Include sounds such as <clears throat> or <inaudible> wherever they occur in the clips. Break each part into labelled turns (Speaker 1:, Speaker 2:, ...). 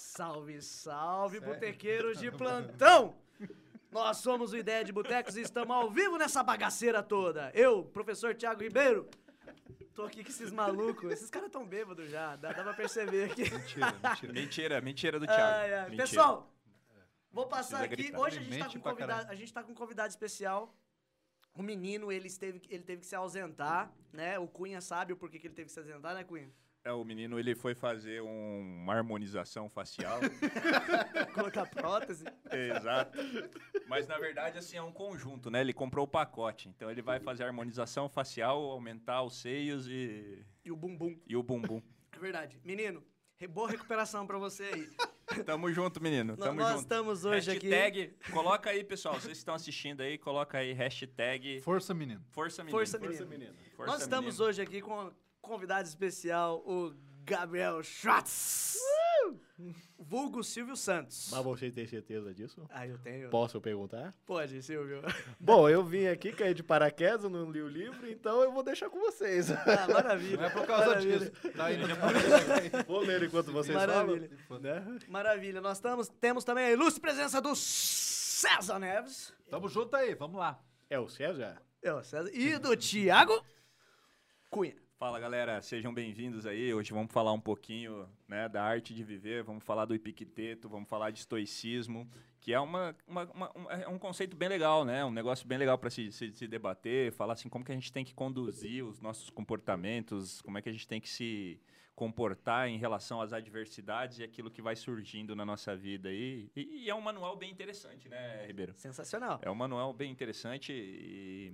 Speaker 1: Salve, salve, botequeiros
Speaker 2: <laughs>
Speaker 1: de plantão! Nós somos o Ideia de Botecos e estamos ao vivo nessa bagaceira toda. Eu, professor Tiago Ribeiro, tô aqui com esses malucos. Esses caras tão bêbados já, dá, dá pra perceber aqui.
Speaker 2: Mentira, mentira.
Speaker 3: Mentira, mentira do Thiago.
Speaker 1: Ai, ai.
Speaker 3: Mentira.
Speaker 1: Pessoal, vou passar
Speaker 3: Precisa
Speaker 1: aqui.
Speaker 3: gritar.
Speaker 1: Hoje a gente, tá
Speaker 2: Mente
Speaker 1: com um
Speaker 2: pra
Speaker 1: convidado,
Speaker 2: caralho.
Speaker 1: a gente tá com um convidado especial. O menino, ele teve, ele teve que se ausentar, né? O Cunha sabe o porquê que ele teve que se ausentar, né, Cunha?
Speaker 3: É, o menino ele foi fazer um- uma harmonização
Speaker 1: <laughs>
Speaker 3: facial.
Speaker 1: Colocar prótese.
Speaker 3: Exato. Mas na verdade, assim, é um conjunto, né? Ele comprou o pacote. Então ele vai fazer a harmonização facial, aumentar os seios e,
Speaker 1: E o bumbum.
Speaker 3: e o
Speaker 1: <laughs>
Speaker 3: bumbum.
Speaker 1: É verdade. Menino, re- boa recuperação pra você
Speaker 2: <laughs>
Speaker 1: aí.
Speaker 3: Tamo junto, menino.
Speaker 1: Nó-
Speaker 3: Tamo
Speaker 1: nós
Speaker 3: junto.
Speaker 1: estamos hoje aqui-
Speaker 3: hashtag, Coloca aí, pessoal. Vocês que estão assistindo aí, coloca aí hashtag
Speaker 2: Força, menino.
Speaker 3: Força Menino.
Speaker 1: Força, menino. Nós estamos hoje aqui com um convidado especial, o Gabriel Schwartz. Vulgo Silvio Santos.
Speaker 4: Mas você tem certeza disso?
Speaker 1: Ah, eu tenho.
Speaker 4: Posso perguntar?
Speaker 1: Pode, Silvio. <laughs>
Speaker 4: Bom, eu vim aqui, caí de paraquedas, não li o livro, então eu vou deixar com
Speaker 1: <laughs>
Speaker 4: vocês.
Speaker 1: Ah, maravilha.
Speaker 2: Não é por causa
Speaker 1: maravilha.
Speaker 2: disso. Tá indo
Speaker 4: vou ler enquanto vocês
Speaker 1: Maravilha.
Speaker 4: falam. Né?
Speaker 1: Maravilha, nós tamos, temos também a ilustre presença do César Neves.
Speaker 2: Tamo junto aí, vamos lá.
Speaker 4: É o César?
Speaker 1: É o César. E do Thiago Cunha.
Speaker 3: Fala galera, sejam bem-vindos aí. Hoje vamos falar um pouquinho né, da arte de viver, vamos falar do Epicteto, vamos falar de estoicismo, que é, uma, uma- uma- um- é um conceito bem legal, né? Um negócio bem legal para se, se, se debater, falar assim como que a gente tem que conduzir os nossos comportamentos, como é que a gente tem que se comportar em relação às adversidades e aquilo que vai surgindo na nossa vida. aí. E- e é um manual bem interessante, né, Ribeiro?
Speaker 1: Sensacional.
Speaker 3: É um manual bem interessante e.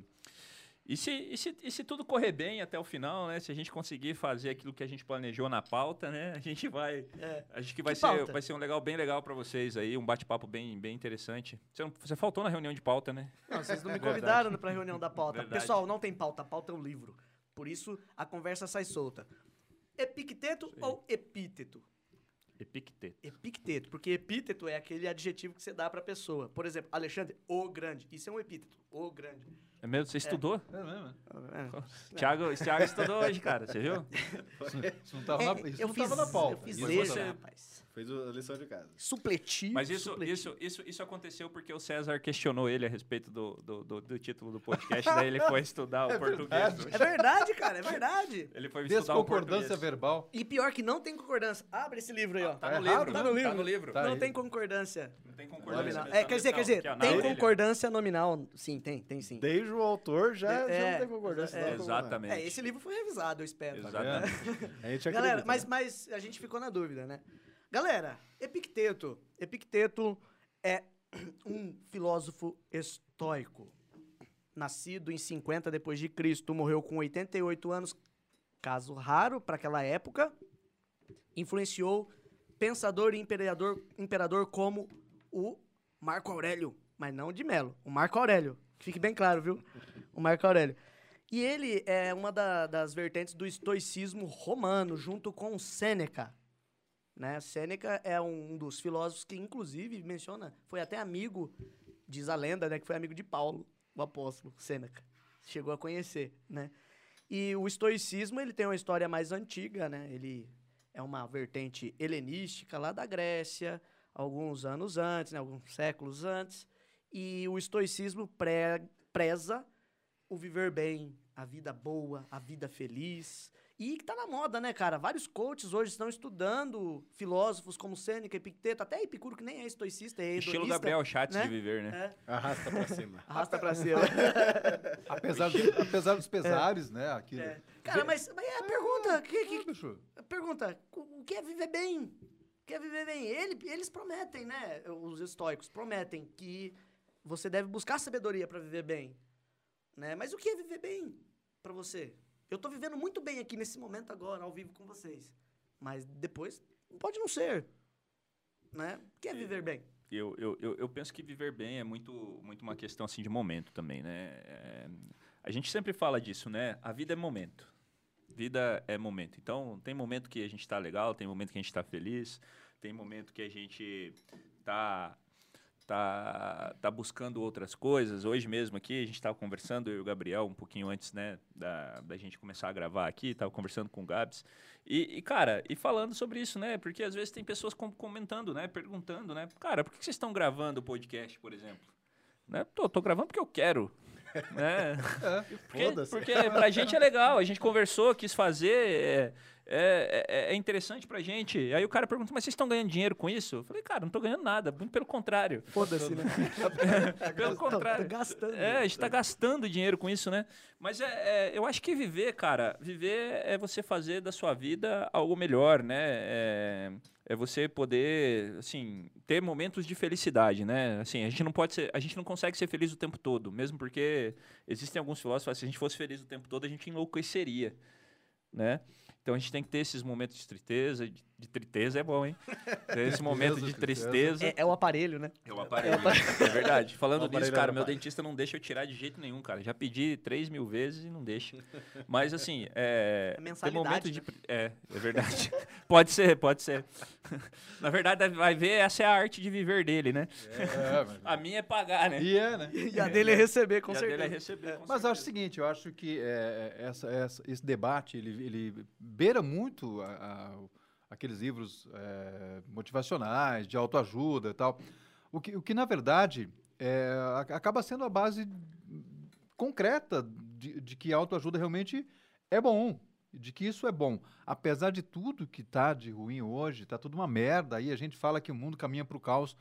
Speaker 3: E se, e, se, e se tudo correr bem até o final, né? Se a gente conseguir fazer aquilo que a gente planejou na pauta, né? A gente vai.
Speaker 1: É.
Speaker 3: Acho que vai,
Speaker 1: Que
Speaker 3: ser,
Speaker 1: pauta?
Speaker 3: vai ser um legal bem legal pra vocês aí, um bate-papo bem, bem interessante. Você, não- você faltou na reunião de pauta, né?
Speaker 1: Não, vocês não me convidaram pra reunião da pauta.
Speaker 3: Verdade.
Speaker 1: Pessoal, não tem pauta, a pauta é um livro. Por isso a conversa sai solta. Epicteto ou epíteto?
Speaker 3: Epicteto.
Speaker 1: Epicteto, porque epíteto é aquele adjetivo que você dá pra pessoa. Por exemplo, Alexandre, o grande. Isso é um epíteto, o grande.
Speaker 3: É mesmo? Você estudou?
Speaker 2: É mesmo?
Speaker 3: Thiago, esse Thiago estudou hoje, cara, você viu?
Speaker 2: Isso não tava,
Speaker 1: É,
Speaker 2: na, isso não tava na pauta.
Speaker 1: Eu fiz
Speaker 2: Isso
Speaker 3: hoje,
Speaker 2: não
Speaker 1: extra,
Speaker 2: tava-
Speaker 3: você-
Speaker 1: rapaz.
Speaker 4: Fez a lição de casa.
Speaker 1: Supletivo.
Speaker 3: Mas isso,
Speaker 1: supletivo.
Speaker 3: isso, isso, isso aconteceu porque o César questionou ele a respeito do, do, do- do título do podcast, daí ele
Speaker 1: <laughs>
Speaker 3: foi estudar o português.
Speaker 1: É verdade, cara, é verdade.
Speaker 3: Ele foi estudar o português.
Speaker 2: Desconcordância verbal.
Speaker 1: E pior que não tem concordância. Abre esse livro aí, ó.
Speaker 3: Tá,
Speaker 2: Tá errado,
Speaker 3: no livro,
Speaker 2: né?
Speaker 3: tá no livro. Tá no livro.
Speaker 2: Tá
Speaker 1: não
Speaker 2: aí.
Speaker 1: tem concordância
Speaker 3: Não tem
Speaker 1: nominal.
Speaker 3: concordância.
Speaker 1: É, quer dizer, quer dizer, tem concordância nominal. Sim, tem, tem sim.
Speaker 4: Desde o autor já, já
Speaker 1: É,
Speaker 4: não tem concordância.
Speaker 1: é,
Speaker 4: não, concordar.
Speaker 3: Exatamente.
Speaker 1: É, esse livro foi revisado, eu espero.
Speaker 3: Exatamente.
Speaker 4: A gente acredita.
Speaker 1: Galera, mas,
Speaker 4: né?
Speaker 1: mas a gente ficou na dúvida, né? Galera, Epicteto. Epicteto é <clears throat> um filósofo estoico. Nascido em 50 depois de Cristo, morreu com 88 anos, caso raro para aquela época. Influenciou pensador e imperador, imperador como o Marco Aurélio, mas não de Melo, o Marco Aurélio. Fique bem claro, viu? O Marco Aurélio. E ele é uma da- das vertentes do estoicismo romano, junto com Sêneca. Né? Sêneca é um dos filósofos que, inclusive, menciona, foi até amigo, diz a lenda, né, que foi amigo de Paulo, o apóstolo, Sêneca. Chegou a conhecer, né? E o estoicismo, ele tem uma história mais antiga, né? Ele é uma vertente helenística lá da Grécia, alguns anos antes, né, alguns séculos antes. E o estoicismo pre- preza o viver bem, a vida boa, a vida feliz. E que tá na moda, né, cara? Vários coaches hoje estão estudando filósofos como Sêneca, Epicteto, até Epicuro, que nem é estoicista, é hedonista.
Speaker 3: Estilo Gabriel Chats
Speaker 1: né?
Speaker 3: de viver, né?
Speaker 4: Arrasta pra
Speaker 1: <laughs>
Speaker 4: cima.
Speaker 1: Arrasta pra cima.
Speaker 2: Apesar, do- apesar dos pesares, né? Aquilo.
Speaker 1: É. Cara, mas, mas é a pergunta, que, que-
Speaker 2: Ah, bicho.
Speaker 1: pergunta, o que é viver bem? O que é viver bem? Ele- eles prometem, né? Os estoicos prometem que você deve buscar sabedoria pra viver bem, né? Mas o que é viver bem pra você? Eu tô vivendo muito bem aqui nesse momento agora, ao vivo com vocês, mas depois pode não ser, né? O que é viver bem?
Speaker 3: Eu, eu, eu, eu penso que viver bem é muito, muito uma questão assim de momento também, né? É, a gente sempre fala disso, né? A vida é momento. Vida é momento. Então, tem momento que a gente tá legal, tem momento que a gente tá feliz, tem momento que a gente tá está tá buscando outras coisas. Hoje mesmo aqui, a gente estava conversando, eu e o Gabriel, um pouquinho antes né, da, da gente começar a gravar aqui, estava conversando com o Gabs. E, e, cara, e falando sobre isso, né? Porque às vezes tem pessoas com- comentando, né? Perguntando, né? Cara, por que que vocês estão gravando o podcast, por exemplo? Né? Tô, tô gravando porque eu quero. né?
Speaker 1: É.
Speaker 3: Porque,
Speaker 4: Foda-se.
Speaker 3: porque pra gente é legal, a gente conversou, quis fazer, é, é, é- é interessante pra gente. Aí o cara pergunta, mas vocês estão ganhando dinheiro com isso? Eu falei, cara, não tô ganhando nada, muito pelo contrário.
Speaker 1: Foda-se, né?
Speaker 3: <laughs>
Speaker 1: Tá-
Speaker 3: Pelo
Speaker 1: Tá
Speaker 3: contrário.
Speaker 1: gastando. né?
Speaker 3: É, a gente tá gastando dinheiro com isso, né? Mas é, é, eu acho que viver, cara, viver é você fazer da sua vida algo melhor, né? É, é você poder, assim, ter momentos de felicidade, né? Assim, a gente não pode ser, a gente não consegue ser feliz o tempo todo, mesmo porque existem alguns filósofos, se a gente fosse feliz o tempo todo, a gente enlouqueceria, né? Então a gente tem que ter esses momentos de tristeza, de, de tristeza é bom, hein? Ter esse momento de
Speaker 2: tristeza.
Speaker 3: tristeza.
Speaker 1: É, é o aparelho, né?
Speaker 3: É o aparelho. É verdade. Falando
Speaker 4: O aparelho
Speaker 3: nisso, cara,
Speaker 4: era
Speaker 3: meu
Speaker 4: pai.
Speaker 3: dentista não deixa eu tirar de jeito nenhum, cara. Já pedi três mil vezes e não deixa. Mas assim, é.
Speaker 1: É
Speaker 3: tem
Speaker 1: mensalidade,
Speaker 3: momento de
Speaker 1: né?
Speaker 3: pri- É, é verdade. <laughs> pode ser, pode ser. <laughs> Na verdade, vai ver, essa é a arte de viver dele, né?
Speaker 2: É, mas-
Speaker 3: A minha é pagar, né?
Speaker 2: E é, né?
Speaker 1: <laughs> E a dele é receber, com
Speaker 3: E a dele
Speaker 1: certeza.
Speaker 3: é receber. com
Speaker 2: Mas eu acho o
Speaker 3: certeza.
Speaker 2: seguinte, eu acho que é, é, essa- essa- esse debate, ele, ele beira muito a- a- aqueles livros é, motivacionais, de autoajuda e tal. O que, o que, na verdade, é, a- acaba sendo a base concreta de, de que a autoajuda realmente é bom, de que isso é bom. Apesar de tudo que tá de ruim hoje, tá tudo uma merda, aí a gente fala que o mundo caminha para o caos.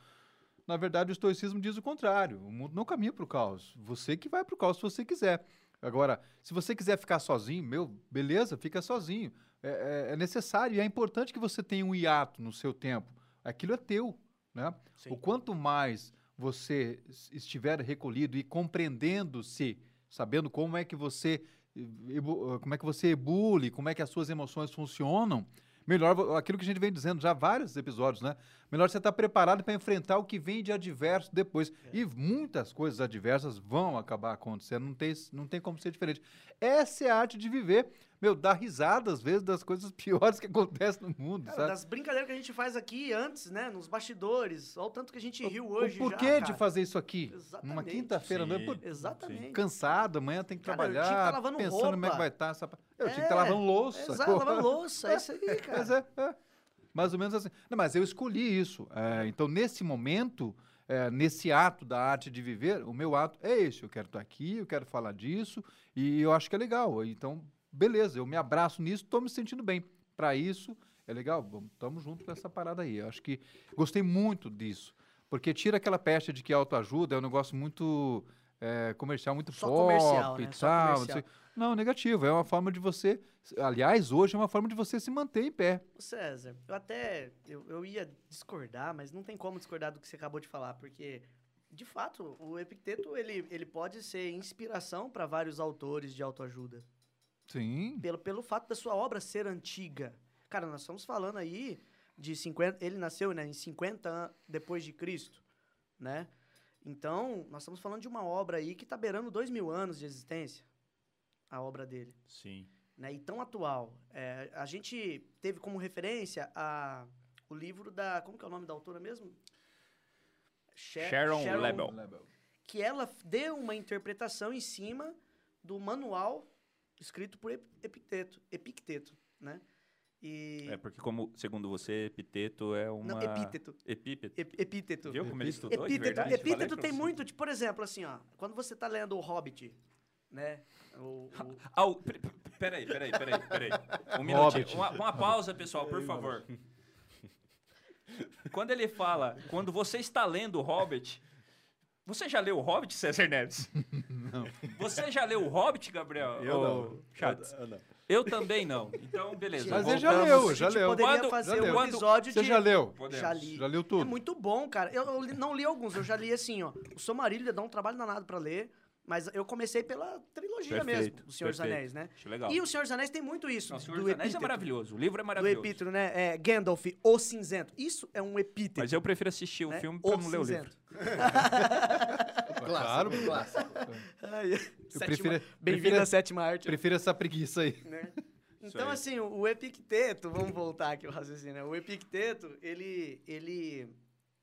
Speaker 2: Na verdade, o estoicismo diz o contrário. O mundo não caminha para o caos. Você que vai para o caos se você quiser. Agora, se você quiser ficar sozinho, meu, beleza, fica sozinho. É, é- é necessário e é importante que você tenha um hiato no seu tempo. Aquilo é teu, né?
Speaker 1: Sim.
Speaker 2: O quanto mais você es- estiver recolhido e compreendendo-se, sabendo como é que você eh, ebu- como é que você ebule, como é que as suas emoções funcionam, melhor vo- aquilo que a gente vem dizendo já há vários episódios, né? Melhor você estar preparado para enfrentar o que vem de adverso
Speaker 1: É.
Speaker 2: depois. E muitas coisas adversas vão acabar acontecendo, não tem, não tem como ser diferente. Essa é a arte de viver. Meu, dar risada às vezes das coisas <laughs> piores que acontecem no mundo,
Speaker 1: Cara,
Speaker 2: sabe?
Speaker 1: das brincadeiras que a gente faz aqui antes, né? Nos bastidores. Olha o tanto que a gente riu hoje.
Speaker 2: o
Speaker 1: já,
Speaker 2: porquê de
Speaker 1: cara.
Speaker 2: fazer isso aqui? Numa
Speaker 1: Exatamente.
Speaker 2: quinta-feira, à noite,
Speaker 3: Sim.
Speaker 2: pô,
Speaker 1: Exatamente.
Speaker 2: cansado, amanhã tem que
Speaker 1: Cara, eu tinha
Speaker 2: trabalhar,
Speaker 1: que tá lavando
Speaker 2: pensando como é
Speaker 1: roupa.
Speaker 2: que vai estar. Essa... pa- Eu tinha que
Speaker 1: É,
Speaker 2: estar lavando louça.
Speaker 1: Exato,
Speaker 2: porra.
Speaker 1: lavando louça, é isso aí, cara.
Speaker 2: Mas é, é. mais ou menos assim. Não, mas eu escolhi isso. É, então, nesse momento, é, nesse ato da arte de viver, o meu ato é esse. Eu quero estar aqui, eu quero falar disso e eu acho que é legal. Então, beleza, eu me abraço nisso, estou me sentindo bem. Para isso, é legal, vamos, tamo junto com essa parada aí. Eu acho que gostei muito disso. Porque tira aquela peste de que autoajuda é um negócio muito é, comercial, muito
Speaker 1: Só
Speaker 2: pop
Speaker 1: comercial,
Speaker 2: e
Speaker 1: né? Só
Speaker 2: tal. não
Speaker 1: comercial.
Speaker 2: sei- Não, negativo. É uma forma de você. Aliás, hoje é uma forma de você se manter em pé.
Speaker 1: Ô, César, eu até. Eu, eu ia discordar, mas não tem como discordar do que você acabou de falar, porque, de fato, o Epicteto ele, ele pode ser inspiração para vários autores de autoajuda.
Speaker 2: Sim.
Speaker 1: Pelo, pelo fato da sua obra ser antiga. Cara, nós estamos falando aí de 50. Ele nasceu né, em 50 an- depois de Cristo, né? Então, nós estamos falando de uma obra aí que está beirando dois mil anos de existência, a obra dele
Speaker 3: Sim.
Speaker 1: né, e tão atual. É, a gente teve como referência a, o livro da. Como que é o nome da autora mesmo? Sha-
Speaker 3: Sharon Lebel.
Speaker 1: Que ela f- deu uma interpretação em cima do manual escrito por Ep- Epicteto, Epicteto né? E,
Speaker 3: É porque, como, segundo você, epiteto é uma.
Speaker 1: Não, Epíteto.
Speaker 3: Epípeto.
Speaker 1: Ep- epíteto.
Speaker 3: Viu como ele estudou? de
Speaker 1: Epíteto,
Speaker 3: verdade?
Speaker 1: epíteto
Speaker 3: Valeu.
Speaker 1: tem muito, tipo, por exemplo, assim, ó, quando você tá lendo o Hobbit, né?
Speaker 2: <laughs>
Speaker 1: O- o,
Speaker 3: Ah, o- pe- pe- peraí, peraí, peraí, peraí. Um minutinho.
Speaker 2: Hobbit.
Speaker 3: Uma, uma pausa, pessoal, por favor. Quando ele fala, quando você está lendo o Hobbit. Você já leu o Hobbit, César Neves? Não. Você já leu o Hobbit, Gabriel?
Speaker 4: Eu
Speaker 3: Ô,
Speaker 4: não.
Speaker 3: Chatos.
Speaker 4: Eu
Speaker 1: É
Speaker 4: não.
Speaker 3: Eu também não. Então, beleza.
Speaker 2: Mas
Speaker 3: Vou-
Speaker 2: ele já
Speaker 1: Voltamos.
Speaker 2: leu,
Speaker 1: A
Speaker 2: já
Speaker 1: gente
Speaker 2: leu.
Speaker 1: poderia
Speaker 3: Quando-
Speaker 1: fazer
Speaker 2: já
Speaker 1: um
Speaker 2: leu.
Speaker 1: episódio
Speaker 2: Você
Speaker 1: de...
Speaker 2: já leu?
Speaker 3: Podemos.
Speaker 1: Já li.
Speaker 2: Já leu
Speaker 1: É
Speaker 2: tudo?
Speaker 1: muito bom, cara. Eu, eu li- não li alguns, eu já li assim, ó. O Somarilho dá um trabalho danado pra ler, mas eu comecei pela trilogia
Speaker 3: Perfeito,
Speaker 1: mesmo, O Senhor dos
Speaker 3: perfeito.
Speaker 1: Anéis, né?
Speaker 3: Acho legal.
Speaker 1: E O Senhor dos Anéis tem muito isso,
Speaker 3: Não, o
Speaker 1: do
Speaker 3: Senhor dos Anéis é
Speaker 1: epíteto.
Speaker 3: maravilhoso. O livro é
Speaker 1: do
Speaker 3: maravilhoso.
Speaker 1: epíteto, né? É, Gandalf, o cinzento. Isso é um epíteto.
Speaker 3: Mas eu prefiro assistir o
Speaker 1: né?
Speaker 3: filme pra não ler o livro.
Speaker 1: Cinzento. <laughs>
Speaker 2: Claro.
Speaker 1: Ai, sétima-
Speaker 2: prefiro-
Speaker 1: Bem-vindo
Speaker 2: prefiro-
Speaker 1: à sétima arte.
Speaker 2: Prefiro essa preguiça aí.
Speaker 1: né? Então,
Speaker 3: aí.
Speaker 1: assim, o o Epicteto, vamos voltar aqui ao raciocínio, né? O Epicteto, ele, ele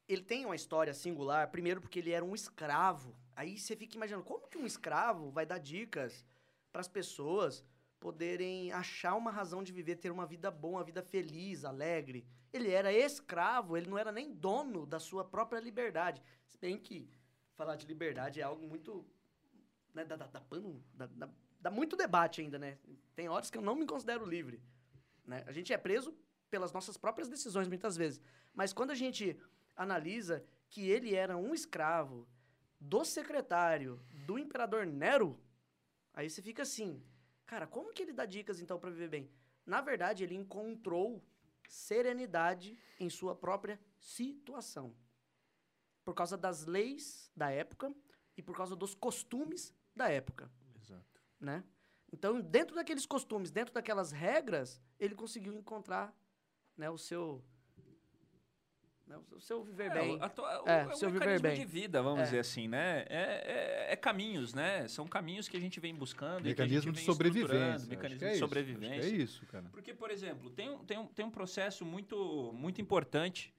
Speaker 1: ele tem uma história singular, primeiro porque ele era um escravo. Aí você fica imaginando como que um escravo vai dar dicas para as pessoas poderem achar uma razão de viver, ter uma vida boa, uma vida feliz, alegre. Ele era escravo, ele não era nem dono da sua própria liberdade. Se bem que falar de liberdade é algo muito. Né, dá, dá- dá pano- dá- dá- dá muito debate ainda, né? Tem horas que eu não me considero livre. né? A gente é preso pelas nossas próprias decisões, muitas vezes. Mas quando a gente analisa que ele era um escravo do secretário do imperador Nero, aí você fica assim, cara, como que ele dá dicas então para viver bem? Na verdade, ele encontrou serenidade em sua própria situação. Por causa das leis da época e por causa dos costumes da época,
Speaker 3: Exato.
Speaker 1: né? Então, dentro daqueles costumes, dentro daquelas regras, ele conseguiu encontrar, né, o seu né, o seu viver bem. É,
Speaker 3: é, o,
Speaker 1: seu
Speaker 3: é um
Speaker 1: viver
Speaker 3: mecanismo
Speaker 1: bem.
Speaker 3: de vida, vamos
Speaker 1: É.
Speaker 3: dizer assim, né? É, é- é caminhos, né? São caminhos que a gente vem buscando. e que a gente
Speaker 2: Mecanismo de
Speaker 3: vem
Speaker 2: sobrevivência.
Speaker 3: estruturando,
Speaker 2: acho
Speaker 3: Mecanismo
Speaker 2: que é
Speaker 3: de
Speaker 2: isso, acho que
Speaker 3: sobrevivência.
Speaker 2: É isso, cara.
Speaker 3: Porque, por exemplo, tem um, tem um, tem um processo muito, muito importante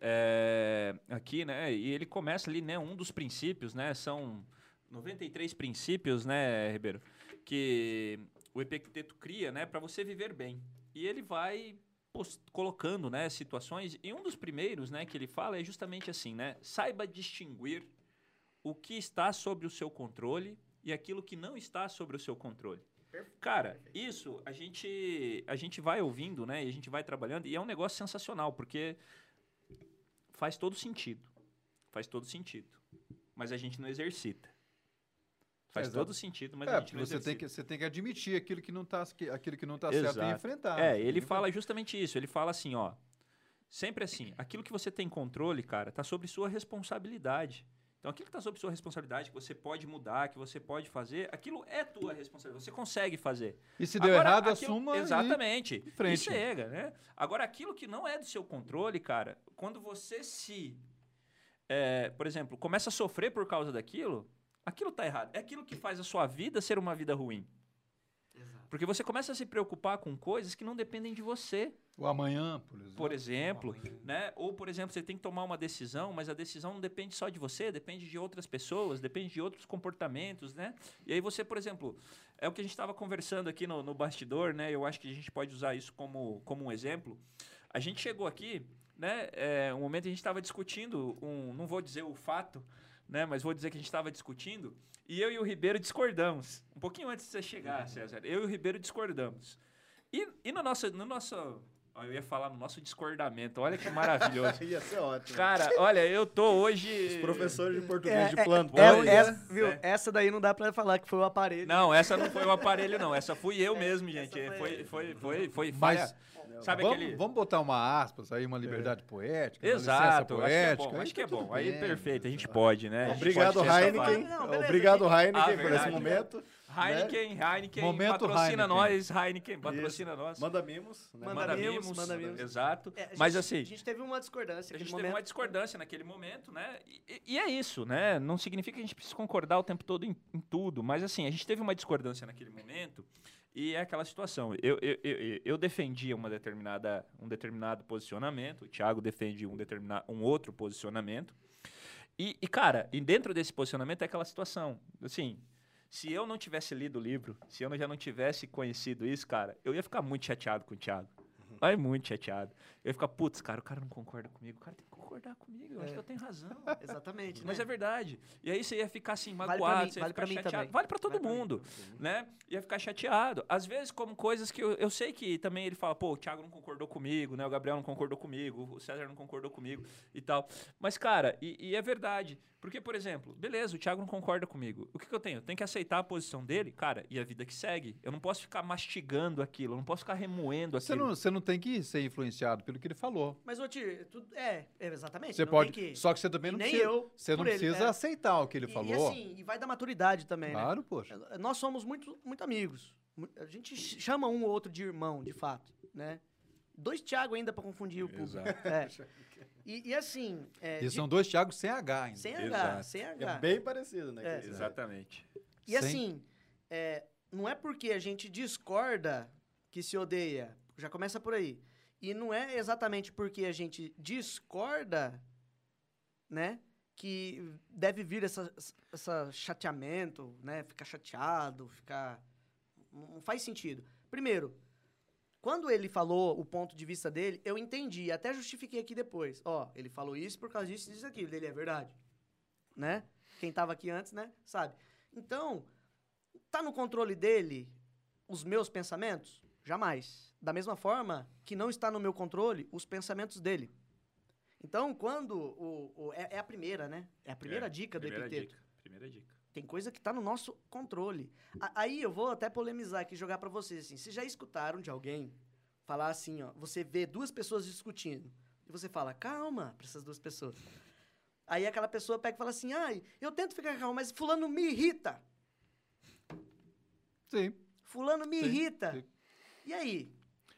Speaker 3: é, aqui, né? E ele começa ali, né? Um dos princípios, né? São 93 princípios, né, Ribeiro? Que o Epicteto cria, né? Para você viver bem. E ele vai pos- colocando, né? Situações. E um dos primeiros, né? Que ele fala é justamente assim, né? Saiba distinguir o que está sobre o seu controle e aquilo que não está sobre o seu controle. Cara, isso a gente a gente vai ouvindo, né? E a gente vai trabalhando e é um negócio sensacional porque faz todo sentido, faz todo sentido, mas a gente não exercita. Faz
Speaker 2: Exato.
Speaker 3: todo sentido, mas
Speaker 2: é,
Speaker 3: a gente
Speaker 2: porque
Speaker 3: não
Speaker 2: você
Speaker 3: exercita.
Speaker 2: tem, que, você tem que admitir aquilo que não está aquilo que não tá certo e
Speaker 3: Exato.
Speaker 2: enfrentar. Você
Speaker 3: É,
Speaker 2: tem
Speaker 3: ele
Speaker 2: que
Speaker 3: fala justamente isso. Ele fala assim, ó. Sempre assim, aquilo que você tem controle, cara, tá sobre sua responsabilidade. Então, aquilo que tá sobre sua responsabilidade, que você pode mudar, que você pode fazer, aquilo é tua responsabilidade. Você consegue fazer.
Speaker 2: E se deu
Speaker 3: Agora,
Speaker 2: errado,
Speaker 3: aquilo-
Speaker 2: assuma e
Speaker 3: Exatamente.
Speaker 2: em frente.
Speaker 3: E chega, né? Agora, aquilo que não é do seu controle, cara, quando você se. é, por exemplo, começa a sofrer por causa daquilo, aquilo tá errado. É aquilo que faz a sua vida ser uma vida ruim. Porque você começa a se preocupar com coisas que não dependem de você.
Speaker 2: o amanhã, por exemplo.
Speaker 3: Por exemplo, né? Ou, por exemplo, você tem que tomar uma decisão, mas a decisão não depende só de você, depende de outras pessoas, depende de outros comportamentos, né? E aí você, por exemplo, é o que a gente estava conversando aqui no, no bastidor, né? Eu acho que a gente pode usar isso como, como um exemplo. A gente chegou aqui, né? É, um momento a gente estava discutindo um, não vou dizer o fato, né? Mas vou dizer que a gente estava discutindo e eu e o Ribeiro discordamos. Um pouquinho antes de você chegar, César, eu e o Ribeiro discordamos. E, e no nosso, no nosso, ó, eu ia falar no nosso discordamento. Olha que
Speaker 4: <laughs>
Speaker 3: maravilhoso.
Speaker 4: <laughs> Ia ser ótimo.
Speaker 3: Cara, olha, eu tô hoje.
Speaker 4: Os professores de
Speaker 1: É,
Speaker 4: português
Speaker 1: é,
Speaker 4: de plantão.
Speaker 1: é,
Speaker 3: Pois,
Speaker 1: essa,
Speaker 3: né?
Speaker 1: viu?
Speaker 3: É.
Speaker 1: Essa daí não dá pra falar que foi o aparelho.
Speaker 3: Não, essa não foi o aparelho, não. Essa fui eu mesmo,
Speaker 1: essa
Speaker 3: gente. É,
Speaker 1: foi-
Speaker 3: Foi, foi, foi, foi
Speaker 2: Mas-
Speaker 3: falha. Sabe
Speaker 2: vamos,
Speaker 3: aquele.
Speaker 2: vamos botar uma aspas aí, uma liberdade poética, uma licença
Speaker 3: Exato,
Speaker 2: poética. aí
Speaker 3: acho que
Speaker 2: tá
Speaker 3: é bom. Acho que é bom.
Speaker 2: tudo
Speaker 3: Aí
Speaker 2: bem.
Speaker 3: perfeito, a gente pode, né? A gente
Speaker 4: Obrigado,
Speaker 3: pode ter essa
Speaker 4: Heineken.
Speaker 1: Ah, não, beleza,
Speaker 4: Obrigado,
Speaker 3: Ah,
Speaker 4: Heineken, por esse
Speaker 3: verdade.
Speaker 4: momento.
Speaker 3: vibe. Heineken, Heineken,
Speaker 2: Momento
Speaker 3: patrocina
Speaker 2: Heineken.
Speaker 3: nós, Heineken, patrocina nós.
Speaker 4: Manda mimos. Né?
Speaker 1: Manda mimos, manda mimos.
Speaker 3: Exato.
Speaker 1: É, a gente-
Speaker 3: Mas assim,
Speaker 1: A gente teve uma discordância.
Speaker 3: a
Speaker 1: aquele
Speaker 3: gente teve uma
Speaker 1: momento.
Speaker 3: discordância naquele momento, né? E, e- e é isso, né? Não significa que a gente precisa concordar o tempo todo em, em tudo, mas assim, a gente teve uma discordância naquele momento e é aquela situação. Eu, eu, eu- eu, eu defendia uma determinada, um determinado posicionamento, o Thiago defende um, determina, um outro posicionamento. E, e, cara, e dentro desse posicionamento é aquela situação. Assim, se eu não tivesse lido o livro, se eu já não tivesse conhecido isso, cara, eu ia ficar muito chateado com o Thiago.
Speaker 1: Uhum.
Speaker 3: Vai muito chateado. Eu ia ficar, putz, cara, o cara não concorda comigo. O cara tem que concordar comigo. Eu
Speaker 1: É.
Speaker 3: acho que eu
Speaker 1: <laughs>
Speaker 3: tenho razão.
Speaker 1: Exatamente.
Speaker 3: Mas
Speaker 1: né?
Speaker 3: é verdade. E aí você ia ficar assim,
Speaker 1: Vale pra
Speaker 3: magoado,
Speaker 1: mim,
Speaker 3: você ia
Speaker 1: vale
Speaker 3: ficar
Speaker 1: pra mim
Speaker 3: chateado.
Speaker 1: também.
Speaker 3: Vale pra todo
Speaker 1: Vale pra mim,
Speaker 3: mundo, né? Ia ficar chateado. Às vezes, como coisas que eu, eu sei que também ele fala, pô, o Thiago não concordou comigo, né? O Gabriel não concordou comigo, o César não concordou comigo e tal. Mas, cara, e, e é verdade. Porque, por exemplo, beleza, o Thiago não concorda comigo. O que, que eu tenho? Eu tenho que aceitar a posição dele, cara, e a vida que segue. Eu não posso ficar mastigando aquilo, eu não posso ficar remoendo
Speaker 2: Você
Speaker 3: aquilo.
Speaker 2: não, você não tem que ser influenciado pelo que ele falou.
Speaker 1: Mas, ô, Ti, tudo, é, é, exatamente.
Speaker 2: Você
Speaker 1: não
Speaker 2: pode.
Speaker 1: Tem que...
Speaker 2: Só que você também
Speaker 1: e
Speaker 2: não
Speaker 1: nem
Speaker 2: precisa.
Speaker 1: eu
Speaker 2: Você não
Speaker 1: por ele,
Speaker 2: precisa
Speaker 1: né?
Speaker 2: aceitar o que ele
Speaker 1: E- E,
Speaker 2: falou.
Speaker 1: assim, e vai da maturidade também, né?
Speaker 2: claro, poxa.
Speaker 1: Eh, Nós somos muito, muito amigos. Mu- A gente ch- chama um ou outro de irmão, de fato, né? Dois Thiago ainda pra confundir o público. É. E, e assim... é,
Speaker 2: E
Speaker 1: de-
Speaker 2: são dois Thiagos sem H ainda.
Speaker 1: Sem H,
Speaker 3: Exato.
Speaker 1: sem H.
Speaker 4: É bem parecido, né?
Speaker 1: É.
Speaker 4: que eles-
Speaker 3: Exatamente.
Speaker 1: E
Speaker 2: Sem-
Speaker 1: assim, é, não é porque a gente discorda que se odeia. Já começa por aí. E não é exatamente porque a gente discorda né? Que deve vir esse essa chateamento, né? Ficar chateado, ficar. Não faz sentido. Primeiro, quando ele falou o ponto de vista dele, eu entendi, até justifiquei aqui depois. Ó, ele falou isso por causa disso e disso aquilo. Ele é verdade. Né? Quem tava aqui antes, né? Sabe? Então, tá no controle dele os meus pensamentos? Jamais. Da mesma forma que não está no meu controle os pensamentos dele. Então, quando o. o- é, é a primeira, né? É a primeira
Speaker 3: É,
Speaker 1: dica do
Speaker 3: primeira
Speaker 1: epiteto.
Speaker 3: dica. Primeira dica.
Speaker 1: Tem coisa que tá no nosso controle. A- aí eu vou até polemizar aqui, jogar pra vocês assim. Vocês já escutaram de alguém falar assim, ó, você vê duas pessoas discutindo e você fala: "Calma, pra essas duas pessoas". Aí aquela pessoa pega e fala assim: "Ai, eu tento ficar calmo, mas fulano me irrita.
Speaker 2: Sim.
Speaker 1: Fulano me
Speaker 2: Sim,
Speaker 1: irrita".
Speaker 2: sim.
Speaker 1: E aí?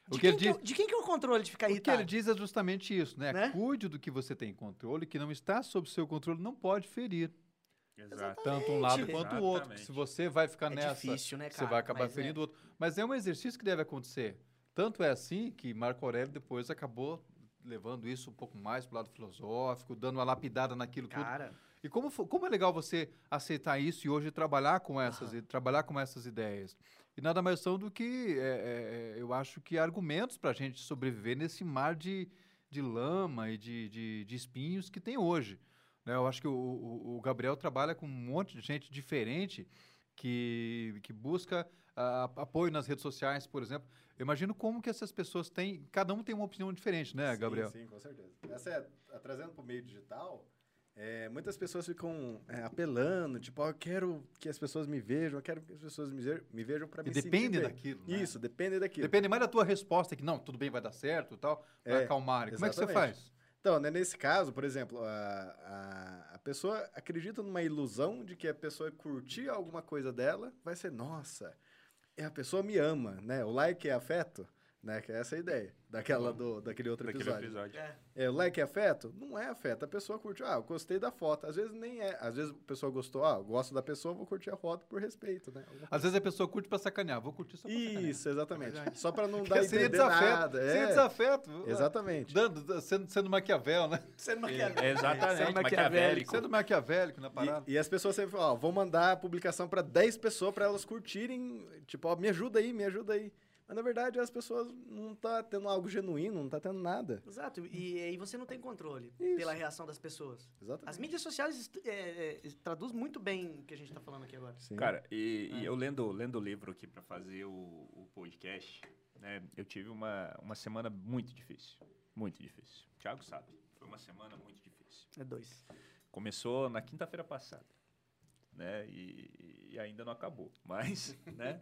Speaker 2: O
Speaker 1: De
Speaker 2: que
Speaker 1: quem
Speaker 2: ele
Speaker 1: que eu- de quem que é o controle de ficar
Speaker 2: O que
Speaker 1: irritado?
Speaker 2: ele diz é justamente isso, né?
Speaker 1: Né?
Speaker 2: Cuide do que você tem controle, que não está sob seu controle, não pode ferir.
Speaker 3: Exato.
Speaker 2: Tanto um lado
Speaker 1: Exatamente.
Speaker 2: quanto o outro. porque Se você vai ficar
Speaker 1: É
Speaker 2: nessa,
Speaker 1: difícil, né,
Speaker 2: você
Speaker 1: cara?
Speaker 2: vai acabar
Speaker 1: Mas é.
Speaker 2: ferindo o outro. Mas é um exercício que deve acontecer. Tanto é assim que Marco Aurélio depois acabou levando isso um pouco mais pro lado filosófico, dando uma lapidada naquilo tudo.
Speaker 1: Cara,
Speaker 2: E como, fo- como é legal você aceitar isso e hoje trabalhar com essas, i- trabalhar com essas ideias. E nada mais são do que, é, é, é, eu acho que argumentos para a gente sobreviver nesse mar de, de lama e de, de, de espinhos que tem hoje. Né? Eu acho que o, o- o Gabriel trabalha com um monte de gente diferente que, que busca ah, apoio nas redes sociais, por exemplo. Eu imagino como que essas pessoas têm, cada um tem uma opinião diferente, né,
Speaker 4: Sim,
Speaker 2: Gabriel?
Speaker 4: Sim, com certeza. Essa é, a- trazendo para o meio digital, é, muitas pessoas ficam é, apelando, tipo, "Ah, eu quero que as pessoas me vejam, eu quero que as pessoas me vejam, me vejam para
Speaker 2: E
Speaker 4: me
Speaker 2: depende
Speaker 4: sentir bem."
Speaker 2: daquilo. né?
Speaker 4: Isso, depende daquilo.
Speaker 2: Depende mais da tua resposta, que não, tudo bem, vai dar certo e tal, pra
Speaker 4: É,
Speaker 2: acalmar. Como é que você
Speaker 4: exatamente.
Speaker 2: faz?
Speaker 4: Então, né, nesse caso, por exemplo, a, a, a pessoa acredita numa ilusão de que a pessoa curtir alguma coisa dela vai ser, nossa, é, a pessoa me ama, né? O like é afeto, né? Que é essa a ideia daquela
Speaker 2: Uhum.
Speaker 4: do, daquele outro
Speaker 3: Daquele
Speaker 4: episódio.
Speaker 3: episódio.
Speaker 1: é,
Speaker 4: É, like é afeto? Não é afeto. A pessoa curtiu. Ah, eu gostei da foto. Às vezes nem é. Às vezes a pessoa gostou. Ah, eu gosto da pessoa, vou curtir a foto por respeito, né? Alguma
Speaker 2: Às vezes a pessoa curte pra sacanear, vou curtir só pra <laughs> sacanear.
Speaker 4: Isso, exatamente.
Speaker 2: verdade.
Speaker 4: É Só pra não
Speaker 2: Que
Speaker 4: dar
Speaker 2: seria
Speaker 4: entender
Speaker 2: assim, desafeto.
Speaker 4: nada. É,
Speaker 2: Seria desafeto. ah, né?
Speaker 4: Exatamente.
Speaker 2: Dando, sendo, sendo Maquiavel, né?
Speaker 1: sendo
Speaker 3: É, exatamente,
Speaker 1: Sendo
Speaker 3: maquiavélico.
Speaker 2: Sendo maquiavélico na parada.
Speaker 4: E, e as pessoas sempre falam, ó, vou mandar a publicação pra 10 pessoas pra elas curtirem. Tipo, ó, me ajuda aí, me ajuda aí. Mas na verdade as pessoas não tá tendo algo genuíno, não tá tendo nada.
Speaker 1: Exato, e aí você não tem controle
Speaker 4: Isso.
Speaker 1: pela reação das pessoas. As
Speaker 4: Exatamente.
Speaker 1: mídias sociais est- é, é, traduz muito bem o que a gente tá falando aqui agora.
Speaker 4: Sim.
Speaker 3: Cara, e, e eu lendo lendo o livro aqui para fazer o, o podcast, né, eu tive uma, uma semana muito difícil. Muito difícil. O Thiago sabe, foi uma semana muito difícil.
Speaker 1: É dois.
Speaker 3: Começou na quinta-feira passada, né, e, e ainda não acabou, mas, né,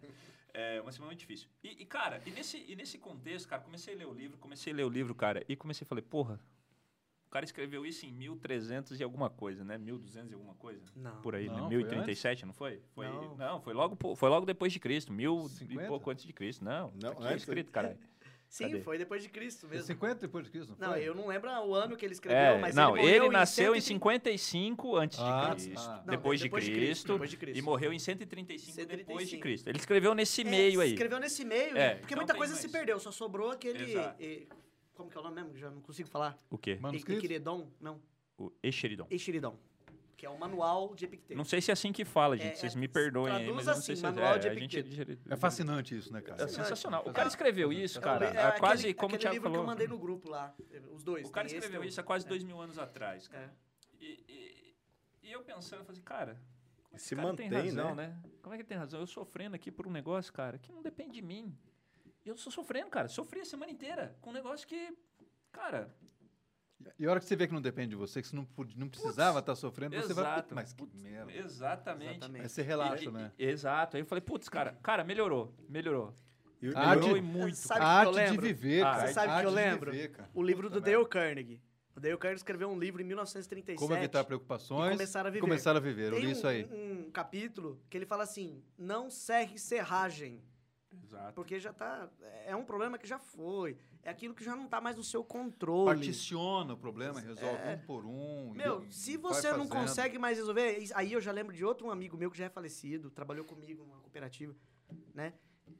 Speaker 3: é uma semana muito difícil. E, e, cara, e nesse, e nesse contexto, cara, comecei a ler o livro, comecei a ler o livro, cara, e comecei a falar, porra, o cara escreveu isso em 1300 e alguma coisa, né, 1200 e alguma coisa
Speaker 1: Não.
Speaker 3: por aí,
Speaker 2: Não,
Speaker 3: né?
Speaker 2: foi
Speaker 3: 1037, não foi? foi
Speaker 1: Não.
Speaker 3: não. foi logo, po- foi logo depois de Cristo, mil e
Speaker 2: 50?
Speaker 3: pouco antes de Cristo. Não,
Speaker 4: Não,
Speaker 3: tá aqui
Speaker 4: antes.
Speaker 3: escrito, caralho.
Speaker 1: Sim,
Speaker 3: Cadê?
Speaker 1: foi depois de Cristo mesmo.
Speaker 2: 50 depois de Cristo, não
Speaker 1: Não,
Speaker 2: foi?
Speaker 1: eu não lembro o ano que ele escreveu,
Speaker 3: É,
Speaker 1: mas
Speaker 3: não, ele,
Speaker 1: ele, morreu
Speaker 3: nasceu em
Speaker 1: 130
Speaker 3: 55 antes de
Speaker 2: Ah,
Speaker 3: Cristo,
Speaker 2: tá. Não,
Speaker 3: depois, de Cristo,
Speaker 1: depois de Cristo.
Speaker 3: e morreu em 135 depois de
Speaker 1: 135.
Speaker 3: Cristo. Ele escreveu nesse
Speaker 1: É,
Speaker 3: meio aí.
Speaker 1: Escreveu nesse meio,
Speaker 3: É,
Speaker 1: porque
Speaker 3: então
Speaker 1: muita
Speaker 3: tem
Speaker 1: coisa
Speaker 3: mais.
Speaker 1: se perdeu, só sobrou aquele...
Speaker 3: Exato.
Speaker 1: e- como que é o nome mesmo? Já não consigo falar.
Speaker 3: O quê?
Speaker 2: Manuscrito?
Speaker 1: Equiridon? Não,
Speaker 3: O Exeridon.
Speaker 1: Exiridon. Que é o manual de Epicteto.
Speaker 3: Não sei se é assim que fala, gente.
Speaker 1: É,
Speaker 3: Vocês
Speaker 1: é,
Speaker 3: me perdoem aí,
Speaker 1: traduz
Speaker 3: mas eu não sei
Speaker 1: assim,
Speaker 3: se é.
Speaker 1: Manual
Speaker 3: é,
Speaker 1: de
Speaker 3: a gente
Speaker 2: É fascinante isso, né, cara?
Speaker 3: É sensacional. O cara
Speaker 2: Fascinante.
Speaker 3: escreveu isso, cara,
Speaker 1: É
Speaker 3: há quase
Speaker 1: aquele,
Speaker 3: como o
Speaker 1: aquele
Speaker 3: Thiago
Speaker 1: livro que eu
Speaker 3: falou.
Speaker 1: mandei no grupo lá, os dois.
Speaker 3: O cara
Speaker 1: tem esse,
Speaker 3: escreveu
Speaker 1: tem o-
Speaker 3: isso há quase
Speaker 1: é.
Speaker 3: dois mil anos atrás, cara.
Speaker 1: É.
Speaker 3: E, e- e eu pensando, eu falei assim, cara, como esse
Speaker 4: Se
Speaker 3: cara tem
Speaker 4: mantém,
Speaker 3: razão, né? Como é que ele tem razão? Eu sofrendo aqui por um negócio, cara, que não depende de mim. E eu tô sofrendo, cara. Sofri a semana inteira com um negócio que, cara,
Speaker 2: E a hora que você vê que não depende de você, que você não, pude- não precisava estar sofrendo, você vai...
Speaker 3: exato.
Speaker 2: "Puta, Mas que
Speaker 3: Putz,
Speaker 1: é.
Speaker 2: merda.
Speaker 3: Exatamente.
Speaker 1: Exatamente.
Speaker 2: Aí você
Speaker 3: E-
Speaker 2: É, relaxa,
Speaker 3: e-
Speaker 2: né?
Speaker 3: e- exato. Aí eu falei, putz, cara, cara, melhorou, melhorou.
Speaker 4: E o-
Speaker 2: Ah,
Speaker 4: e o-
Speaker 3: Melhorou
Speaker 2: de-
Speaker 3: e muito.
Speaker 1: Sabe
Speaker 2: A
Speaker 1: o que eu
Speaker 2: arte de
Speaker 1: lembro?
Speaker 2: viver,
Speaker 3: Ah,
Speaker 2: cara.
Speaker 3: você
Speaker 2: a
Speaker 1: sabe que
Speaker 2: arte
Speaker 1: eu
Speaker 2: de
Speaker 1: lembro?
Speaker 2: viver, cara.
Speaker 1: O livro do
Speaker 2: Puta
Speaker 1: Dale
Speaker 2: merda.
Speaker 1: Carnegie. O Dale Carnegie escreveu um livro em 1937.
Speaker 2: Como é tá evitar
Speaker 1: e
Speaker 2: preocupações.
Speaker 1: começaram a viver.
Speaker 2: Começaram a viver, eu
Speaker 1: Tem
Speaker 2: li
Speaker 1: um,
Speaker 2: isso aí.
Speaker 1: um capítulo que ele fala assim: não serre serragem,
Speaker 3: Exato.
Speaker 1: porque já tá. É um problema que já foi. É aquilo que já não tá mais no seu controle.
Speaker 2: Particiona o problema, resolve um por um. e-
Speaker 1: É. Meu,
Speaker 2: e
Speaker 1: se
Speaker 2: vai
Speaker 1: você não
Speaker 2: fazendo.
Speaker 1: consegue mais resolver, é isso- aí eu já lembro de outro amigo meu que já é falecido, trabalhou comigo numa cooperativa, né?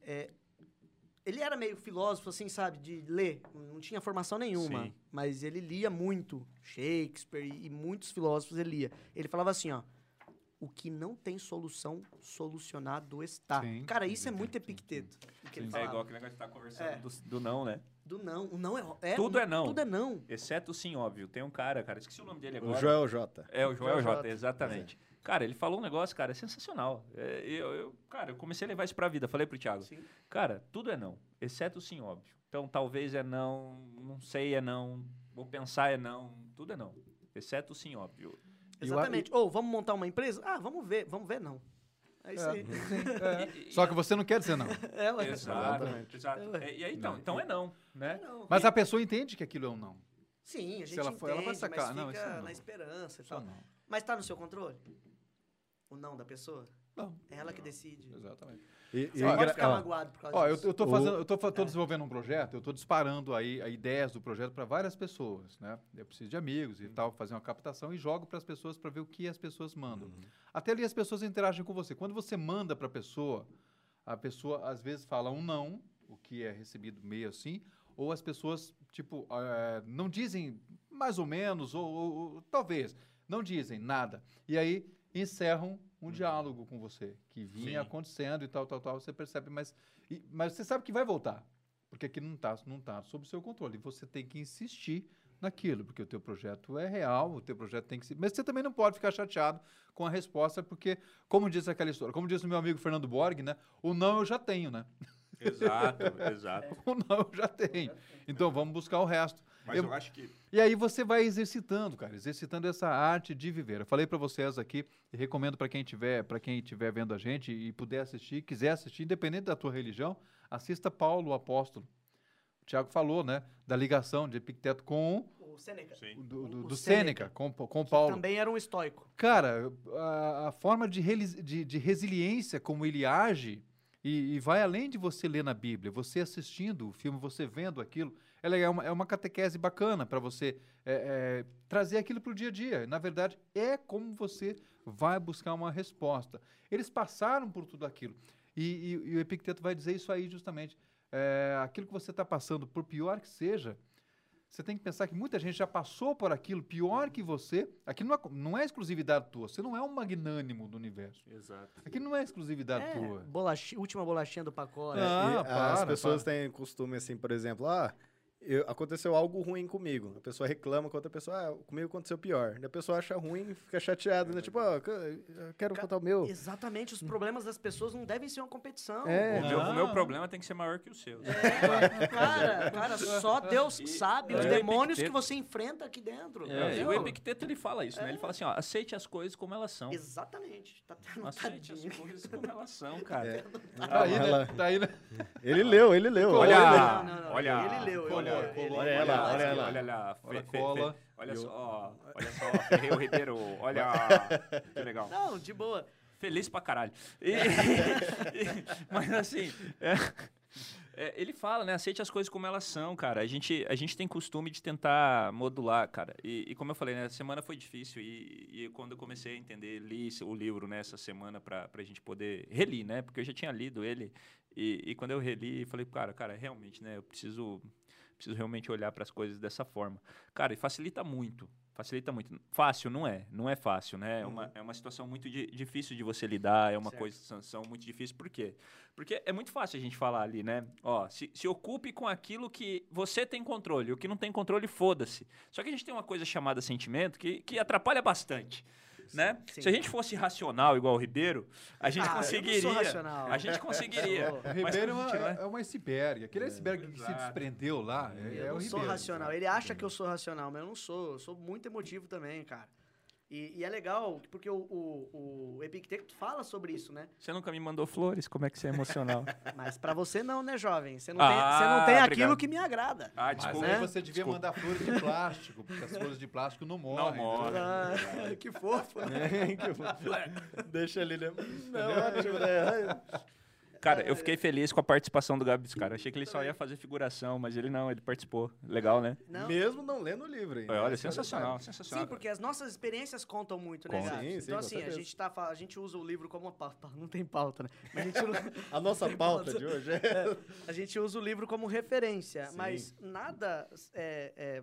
Speaker 1: É, Ele era meio filósofo, assim, sabe? De ler. Não tinha formação nenhuma.
Speaker 3: Sim.
Speaker 1: Mas ele lia muito. Shakespeare e e muitos filósofos ele lia. Ele falava assim, ó. O que não tem solução, solucionado está.
Speaker 2: Sim.
Speaker 1: Cara, isso é
Speaker 2: Sim,
Speaker 1: muito
Speaker 2: sim,
Speaker 1: epicteto. o que ele
Speaker 2: Sim.
Speaker 3: É
Speaker 1: falava.
Speaker 3: igual aquele negócio que tá conversando
Speaker 1: É.
Speaker 3: do, do não, né?
Speaker 1: Do não. O não é... ro- é
Speaker 3: Tudo é não.
Speaker 1: Tudo é não.
Speaker 3: Exceto o sim, óbvio. Tem um cara, cara, esqueci o nome dele
Speaker 4: O
Speaker 3: agora.
Speaker 4: Joel J.
Speaker 3: É, o Joel
Speaker 1: Joel
Speaker 3: J,
Speaker 1: J.
Speaker 3: exatamente. Cara, ele falou um negócio, cara, sensacional. É, eu, eu- cara, eu comecei a levar isso pra vida. Falei pro Thiago,
Speaker 1: Sim.
Speaker 3: cara, tudo é não, exceto o sim, óbvio. Então, talvez é não, não sei é não, vou pensar é não, tudo é não, exceto o sim, óbvio.
Speaker 2: E o-
Speaker 1: Exatamente. Ou, vamos montar uma empresa? Ah, vamos ver. Vamos ver, não. É isso
Speaker 2: É.
Speaker 1: aí.
Speaker 2: É. Só que você não
Speaker 1: <laughs>
Speaker 2: quer dizer não.
Speaker 1: É, ué.
Speaker 3: Exato,
Speaker 4: Exatamente.
Speaker 3: exato.
Speaker 1: É,
Speaker 3: É, e aí, então,
Speaker 2: Não.
Speaker 3: então é não, né?
Speaker 1: Não,
Speaker 2: Mas a pessoa entende que aquilo é um não.
Speaker 1: Sim, a gente
Speaker 2: Se ela for, ela vai
Speaker 1: entende,
Speaker 2: sacar.
Speaker 1: mas
Speaker 2: Não,
Speaker 1: fica
Speaker 2: isso não.
Speaker 1: na esperança e
Speaker 2: Só
Speaker 1: tal.
Speaker 2: não.
Speaker 1: Mas tá no seu controle? O não da pessoa?
Speaker 2: Não.
Speaker 1: É ela que decide.
Speaker 2: Exatamente.
Speaker 4: E, e
Speaker 1: Você não
Speaker 4: engra-
Speaker 1: pode ficar
Speaker 2: ó,
Speaker 1: magoado por causa
Speaker 2: Ó, eu,
Speaker 1: disso. É.
Speaker 2: eu tô
Speaker 4: O-
Speaker 2: fazendo, eu tô, fa- tô desenvolvendo um projeto, eu tô disparando aí a ideias do projeto para várias pessoas, né? Eu preciso de amigos
Speaker 1: Uhum.
Speaker 2: e tal, fazer uma captação e jogo para as pessoas para ver o que as pessoas mandam.
Speaker 1: Uhum.
Speaker 2: Até ali as pessoas interagem com você. Quando você manda para a pessoa, a pessoa às vezes fala um não, o que é recebido meio assim, ou as pessoas, tipo, eh, não dizem mais ou menos, ou, ou- ou talvez, não dizem nada. E aí encerram um
Speaker 1: Uhum.
Speaker 2: diálogo com você, que vinha
Speaker 3: Sim.
Speaker 2: acontecendo e tal, tal, tal. Você percebe, mas, e- mas você sabe que vai voltar, porque aquilo não está não tá sob seu controle. E você tem que insistir naquilo, porque o teu projeto é real, o teu projeto tem que ser... Mas você também não pode ficar chateado com a resposta, porque, como diz aquela história, como diz o meu amigo Fernando Borg, né? O não eu já tenho, né? <laughs>
Speaker 3: Exato, exato.
Speaker 2: O não eu já tenho. Então vamos buscar o resto.
Speaker 3: Mas
Speaker 2: Eu-
Speaker 3: eu acho que
Speaker 2: E aí você vai exercitando, cara, exercitando essa arte de viver. Eu falei pra vocês aqui e recomendo pra quem tiver, para quem tiver vendo a gente e puder assistir, quiser assistir, independente da tua religião, assista Paulo o Apóstolo. O Tiago falou, né, da ligação de Epicteto com
Speaker 1: O Seneca.
Speaker 3: Sim.
Speaker 2: o- do, do,
Speaker 1: O
Speaker 2: do
Speaker 1: Sêneca.
Speaker 2: Sêneca, com, com
Speaker 1: que
Speaker 2: Paulo.
Speaker 1: Também era um estoico.
Speaker 2: Cara, a, a forma de, relis- de- de resiliência como ele age e, e vai além de você ler na Bíblia, você assistindo o filme, você vendo aquilo, ela é uma, é uma catequese bacana para você é, é, trazer aquilo para o dia a dia. Na verdade, é como você vai buscar uma resposta. Eles passaram por tudo aquilo. E, e- e o Epicteto vai dizer isso aí justamente. É, aquilo que você está passando, por pior que seja, você tem que pensar que muita gente já passou por aquilo pior que você. Aquilo não é, co- não é exclusividade tua. Você não é um magnânimo do universo.
Speaker 3: Exato.
Speaker 2: Aquilo não é exclusividade
Speaker 1: É,
Speaker 2: tua.
Speaker 1: bolachi- última bolachinha do pacote.
Speaker 2: É. Ah,
Speaker 4: e
Speaker 2: para,
Speaker 4: as pessoas têm costume, assim, por exemplo, ah, eu- aconteceu algo ruim comigo. A pessoa reclama com a outra pessoa, ah, comigo aconteceu pior. Daí A pessoa acha ruim e fica chateada, né? Tipo, ah, eu quero
Speaker 1: Ca-
Speaker 4: contar o meu.
Speaker 1: Exatamente, os problemas das pessoas não devem ser uma competição.
Speaker 4: É.
Speaker 3: O meu, o meu
Speaker 2: Não.
Speaker 3: problema tem que ser maior que o seu.
Speaker 1: É, cara, cara,
Speaker 2: <laughs>
Speaker 1: só Deus que
Speaker 3: E-
Speaker 1: sabe os
Speaker 3: é.
Speaker 1: demônios que
Speaker 3: Epicteto.
Speaker 1: você enfrenta aqui dentro.
Speaker 3: É, e
Speaker 1: entendeu?
Speaker 3: o Epicteto ele fala isso, né? Ele fala assim, ó, aceite as coisas como elas são.
Speaker 1: Exatamente. Tá até
Speaker 3: Aceite as
Speaker 1: anotadinho.
Speaker 3: coisas como elas são, cara.
Speaker 2: Tá aí, né?
Speaker 4: Ela-
Speaker 2: Tá aí, né?
Speaker 4: Ele leu, ele leu.
Speaker 2: Olha!
Speaker 1: Não, não, não,
Speaker 3: Olha!
Speaker 1: Ele leu, eu
Speaker 2: Olha,
Speaker 1: leu,
Speaker 2: colou,
Speaker 1: ele-
Speaker 4: olha
Speaker 1: ele-
Speaker 4: ela, olha ela.
Speaker 3: Olha lá,
Speaker 2: Olha a
Speaker 3: fe- fe-
Speaker 2: cola.
Speaker 3: fe- Olha só, olha só, Ferreiro Ribeiro, olha,
Speaker 1: <laughs>
Speaker 3: que legal.
Speaker 1: Não, de boa.
Speaker 3: Feliz pra caralho.
Speaker 1: <laughs>
Speaker 3: E- <laughs> mas assim, é- é, ele fala, né? Aceite as coisas como elas são, cara. A gente, a gente tem costume de tentar modular, cara. E, e como eu falei, né? A semana foi difícil e, e quando eu comecei a entender, li esse- o livro né, essa semana pra, pra gente poder reli, né? Porque eu já tinha lido ele e, e quando eu reli, eu falei, cara, cara, realmente, né? Eu preciso, preciso realmente olhar para as coisas dessa forma. Cara, e facilita muito. Facilita muito. Fácil não é, não é fácil, né? É uma, é uma situação muito di- difícil de você lidar, é uma
Speaker 1: Uhum. Certo.
Speaker 3: coisa de sanção muito difícil. Por quê? Porque é muito fácil a gente falar ali, né? Ó, se, se ocupe com aquilo que você tem controle, o que não tem controle, foda-se. Só que a gente tem uma coisa chamada sentimento que, que atrapalha bastante. Né?
Speaker 1: sim.
Speaker 3: Se a gente fosse racional igual o Ribeiro, a gente
Speaker 1: Ah, eu não sou
Speaker 3: conseguiria.
Speaker 1: racional.
Speaker 3: A gente conseguiria.
Speaker 1: Sou.
Speaker 2: O
Speaker 3: Mas
Speaker 2: Ribeiro é
Speaker 3: como a
Speaker 2: uma,
Speaker 3: gente não é-
Speaker 2: é, é um iceberg. Aquele iceberg que se
Speaker 3: Exato.
Speaker 2: desprendeu lá é,
Speaker 1: Eu
Speaker 2: é o
Speaker 1: não
Speaker 2: Ribeiro.
Speaker 1: sou racional. Ele acha que eu sou racional, mas eu não sou. Eu sou muito emotivo também, cara. E, e é legal, porque o, o, o Epicteto fala sobre isso, né?
Speaker 3: Você nunca me mandou flores, como é que você é emocional?
Speaker 1: Mas pra você não, né, jovem? Você não
Speaker 3: Ah,
Speaker 1: tem, você não tem aquilo
Speaker 3: obrigado.
Speaker 1: que me agrada.
Speaker 3: <laughs>
Speaker 2: Mas
Speaker 3: ah,
Speaker 2: é.
Speaker 3: desculpa.
Speaker 2: aí
Speaker 1: né?
Speaker 2: você devia
Speaker 3: Desculpa.
Speaker 2: mandar flores de plástico, porque as flores de plástico não morrem. né?
Speaker 3: morrem.
Speaker 1: Ah,
Speaker 2: <laughs>
Speaker 1: que
Speaker 4: <laughs>
Speaker 1: fofo.
Speaker 4: É, Deixa ele ler. Não, deixa eu ler.
Speaker 3: Cara, eu fiquei feliz com a participação do Gabs, cara. Achei que ele só ia fazer figuração, mas ele não, ele participou. Legal, né?
Speaker 1: Não?
Speaker 4: É, Mesmo não lendo o livro ainda.
Speaker 3: Olha,
Speaker 4: Essa é a
Speaker 3: sensacional,
Speaker 4: verdade.
Speaker 1: Sim,
Speaker 3: sensacional.
Speaker 1: porque as nossas experiências contam muito, né,
Speaker 4: Conta.
Speaker 1: Gabs?
Speaker 4: Sim, sim,
Speaker 1: Então,
Speaker 4: com
Speaker 1: assim, a
Speaker 4: certeza.
Speaker 1: gente, tá, fa- a gente usa o livro como uma pauta. <laughs> Não tem pauta, né? Mas a gente, não-
Speaker 4: A nossa
Speaker 1: Tem
Speaker 4: pauta
Speaker 1: pauta.
Speaker 4: de
Speaker 2: <laughs>
Speaker 4: hoje é...
Speaker 1: a gente usa o livro como referência,
Speaker 4: Sim.
Speaker 1: mas nada é... é,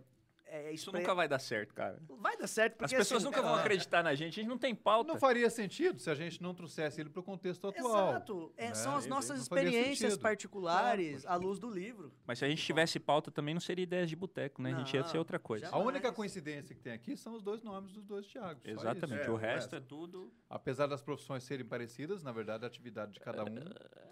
Speaker 1: é
Speaker 3: Isso
Speaker 1: expre-
Speaker 3: nunca vai dar certo, cara.
Speaker 1: Vai dar certo,
Speaker 3: As
Speaker 1: porque...
Speaker 3: pessoas
Speaker 1: assim,
Speaker 3: nunca vão acreditar na gente, a gente não tem pauta.
Speaker 2: Não faria sentido se a gente não trouxesse ele para o contexto atual.
Speaker 1: Exato. É,
Speaker 2: né?
Speaker 1: são as
Speaker 2: Sim,
Speaker 1: nossas
Speaker 2: sim. Não faria
Speaker 1: experiências
Speaker 2: sentido.
Speaker 1: particulares à luz do livro.
Speaker 3: Mas se a gente tivesse pauta também não seria ideias de boteco, né? A gente ia ser
Speaker 1: Não,
Speaker 3: outra coisa.
Speaker 1: já-
Speaker 2: A única
Speaker 1: Jamais.
Speaker 2: coincidência que tem aqui são os dois nomes dos dois Tiagos. só
Speaker 3: Exatamente.
Speaker 2: isso.
Speaker 4: É,
Speaker 3: o
Speaker 4: o
Speaker 3: resto
Speaker 4: resto.
Speaker 3: é tudo.
Speaker 2: Apesar das profissões serem parecidas, na verdade a atividade de cada um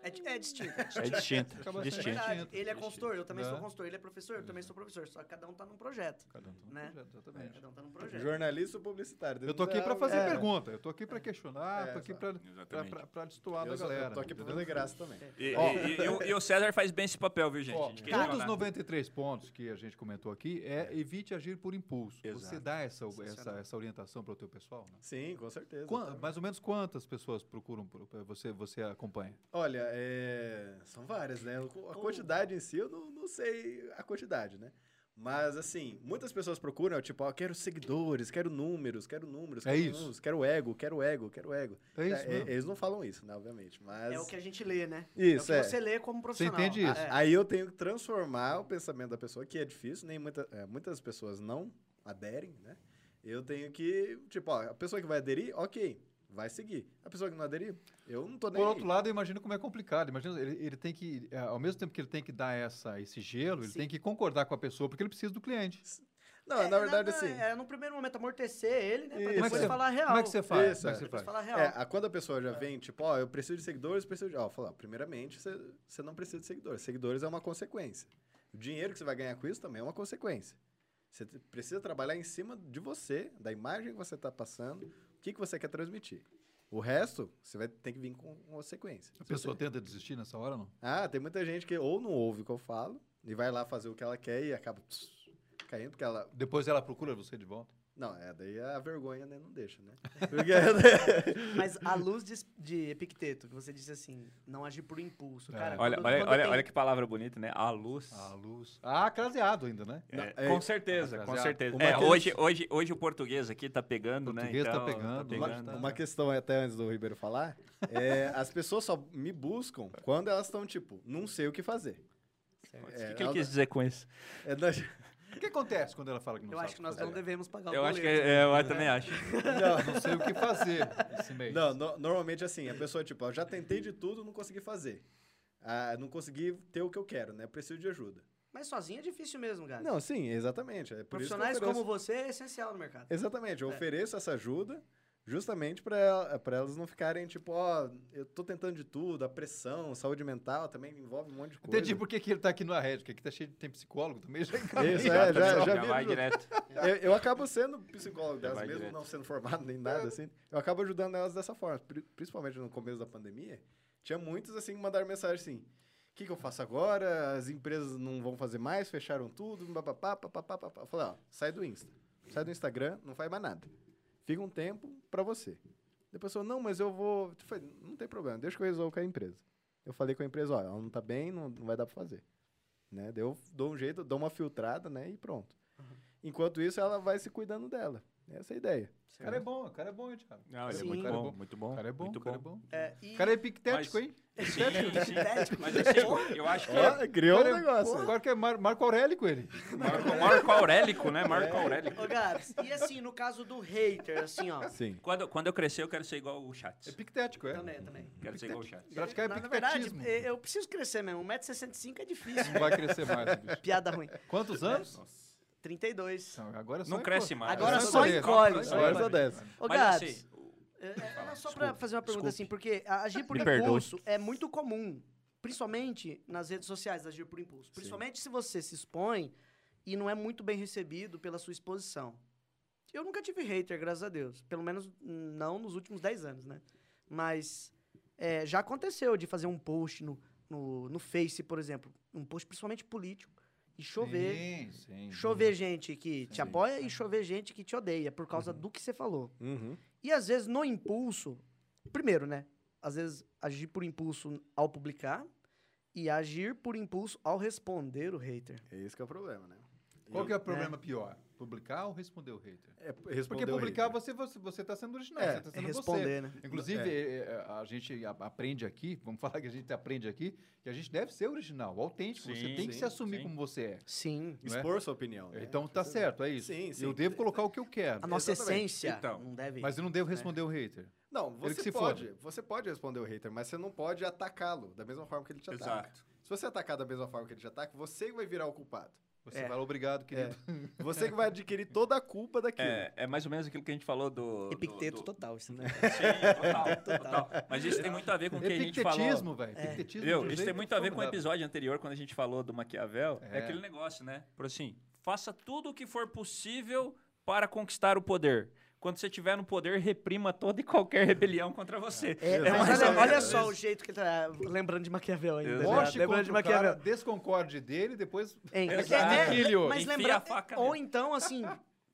Speaker 1: É, di- é distinto.
Speaker 3: É <laughs> distinto.
Speaker 2: Acaba sendo
Speaker 1: É
Speaker 3: distinto.
Speaker 2: verdade.
Speaker 1: verdade. Ele é consultor, eu também
Speaker 2: Né?
Speaker 1: sou consultor. Ele é professor, eu também sou professor. Só que cada um tá num projeto.
Speaker 2: Cada um tem um
Speaker 1: Né?
Speaker 2: projeto, exatamente.
Speaker 1: Cada um tá num projeto.
Speaker 4: Jornalista publicitário.
Speaker 2: Eu tô aqui para fazer
Speaker 4: É.
Speaker 2: pergunta, eu tô aqui para questionar,
Speaker 4: É,
Speaker 2: tô aqui
Speaker 3: exatamente.
Speaker 2: para destoar da
Speaker 4: Eu, sou-
Speaker 2: galera.
Speaker 4: eu tô aqui pra
Speaker 2: entendeu?
Speaker 4: fazer graça também.
Speaker 3: E,
Speaker 4: Ó.
Speaker 3: e- e- e o- e o César faz bem esse papel, viu, gente?
Speaker 2: Ó, um
Speaker 3: De
Speaker 2: dos
Speaker 3: questionar.
Speaker 2: 93 pontos que a gente comentou aqui é evite agir por impulso. Você
Speaker 3: Exato.
Speaker 2: dá essa, essa,
Speaker 1: Sensacional.
Speaker 2: essa orientação para o teu pessoal? Não?
Speaker 4: Sim, com certeza.
Speaker 2: Quan-
Speaker 4: Tá.
Speaker 2: mais ou menos quantas pessoas procuram por- por- você você acompanha?
Speaker 4: Olha, é, são várias, né? A quantidade em si, eu não, não sei a quantidade, né? Mas, assim, muitas pessoas procuram, tipo, ó, quero seguidores, quero números, quero números,
Speaker 2: É
Speaker 4: quero
Speaker 2: isso.
Speaker 4: números, quero ego, quero ego, quero ego.
Speaker 2: É isso
Speaker 4: É,
Speaker 2: mesmo?
Speaker 4: eles não falam isso, né, obviamente, mas...
Speaker 1: É o que a gente lê, né?
Speaker 4: Isso,
Speaker 1: é.
Speaker 4: é.
Speaker 1: O que você lê como profissional.
Speaker 2: entende isso?
Speaker 1: É.
Speaker 4: Aí eu tenho que transformar o pensamento da pessoa, que é difícil, nem muita- é, muitas pessoas não aderem, né? Eu tenho que, tipo, ó, a pessoa que vai aderir, ok, vai seguir. A pessoa que não aderir, eu não tô nem
Speaker 2: Por
Speaker 4: aí.
Speaker 2: outro lado, eu imagino como é complicado. Imagina, ele, ele tem que, eh, ao mesmo tempo que ele tem que dar essa, esse gelo, ele
Speaker 1: Sim.
Speaker 2: tem que concordar com a pessoa, porque ele precisa do cliente.
Speaker 4: Não,
Speaker 1: É,
Speaker 4: na verdade,
Speaker 1: não,
Speaker 4: assim...
Speaker 1: É, no primeiro momento, amortecer ele, né? Pra
Speaker 4: Isso.
Speaker 1: depois
Speaker 2: Como é que você-
Speaker 1: falar a real.
Speaker 2: Como é que você faz?
Speaker 4: Isso,
Speaker 2: Como é que
Speaker 4: é.
Speaker 2: você
Speaker 1: Depois
Speaker 2: faz?
Speaker 1: falar a real.
Speaker 4: É, a- quando a pessoa já vem, tipo, ó, eu preciso de seguidores, preciso de. Ó, falar, primeiramente, você- você não precisa de seguidores. Seguidores é uma consequência. O dinheiro que você vai ganhar com isso também é uma consequência. Você te- precisa trabalhar em cima de você, da imagem que você está passando, o que, que você quer transmitir. O resto, você vai ter que vir com consequência.
Speaker 2: A pessoa tenta desistir nessa hora, não?
Speaker 4: Ah, tem muita gente que ou não ouve o que eu falo, e vai lá fazer o que ela quer e acaba pss, caindo, porque ela.
Speaker 2: Depois ela procura você de volta.
Speaker 4: Não, é, daí a vergonha né, não
Speaker 2: <laughs>
Speaker 4: deixa, né? Porque. né?
Speaker 1: Mas à luz de, de Epicteto, que você disse assim, não agir por impulso.
Speaker 2: É.
Speaker 1: Cara,
Speaker 3: Olha,
Speaker 1: quando-
Speaker 3: olha,
Speaker 1: quando
Speaker 3: olha,
Speaker 1: tem-
Speaker 3: olha que palavra bonita, né? A luz.
Speaker 2: A luz. Ah, craseado ainda, né?
Speaker 3: É,
Speaker 4: Não, é-
Speaker 3: com certeza, com
Speaker 2: Rapaziada,
Speaker 3: certeza.
Speaker 4: uma
Speaker 3: É,
Speaker 4: coisa-
Speaker 3: hoje, hoje, hoje o português aqui tá pegando,
Speaker 2: Português
Speaker 3: né?
Speaker 2: tá
Speaker 3: Então,
Speaker 2: pegando,
Speaker 4: Uma,
Speaker 2: Pegando, né?
Speaker 4: uma questão até antes do Ribeiro falar, é, as pessoas só me buscam quando elas estão tipo, não sei o que fazer.
Speaker 3: Mas
Speaker 4: É,
Speaker 3: o que, que ele
Speaker 4: ela-
Speaker 3: quis dizer com isso?
Speaker 4: É da-
Speaker 2: O que acontece quando ela fala que não
Speaker 1: Eu
Speaker 2: sabe
Speaker 1: acho que nós
Speaker 2: fazer?
Speaker 1: não devemos pagar o
Speaker 3: Eu acho que
Speaker 1: boleto. né?
Speaker 3: é, eu também acho.
Speaker 4: não, <laughs>
Speaker 2: Não sei o que fazer esse mês.
Speaker 4: não, no- normalmente assim, a pessoa tipo, ó, já tentei de tudo, não consegui fazer. Ah, não consegui ter o que eu quero, né? Preciso de ajuda.
Speaker 1: Mas sozinho é difícil mesmo, cara.
Speaker 4: Não, sim, exatamente. É por isso que eu
Speaker 1: Profissionais como
Speaker 4: ofereço-
Speaker 1: você é essencial no mercado.
Speaker 4: Exatamente, eu
Speaker 1: É.
Speaker 4: ofereço essa ajuda justamente para elas não ficarem tipo, ó, eu tô tentando de tudo, a pressão, saúde mental também envolve um monte de coisa.
Speaker 2: Entendi por que, que ele tá aqui na Red, que aqui tá cheio de tem psicólogo também. Já
Speaker 4: Isso, é, já-
Speaker 3: Exatamente,
Speaker 4: já
Speaker 3: já
Speaker 4: vi
Speaker 3: vai
Speaker 4: junto.
Speaker 3: direto.
Speaker 4: Eu, eu acabo sendo psicólogo
Speaker 3: Já
Speaker 4: delas,
Speaker 3: vai
Speaker 4: mesmo
Speaker 3: direto.
Speaker 4: não sendo formado nem nada, assim. Eu acabo ajudando elas dessa forma. pri- Principalmente no começo da pandemia, tinha muitos, assim, que mandaram mensagem assim, o que, que eu faço agora? As empresas não vão fazer mais, fecharam tudo, papapá, papapá, papapá. Eu falei, ó, sai do Insta. Sai do Instagram, não faz mais nada. Fica um tempo pra você. Depois eu não, mas eu vou... Eu falei, não tem problema, deixa que eu resolvo com a empresa. Eu falei com a empresa, ó, ela não tá bem, não, não vai dar pra fazer. Né? Daí eu dou um jeito, dou uma filtrada, né, e pronto. Enquanto isso, ela vai se cuidando dela. Essa é a ideia.
Speaker 2: O cara é bom, o cara é bom, hein, Thiago?
Speaker 3: Não, ele é
Speaker 1: Sim.
Speaker 3: muito
Speaker 2: Cara é
Speaker 3: bom,
Speaker 2: bom.
Speaker 3: muito bom.
Speaker 2: O cara é bom,
Speaker 3: muito
Speaker 2: o cara é
Speaker 3: bom.
Speaker 2: bom.
Speaker 1: É, e...
Speaker 2: O cara é epictético,
Speaker 3: Mas-
Speaker 2: hein?
Speaker 3: Sim, sim. Mas assim, eu acho que
Speaker 4: Ó, criou um negócio.
Speaker 2: Agora que é Mar- Marco Aurélio ele.
Speaker 3: Marco, Marco Aurélico, né? Marco
Speaker 4: é
Speaker 3: Aurélico.
Speaker 1: Ô, Gabs, e assim, no caso do hater, assim, ó.
Speaker 4: Sim.
Speaker 3: Quando, quando eu crescer, eu quero ser igual o Chat.
Speaker 2: Epictético, é.
Speaker 1: Também, também.
Speaker 3: Quero ser igual o Chat.
Speaker 4: é
Speaker 2: Praticar
Speaker 1: Na, na verdade,
Speaker 2: epictetismo.
Speaker 1: eh, eu preciso crescer mesmo. 1,65m é difícil. <laughs>
Speaker 2: Não vai crescer mais, bicho.
Speaker 1: Piada ruim.
Speaker 2: Quantos anos?
Speaker 4: Então.
Speaker 1: 32.
Speaker 2: Não,
Speaker 4: é
Speaker 2: agora só
Speaker 3: Não
Speaker 2: encolhe.
Speaker 3: cresce mais.
Speaker 1: Agora
Speaker 2: só
Speaker 1: encolhe,
Speaker 3: Só
Speaker 1: só
Speaker 3: encolhe.
Speaker 4: Agora é só desce.
Speaker 1: Ô,
Speaker 3: Mas
Speaker 1: Gabs,
Speaker 3: assim,
Speaker 1: É, é, não, só
Speaker 3: Desculpa,
Speaker 1: pra fazer uma pergunta
Speaker 3: desculpe.
Speaker 1: assim, porque a- agir por
Speaker 3: Me perdoe.
Speaker 1: impulso é muito comum, principalmente nas redes sociais, agir por impulso. Principalmente se você se expõe e não é muito bem recebido pela sua exposição. Eu nunca tive hater, graças a Deus. Pelo menos não nos últimos 10 anos, né? Mas é, já aconteceu de fazer um post no, no, no Face, por exemplo, um post principalmente político, e chover
Speaker 2: Sim, sim.
Speaker 1: chover gente que te
Speaker 2: Sim.
Speaker 1: apoia e chover gente que te
Speaker 3: Uhum.
Speaker 4: Uhum.
Speaker 1: odeia por causa do que você falou. E às vezes no impulso, primeiro, né? às vezes, agir por impulso ao publicar e agir por impulso ao responder o hater.
Speaker 4: É esse que é o problema, né?
Speaker 2: Qual
Speaker 4: Eu-
Speaker 2: que é o problema pior? Publicar ou responder o hater?
Speaker 4: é responder
Speaker 2: Porque
Speaker 4: o
Speaker 2: publicar
Speaker 4: hater.
Speaker 2: você está você, você tá sendo original,
Speaker 4: É,
Speaker 2: você está
Speaker 1: É
Speaker 2: sendo
Speaker 1: responder, né?
Speaker 2: você. Inclusive,
Speaker 3: É.
Speaker 2: eh, eh, a gente a- aprende aqui, vamos <laughs> falar que a gente aprende aqui, que a gente deve ser original, autêntico. você
Speaker 3: Sim,
Speaker 2: tem que
Speaker 3: sim,
Speaker 2: se assumir
Speaker 3: sim.
Speaker 2: como você
Speaker 1: Sim.
Speaker 2: não é?
Speaker 4: Expor sua opinião.
Speaker 2: é.
Speaker 4: né?
Speaker 2: Então tá certo, é isso.
Speaker 4: Sim, sim.
Speaker 2: Eu devo colocar o que eu quero.
Speaker 1: A nossa
Speaker 4: Exatamente.
Speaker 1: essência
Speaker 3: Então,
Speaker 1: não deve.
Speaker 2: Mas eu não devo responder o hater.
Speaker 4: Não,
Speaker 2: Ele que
Speaker 4: você
Speaker 2: se
Speaker 4: pode. Você pode responder o hater, mas você não pode atacá-lo da mesma forma que ele te ataca.
Speaker 3: Exato.
Speaker 4: Se você atacar da mesma forma que ele te ataca, você que vai virar o culpado.
Speaker 2: Você
Speaker 1: É.
Speaker 2: fala, obrigado, querido.
Speaker 4: Você que vai adquirir toda a culpa daquilo.
Speaker 3: É, é mais ou menos aquilo que a gente falou do. do-
Speaker 1: Epicteto
Speaker 3: do-
Speaker 1: total, isso, né?
Speaker 3: <laughs> Sim, total, total. Mas isso tem muito a ver com o que a gente falou.
Speaker 2: Epictetismo,
Speaker 1: É.
Speaker 2: velho. Epictetismo de um
Speaker 3: Viu? Isso tem
Speaker 2: jeito
Speaker 3: muito a ver com o
Speaker 2: formidável.
Speaker 3: episódio anterior, quando a gente falou do Maquiavel. É,
Speaker 2: É.
Speaker 3: aquele negócio, né? Por assim, faça tudo o que for possível para conquistar o poder. Quando você estiver no poder, reprima toda e qualquer
Speaker 1: <laughs>
Speaker 3: rebelião contra você.
Speaker 1: É,
Speaker 4: Exato.
Speaker 1: mas
Speaker 3: mais ou
Speaker 1: olha, olha
Speaker 3: menos
Speaker 1: só
Speaker 3: isso.
Speaker 1: o jeito que ele tá lembrando de Maquiavel ainda.
Speaker 3: Exato.
Speaker 1: Né?
Speaker 2: Mostre
Speaker 1: Lembrando de
Speaker 2: contra o cara,
Speaker 1: Maquiavel.
Speaker 2: desconcorde dele, depois
Speaker 1: Hein,
Speaker 3: Exato.
Speaker 1: é, é,
Speaker 2: Filho.
Speaker 1: mas
Speaker 3: Enfia
Speaker 1: lembra,
Speaker 3: a faca
Speaker 1: ou
Speaker 3: nele.
Speaker 1: então assim,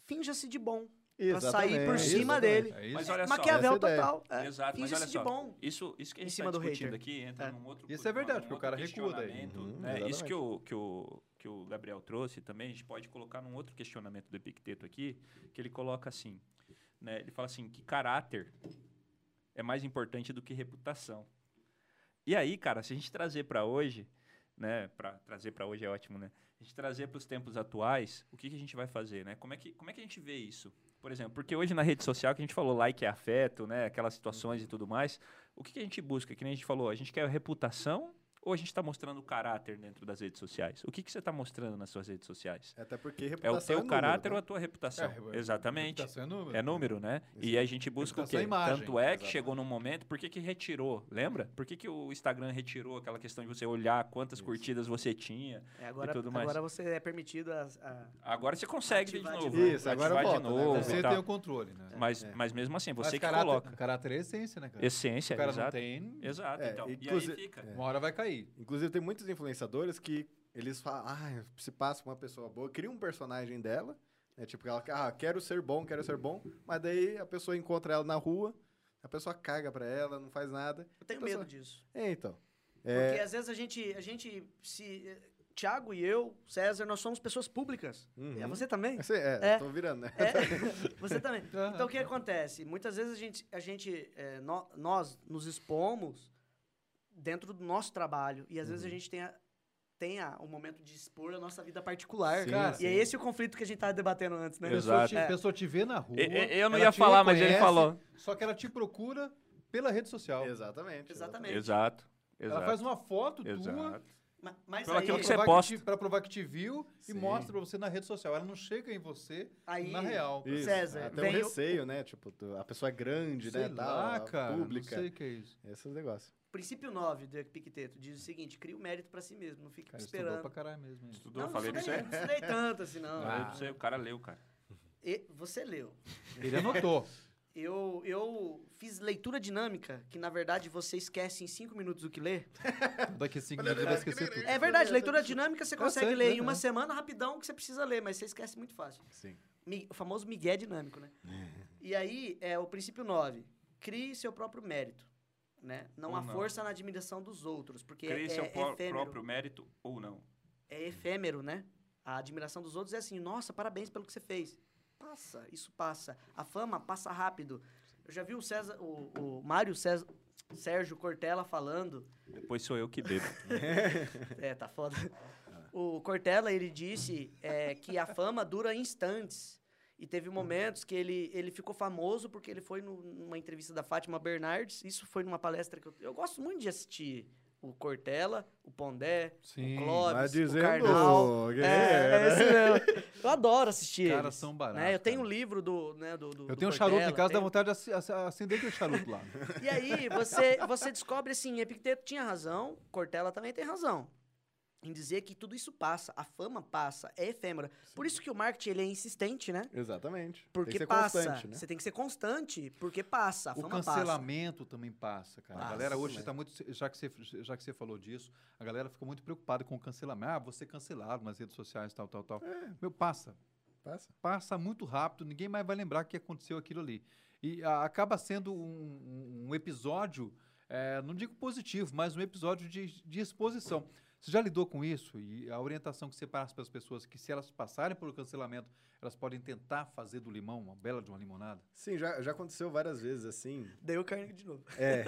Speaker 1: finja-se de bom pra
Speaker 4: Exatamente.
Speaker 1: sair por
Speaker 2: É
Speaker 1: cima
Speaker 2: isso,
Speaker 1: dele.
Speaker 2: É isso.
Speaker 3: Mas olha só.
Speaker 1: Maquiavel
Speaker 4: essa é a ideia.
Speaker 1: total. é.
Speaker 3: Exato, mas olha
Speaker 1: Finja-se de
Speaker 3: só.
Speaker 1: bom.
Speaker 3: Isso, isso que a
Speaker 1: Em
Speaker 3: gente
Speaker 1: cima
Speaker 3: está
Speaker 1: do
Speaker 3: discutindo
Speaker 1: hater.
Speaker 3: aqui entra
Speaker 1: É.
Speaker 3: num outro
Speaker 2: Isso é verdade,
Speaker 3: num
Speaker 2: porque o
Speaker 3: outro
Speaker 2: cara recua daí.
Speaker 3: questionamento,
Speaker 4: Uhum,
Speaker 3: né? Isso
Speaker 4: exatamente.
Speaker 3: que o, que, o, que o Gabriel trouxe também, a gente pode colocar num outro questionamento do Epicteto aqui, que ele coloca assim, né? ele fala assim, que caráter é mais importante do que reputação. E aí, cara, se a gente trazer para hoje, né, para trazer para hoje é ótimo, né? A gente trazer para os tempos atuais, o que, que a gente vai fazer, né? Como é que como é que a gente vê isso? Por exemplo, porque hoje na rede social que a gente falou like é afeto, né, aquelas situações e tudo mais, o que, que a gente busca? Que nem a gente falou, a gente quer reputação ou a gente está mostrando o caráter dentro das redes sociais? O que, que você está mostrando nas suas redes sociais?
Speaker 4: Até porque
Speaker 3: É
Speaker 4: reputação
Speaker 3: o teu
Speaker 4: número,
Speaker 3: caráter
Speaker 4: né?
Speaker 3: ou a tua reputação?
Speaker 2: É,
Speaker 3: Exatamente.
Speaker 2: Reputação é número.
Speaker 3: É número, né? E a gente busca o
Speaker 2: Reputação é
Speaker 3: quê?
Speaker 2: imagem.
Speaker 3: Tanto é que
Speaker 4: Exatamente.
Speaker 3: chegou num momento, por que, que retirou? Lembra? Por que, que o Instagram retirou aquela questão de você olhar quantas curtidas você tinha?
Speaker 1: É, agora,
Speaker 3: tudo mais.
Speaker 1: agora você é permitido a, a-
Speaker 3: Agora você consegue ver de
Speaker 1: Ativar de
Speaker 3: novo.
Speaker 4: novo. Isso,
Speaker 3: Ativar
Speaker 4: agora
Speaker 3: de
Speaker 4: volta, né?
Speaker 3: novo.
Speaker 4: Você
Speaker 3: e
Speaker 2: Você
Speaker 3: tal.
Speaker 2: tem o controle, né?
Speaker 3: mas, mas mesmo assim, você
Speaker 2: Mas
Speaker 3: que
Speaker 2: caráter,
Speaker 3: coloca.
Speaker 2: Caráter é essência, né, cara?
Speaker 3: Essência,
Speaker 2: o cara não
Speaker 3: exato.
Speaker 2: tem,
Speaker 3: Exato,
Speaker 4: É,
Speaker 3: então. E aí
Speaker 4: inclusive-
Speaker 3: fica.
Speaker 2: uma hora vai cair.
Speaker 4: Inclusive, tem muitos influenciadores que eles falam, ah, se passa uma pessoa boa, cria um personagem dela, né? Tipo, ela, ah, quero ser bom, quero ser bom, mas daí a pessoa encontra ela na rua, a pessoa caga pra ela, não faz nada.
Speaker 1: Eu tenho
Speaker 4: Então,
Speaker 1: medo
Speaker 4: só-
Speaker 1: disso.
Speaker 4: É, então.
Speaker 3: É.
Speaker 1: Porque às vezes a gente, a gente se Tiago e eu, César, nós somos pessoas públicas.
Speaker 4: Uhum.
Speaker 1: É você
Speaker 3: <laughs>
Speaker 1: também?
Speaker 4: Assim, é,
Speaker 1: É.
Speaker 4: tô virando, né?
Speaker 1: É, <laughs> você também.
Speaker 2: Ah,
Speaker 1: Então, o que acontece? Muitas vezes a gente, a gente é, nó- nós nos expomos dentro do nosso trabalho e às vezes a
Speaker 3: Uhum.
Speaker 1: gente tem, a, tem a- o momento de expor a nossa vida particular.
Speaker 4: Sim,
Speaker 1: e
Speaker 2: sim.
Speaker 1: é esse o conflito que a gente tava debatendo antes, né?
Speaker 2: A pessoa,
Speaker 3: Exato.
Speaker 2: te,
Speaker 1: É.
Speaker 2: a pessoa te vê na rua.
Speaker 3: E- e- eu não
Speaker 2: ela
Speaker 3: ia
Speaker 2: te
Speaker 3: falar, mas ele
Speaker 2: reconhece,
Speaker 3: falou.
Speaker 2: Só que ela te procura pela rede social.
Speaker 4: <laughs>
Speaker 2: É.
Speaker 4: Exatamente.
Speaker 1: Exatamente.
Speaker 3: Exato.
Speaker 2: Ela
Speaker 3: Exato.
Speaker 2: faz uma foto tua
Speaker 3: Exato.
Speaker 1: Ma- Mas
Speaker 3: Pelo
Speaker 1: aí,
Speaker 3: aquilo que você
Speaker 2: pra provar
Speaker 3: posta.
Speaker 2: que te- pra provar que te viu
Speaker 4: Sim.
Speaker 2: e mostra pra você na rede social. Ela não chega em você
Speaker 1: aí-
Speaker 2: na real.
Speaker 4: Isso.
Speaker 1: César,
Speaker 4: Até
Speaker 1: vem
Speaker 4: um
Speaker 1: o-
Speaker 4: receio, né? Tipo, tu- a pessoa é grande,
Speaker 2: Sei
Speaker 4: né?
Speaker 2: lá,
Speaker 4: tal,
Speaker 2: cara.
Speaker 4: Pública.
Speaker 2: Não sei o que é isso.
Speaker 4: Esses negócios.
Speaker 1: princípio 9 do Epicteto diz o seguinte, cria o mérito para si mesmo, não fique
Speaker 2: Cara, estudou pra
Speaker 1: esperando.
Speaker 2: caralho mesmo. hein?
Speaker 3: Estudou,
Speaker 1: não,
Speaker 3: falei Ah.
Speaker 1: não
Speaker 3: pra você.
Speaker 1: estudei, não
Speaker 3: <laughs>
Speaker 1: estudei tanto assim, não.
Speaker 3: Falei pra você, o cara leu, cara.
Speaker 1: E- você leu.
Speaker 2: Ele
Speaker 3: <laughs>
Speaker 2: anotou.
Speaker 1: Eu, eu fiz leitura dinâmica, que na verdade você esquece em cinco minutos o que lê.
Speaker 2: Daqui cinco minutos vai esquecer tudo.
Speaker 1: É verdade, leitura dinâmica você
Speaker 2: Eu sei,
Speaker 1: consegue ler
Speaker 2: né,
Speaker 1: em uma
Speaker 2: é.
Speaker 1: semana rapidão que você precisa ler, mas você esquece muito fácil.
Speaker 4: Sim.
Speaker 1: Mi- O famoso migué dinâmico, né? E aí, é o princípio 9. Crie seu próprio mérito, né? Não
Speaker 3: Ou
Speaker 1: há
Speaker 3: não.
Speaker 1: força na admiração dos outros, porque é,
Speaker 3: Crie seu
Speaker 1: é
Speaker 3: pró-
Speaker 1: efêmero.
Speaker 3: próprio mérito ou não.
Speaker 1: É efêmero, né? A admiração dos outros é assim, nossa, parabéns pelo que você fez. Passa, isso passa. A fama passa rápido. Eu já vi o César, o, o Mário César, Sérgio Cortella falando <laughs>
Speaker 3: Depois sou eu que <laughs> bebo.
Speaker 1: É, tá foda. O Cortella, ele disse é, que a fama dura instantes. E teve momentos que ele, ele ficou famoso porque ele foi no- numa entrevista da Fátima Bernardes. Isso foi numa palestra que eu... Eu gosto muito de assistir o Cortella, o Pondé, o
Speaker 2: Sim,
Speaker 4: Mas
Speaker 1: Clóvis, o
Speaker 4: dizendo
Speaker 1: Karnal.
Speaker 4: que né?
Speaker 1: É, é
Speaker 4: era.
Speaker 1: isso mesmo. Eu adoro assistir
Speaker 2: Os caras
Speaker 1: eles,
Speaker 2: são baratos,
Speaker 1: né? Eu tenho um
Speaker 2: cara.
Speaker 1: livro do, né, do, do-
Speaker 2: Eu
Speaker 1: do
Speaker 2: tenho um charuto em
Speaker 1: Cortella,
Speaker 2: casa, dá
Speaker 1: tenho-
Speaker 2: vontade de aci- aci- acender aquele charuto lá.
Speaker 1: e aí, você, você descobre assim, Epicteto tinha razão, Cortella também tem razão. Em dizer que tudo isso passa, a fama passa, é efêmera. Por isso que o marketing ele é insistente, né?
Speaker 4: Exatamente. Tem que
Speaker 1: Porque
Speaker 4: ser
Speaker 1: passa.
Speaker 4: constante, né?
Speaker 1: Você tem que ser constante, porque passa, a
Speaker 2: O
Speaker 1: fama passa.
Speaker 2: cancelamento também passa, cara.
Speaker 1: Passa,
Speaker 2: a galera hoje
Speaker 4: né?
Speaker 2: está muito. Já que, você, já que você falou disso, a galera fica muito preocupada com o cancelamento. Ah, você cancelado nas redes sociais, tal, tal, tal.
Speaker 1: É.
Speaker 2: Meu, passa.
Speaker 4: Passa.
Speaker 2: Passa muito rápido, ninguém mais vai lembrar que aconteceu aquilo ali. E a- acaba sendo um, um- um episódio. eh, é, não digo positivo, mas um episódio de, de exposição. Você já lidou com isso? E a orientação que você passa para as pessoas, que se elas passarem pelo cancelamento, elas podem tentar fazer do limão uma bela de uma limonada? <laughs>
Speaker 4: Sim, já, já aconteceu várias vezes assim.
Speaker 1: Daí o Carnegie de novo.
Speaker 4: É,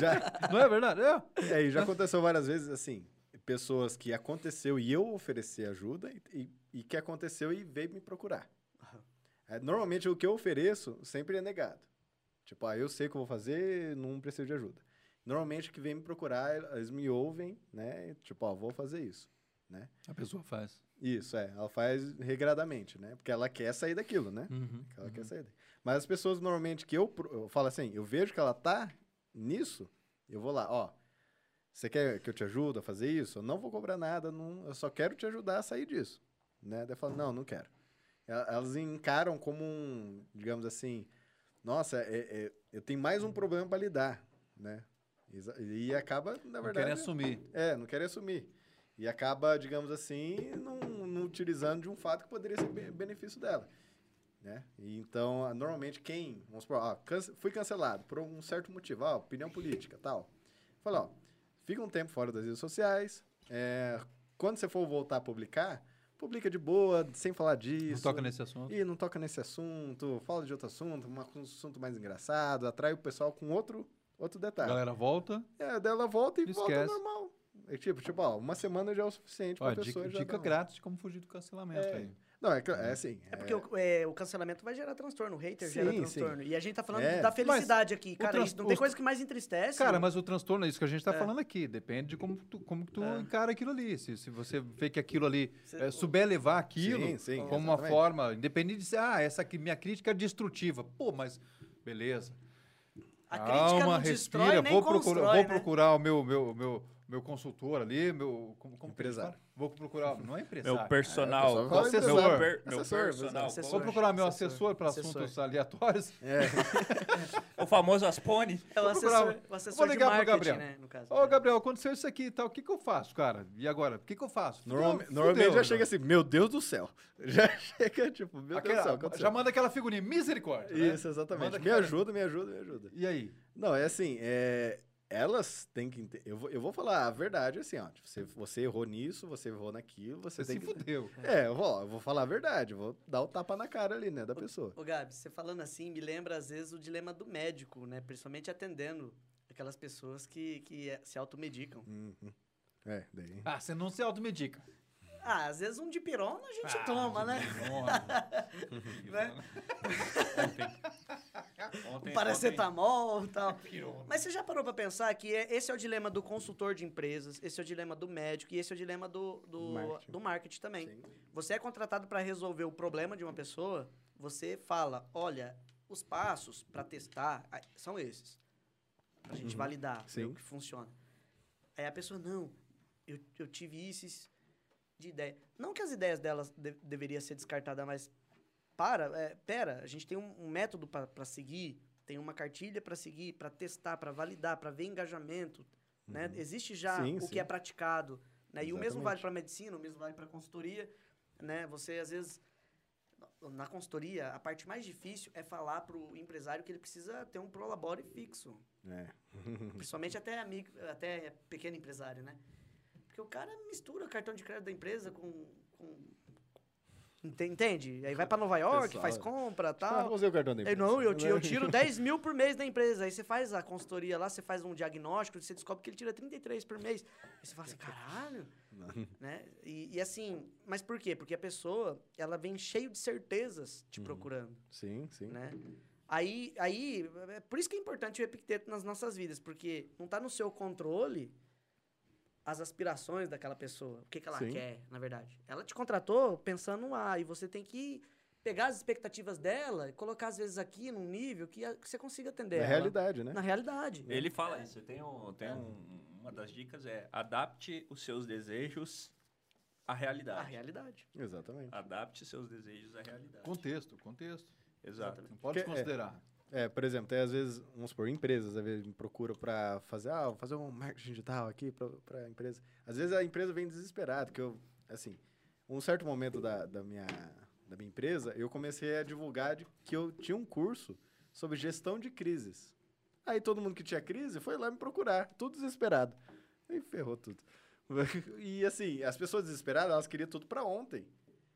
Speaker 4: já,
Speaker 2: Não é verdade? É.
Speaker 4: é, e já aconteceu várias vezes assim. Pessoas que aconteceu e eu ofereci ajuda e, e, e que aconteceu e veio me procurar. É, normalmente o que eu ofereço sempre é negado. Tipo, ah, eu sei o que eu vou fazer, não preciso de ajuda. Normalmente que vem me procurar, eles me ouvem, né? e Tipo, ó, vou fazer isso.
Speaker 2: A pessoa faz.
Speaker 4: Isso, é. Ela faz regradamente, né? Porque ela quer sair daquilo, né?
Speaker 2: Uhum.
Speaker 4: Que ela quer sair daí. Mas as pessoas normalmente que eu, pro- eu falo assim, eu vejo que ela tá nisso, eu vou lá, ó. Você quer que eu te ajude a fazer isso? Eu não vou cobrar nada, não, eu só quero te ajudar a sair disso. Né? Daí eu falo, não, não quero. Ela- Elas encaram como um, digamos assim, nossa, é- é- eu tenho mais
Speaker 2: Uhum.
Speaker 4: um problema para lidar, né? Exa- E acaba, na
Speaker 2: Não
Speaker 4: verdade.
Speaker 2: querem assumir.
Speaker 4: É, não querem assumir. E acaba, digamos assim, não, não utilizando de um fato que poderia ser be- benefício dela. Né? E então, ah, normalmente, quem, vamos supor, ó, cance- fui cancelado por um certo motivo, ó, opinião política tal. Fala, ó, fica um tempo fora das redes sociais. é, quando você for voltar a publicar, publica de boa, sem falar disso.
Speaker 2: Não toca nesse assunto.
Speaker 4: E não toca nesse assunto, fala de outro assunto, uma- um assunto mais engraçado, atrai o pessoal com outro, outro
Speaker 2: A
Speaker 4: detalhe.
Speaker 2: galera volta.
Speaker 4: É, daí ela volta e volta
Speaker 2: Esquece.
Speaker 4: normal. É tipo, tipo, ó, uma semana já é o suficiente pra
Speaker 2: Ó,
Speaker 4: pessoa
Speaker 2: dica
Speaker 4: já
Speaker 2: dica
Speaker 4: dar um-
Speaker 2: grátis de como fugir do cancelamento
Speaker 4: É.
Speaker 2: aí.
Speaker 4: Não, é, cla- é assim.
Speaker 1: É porque o, é, o cancelamento vai gerar transtorno, o hater
Speaker 4: Sim,
Speaker 1: gera
Speaker 4: sim.
Speaker 1: transtorno. E a gente tá falando
Speaker 4: É.
Speaker 1: da felicidade aqui.
Speaker 2: o
Speaker 1: Cara,
Speaker 2: trans-
Speaker 1: isso não tem
Speaker 2: o-
Speaker 1: coisa que mais entristece.
Speaker 2: Cara, mas o transtorno é isso que a gente está falando aqui. Depende de como tu, como tu
Speaker 4: É.
Speaker 2: encara aquilo ali. Se, se você vê que aquilo ali
Speaker 1: Você-
Speaker 2: é, souber levar aquilo
Speaker 4: Sim, sim,
Speaker 2: como uma
Speaker 4: exatamente.
Speaker 2: forma, independente de ser, ah, essa aqui, minha crítica é destrutiva. Pô, mas beleza.
Speaker 1: a crítica
Speaker 2: Calma,
Speaker 1: não destrói
Speaker 2: respira.
Speaker 1: nem
Speaker 2: Vou,
Speaker 1: constrói,
Speaker 2: procurar, vou
Speaker 1: né?
Speaker 2: procurar o meu, meu, meu, meu consultor ali, meu. Como, como que ele
Speaker 4: Empresário.
Speaker 2: fala? Vou procurar.
Speaker 4: <laughs>
Speaker 2: Não é
Speaker 3: Meu
Speaker 2: empresário.
Speaker 4: É,
Speaker 3: personal.
Speaker 4: pessoal,
Speaker 2: qual
Speaker 3: meu
Speaker 2: assessor?
Speaker 3: per- meu
Speaker 4: Assessor,
Speaker 3: personal.
Speaker 1: assessor.
Speaker 2: Vou procurar meu
Speaker 1: Assessor.
Speaker 2: assessor para
Speaker 1: Assessor.
Speaker 2: assuntos aleatórios. <laughs>
Speaker 4: É,
Speaker 3: coach. O famoso <laughs> Aspone.
Speaker 1: É o
Speaker 2: Vou procurar- um.
Speaker 1: assessor, o
Speaker 2: vou
Speaker 1: assessor
Speaker 2: ligar pro
Speaker 1: de marketing,
Speaker 2: Gabriel.
Speaker 1: né? No caso.
Speaker 2: Ô, Gabriel, aconteceu isso aqui e tal. O que, que eu faço, cara? E agora? O que, que eu faço? Fudeu,
Speaker 4: <laughs> normal-
Speaker 2: fudeu,
Speaker 4: normalmente já
Speaker 2: irmão.
Speaker 4: chega assim, meu Deus do céu. <laughs> Já chega, tipo, meu Deus do céu,
Speaker 2: Aquela- já
Speaker 4: aconteceu.
Speaker 2: manda aquela figurinha, misericórdia. né?
Speaker 4: Isso, exatamente.
Speaker 2: Manda
Speaker 4: Me
Speaker 2: aquela-
Speaker 4: ajuda, me ajuda, me ajuda.
Speaker 2: E aí?
Speaker 4: Não, é assim, é, elas têm que entender. Eu vou, eu vou falar a verdade, assim, ó. tipo, você, você errou nisso, você errou naquilo, você,
Speaker 2: Você
Speaker 4: tem
Speaker 2: se
Speaker 4: que.
Speaker 2: fudeu.
Speaker 4: É, eu vou, eu vou falar a verdade, eu vou dar o tapa na cara ali, né, da pessoa.
Speaker 1: É. Ô, Gabi, você falando assim me lembra, às vezes, o dilema do médico, né? Principalmente atendendo aquelas pessoas que, que eh, se automedicam.
Speaker 4: Uhum. É, daí.
Speaker 2: Ah, você não se automedica.
Speaker 1: Ah, às vezes um dipirona a gente
Speaker 2: Ah,
Speaker 1: toma, né?
Speaker 2: Nossa.
Speaker 1: né?
Speaker 3: Ontem-
Speaker 1: Um
Speaker 2: <laughs>
Speaker 1: paracetamol e tal.
Speaker 2: Pirou.
Speaker 1: Mas você já parou pra pensar que é- esse é o dilema do consultor de empresas, esse é o dilema do médico e esse é o dilema do, do,
Speaker 4: Marketing.
Speaker 1: do marketing também.
Speaker 4: Sim.
Speaker 1: Você é contratado para resolver o problema de uma pessoa, você fala, olha, os passos para testar ah, são esses. Pra gente validar ver
Speaker 4: Uhum. Sim.
Speaker 1: o que funciona. Aí a pessoa, não, eu, eu tive isso de ideia. Não que as ideias delas de, deveria ser descartada, mas para, é, pera, a gente tem um, um método para seguir, tem uma cartilha para seguir, para testar, para validar, para ver engajamento, né? Existe já
Speaker 4: Uhum. Sim,
Speaker 1: o
Speaker 4: sim.
Speaker 1: que é praticado, né? E o mesmo
Speaker 4: Exatamente.
Speaker 1: vale para medicina, o mesmo vale para consultoria, né? Você às vezes na consultoria, a parte mais difícil é falar pro empresário que ele precisa ter um prolabore fixo.
Speaker 4: É. <laughs>
Speaker 1: Principalmente até, amigo, até pequeno empresário, né? Porque o cara mistura cartão de crédito da empresa com. com- Ente- Entende? Aí vai pra Nova York,
Speaker 4: Pessoal,
Speaker 1: faz compra
Speaker 2: tá.
Speaker 4: Ah,
Speaker 1: tal.
Speaker 4: usei o cartão da
Speaker 1: Aí,
Speaker 4: empresa.
Speaker 1: É, não, eu,
Speaker 4: né?
Speaker 1: ti- eu tiro 10 mil por mês da empresa. Aí você faz a consultoria lá, você faz um diagnóstico, você descobre que ele tira 33 por mês. Aí você fala assim, caralho. Né? E, e assim, mas por quê? Porque a pessoa, ela vem cheio de certezas te procurando
Speaker 4: Sim, sim.
Speaker 1: né? Aí, aí, é por isso que é importante o epicteto nas nossas vidas, porque não está no seu controle as aspirações daquela pessoa, o que, que ela
Speaker 4: Sim.
Speaker 1: quer, na verdade. Ela te contratou pensando no A, e você tem que pegar as expectativas dela e colocar, às vezes, aqui num nível que, a- que você consiga atender.
Speaker 4: Na
Speaker 1: ela.
Speaker 4: realidade, né?
Speaker 1: Na realidade.
Speaker 3: Ele fala isso. Tem um,
Speaker 2: É.
Speaker 3: tem um, uma das dicas é adapte os seus desejos à
Speaker 1: Na
Speaker 3: realidade.
Speaker 1: realidade.
Speaker 4: Exatamente.
Speaker 3: Adapte os seus desejos à realidade.
Speaker 2: Contexto, contexto.
Speaker 3: Exato.
Speaker 2: Não pode
Speaker 4: Que- é.
Speaker 2: considerar.
Speaker 4: É, por exemplo, tem às vezes, vamos supor, empresas, às vezes me procuram pra fazer, ah, vou fazer um marketing digital aqui pra, pra empresa. Às vezes a empresa vem desesperada, que eu, assim, um certo momento da, da, minha, da minha empresa, eu comecei a divulgar de, que eu tinha um curso sobre gestão de crises. Aí todo mundo que tinha crise foi lá me procurar, tudo desesperado. Aí ferrou tudo. <laughs> E assim, as pessoas desesperadas, elas queriam tudo pra ontem.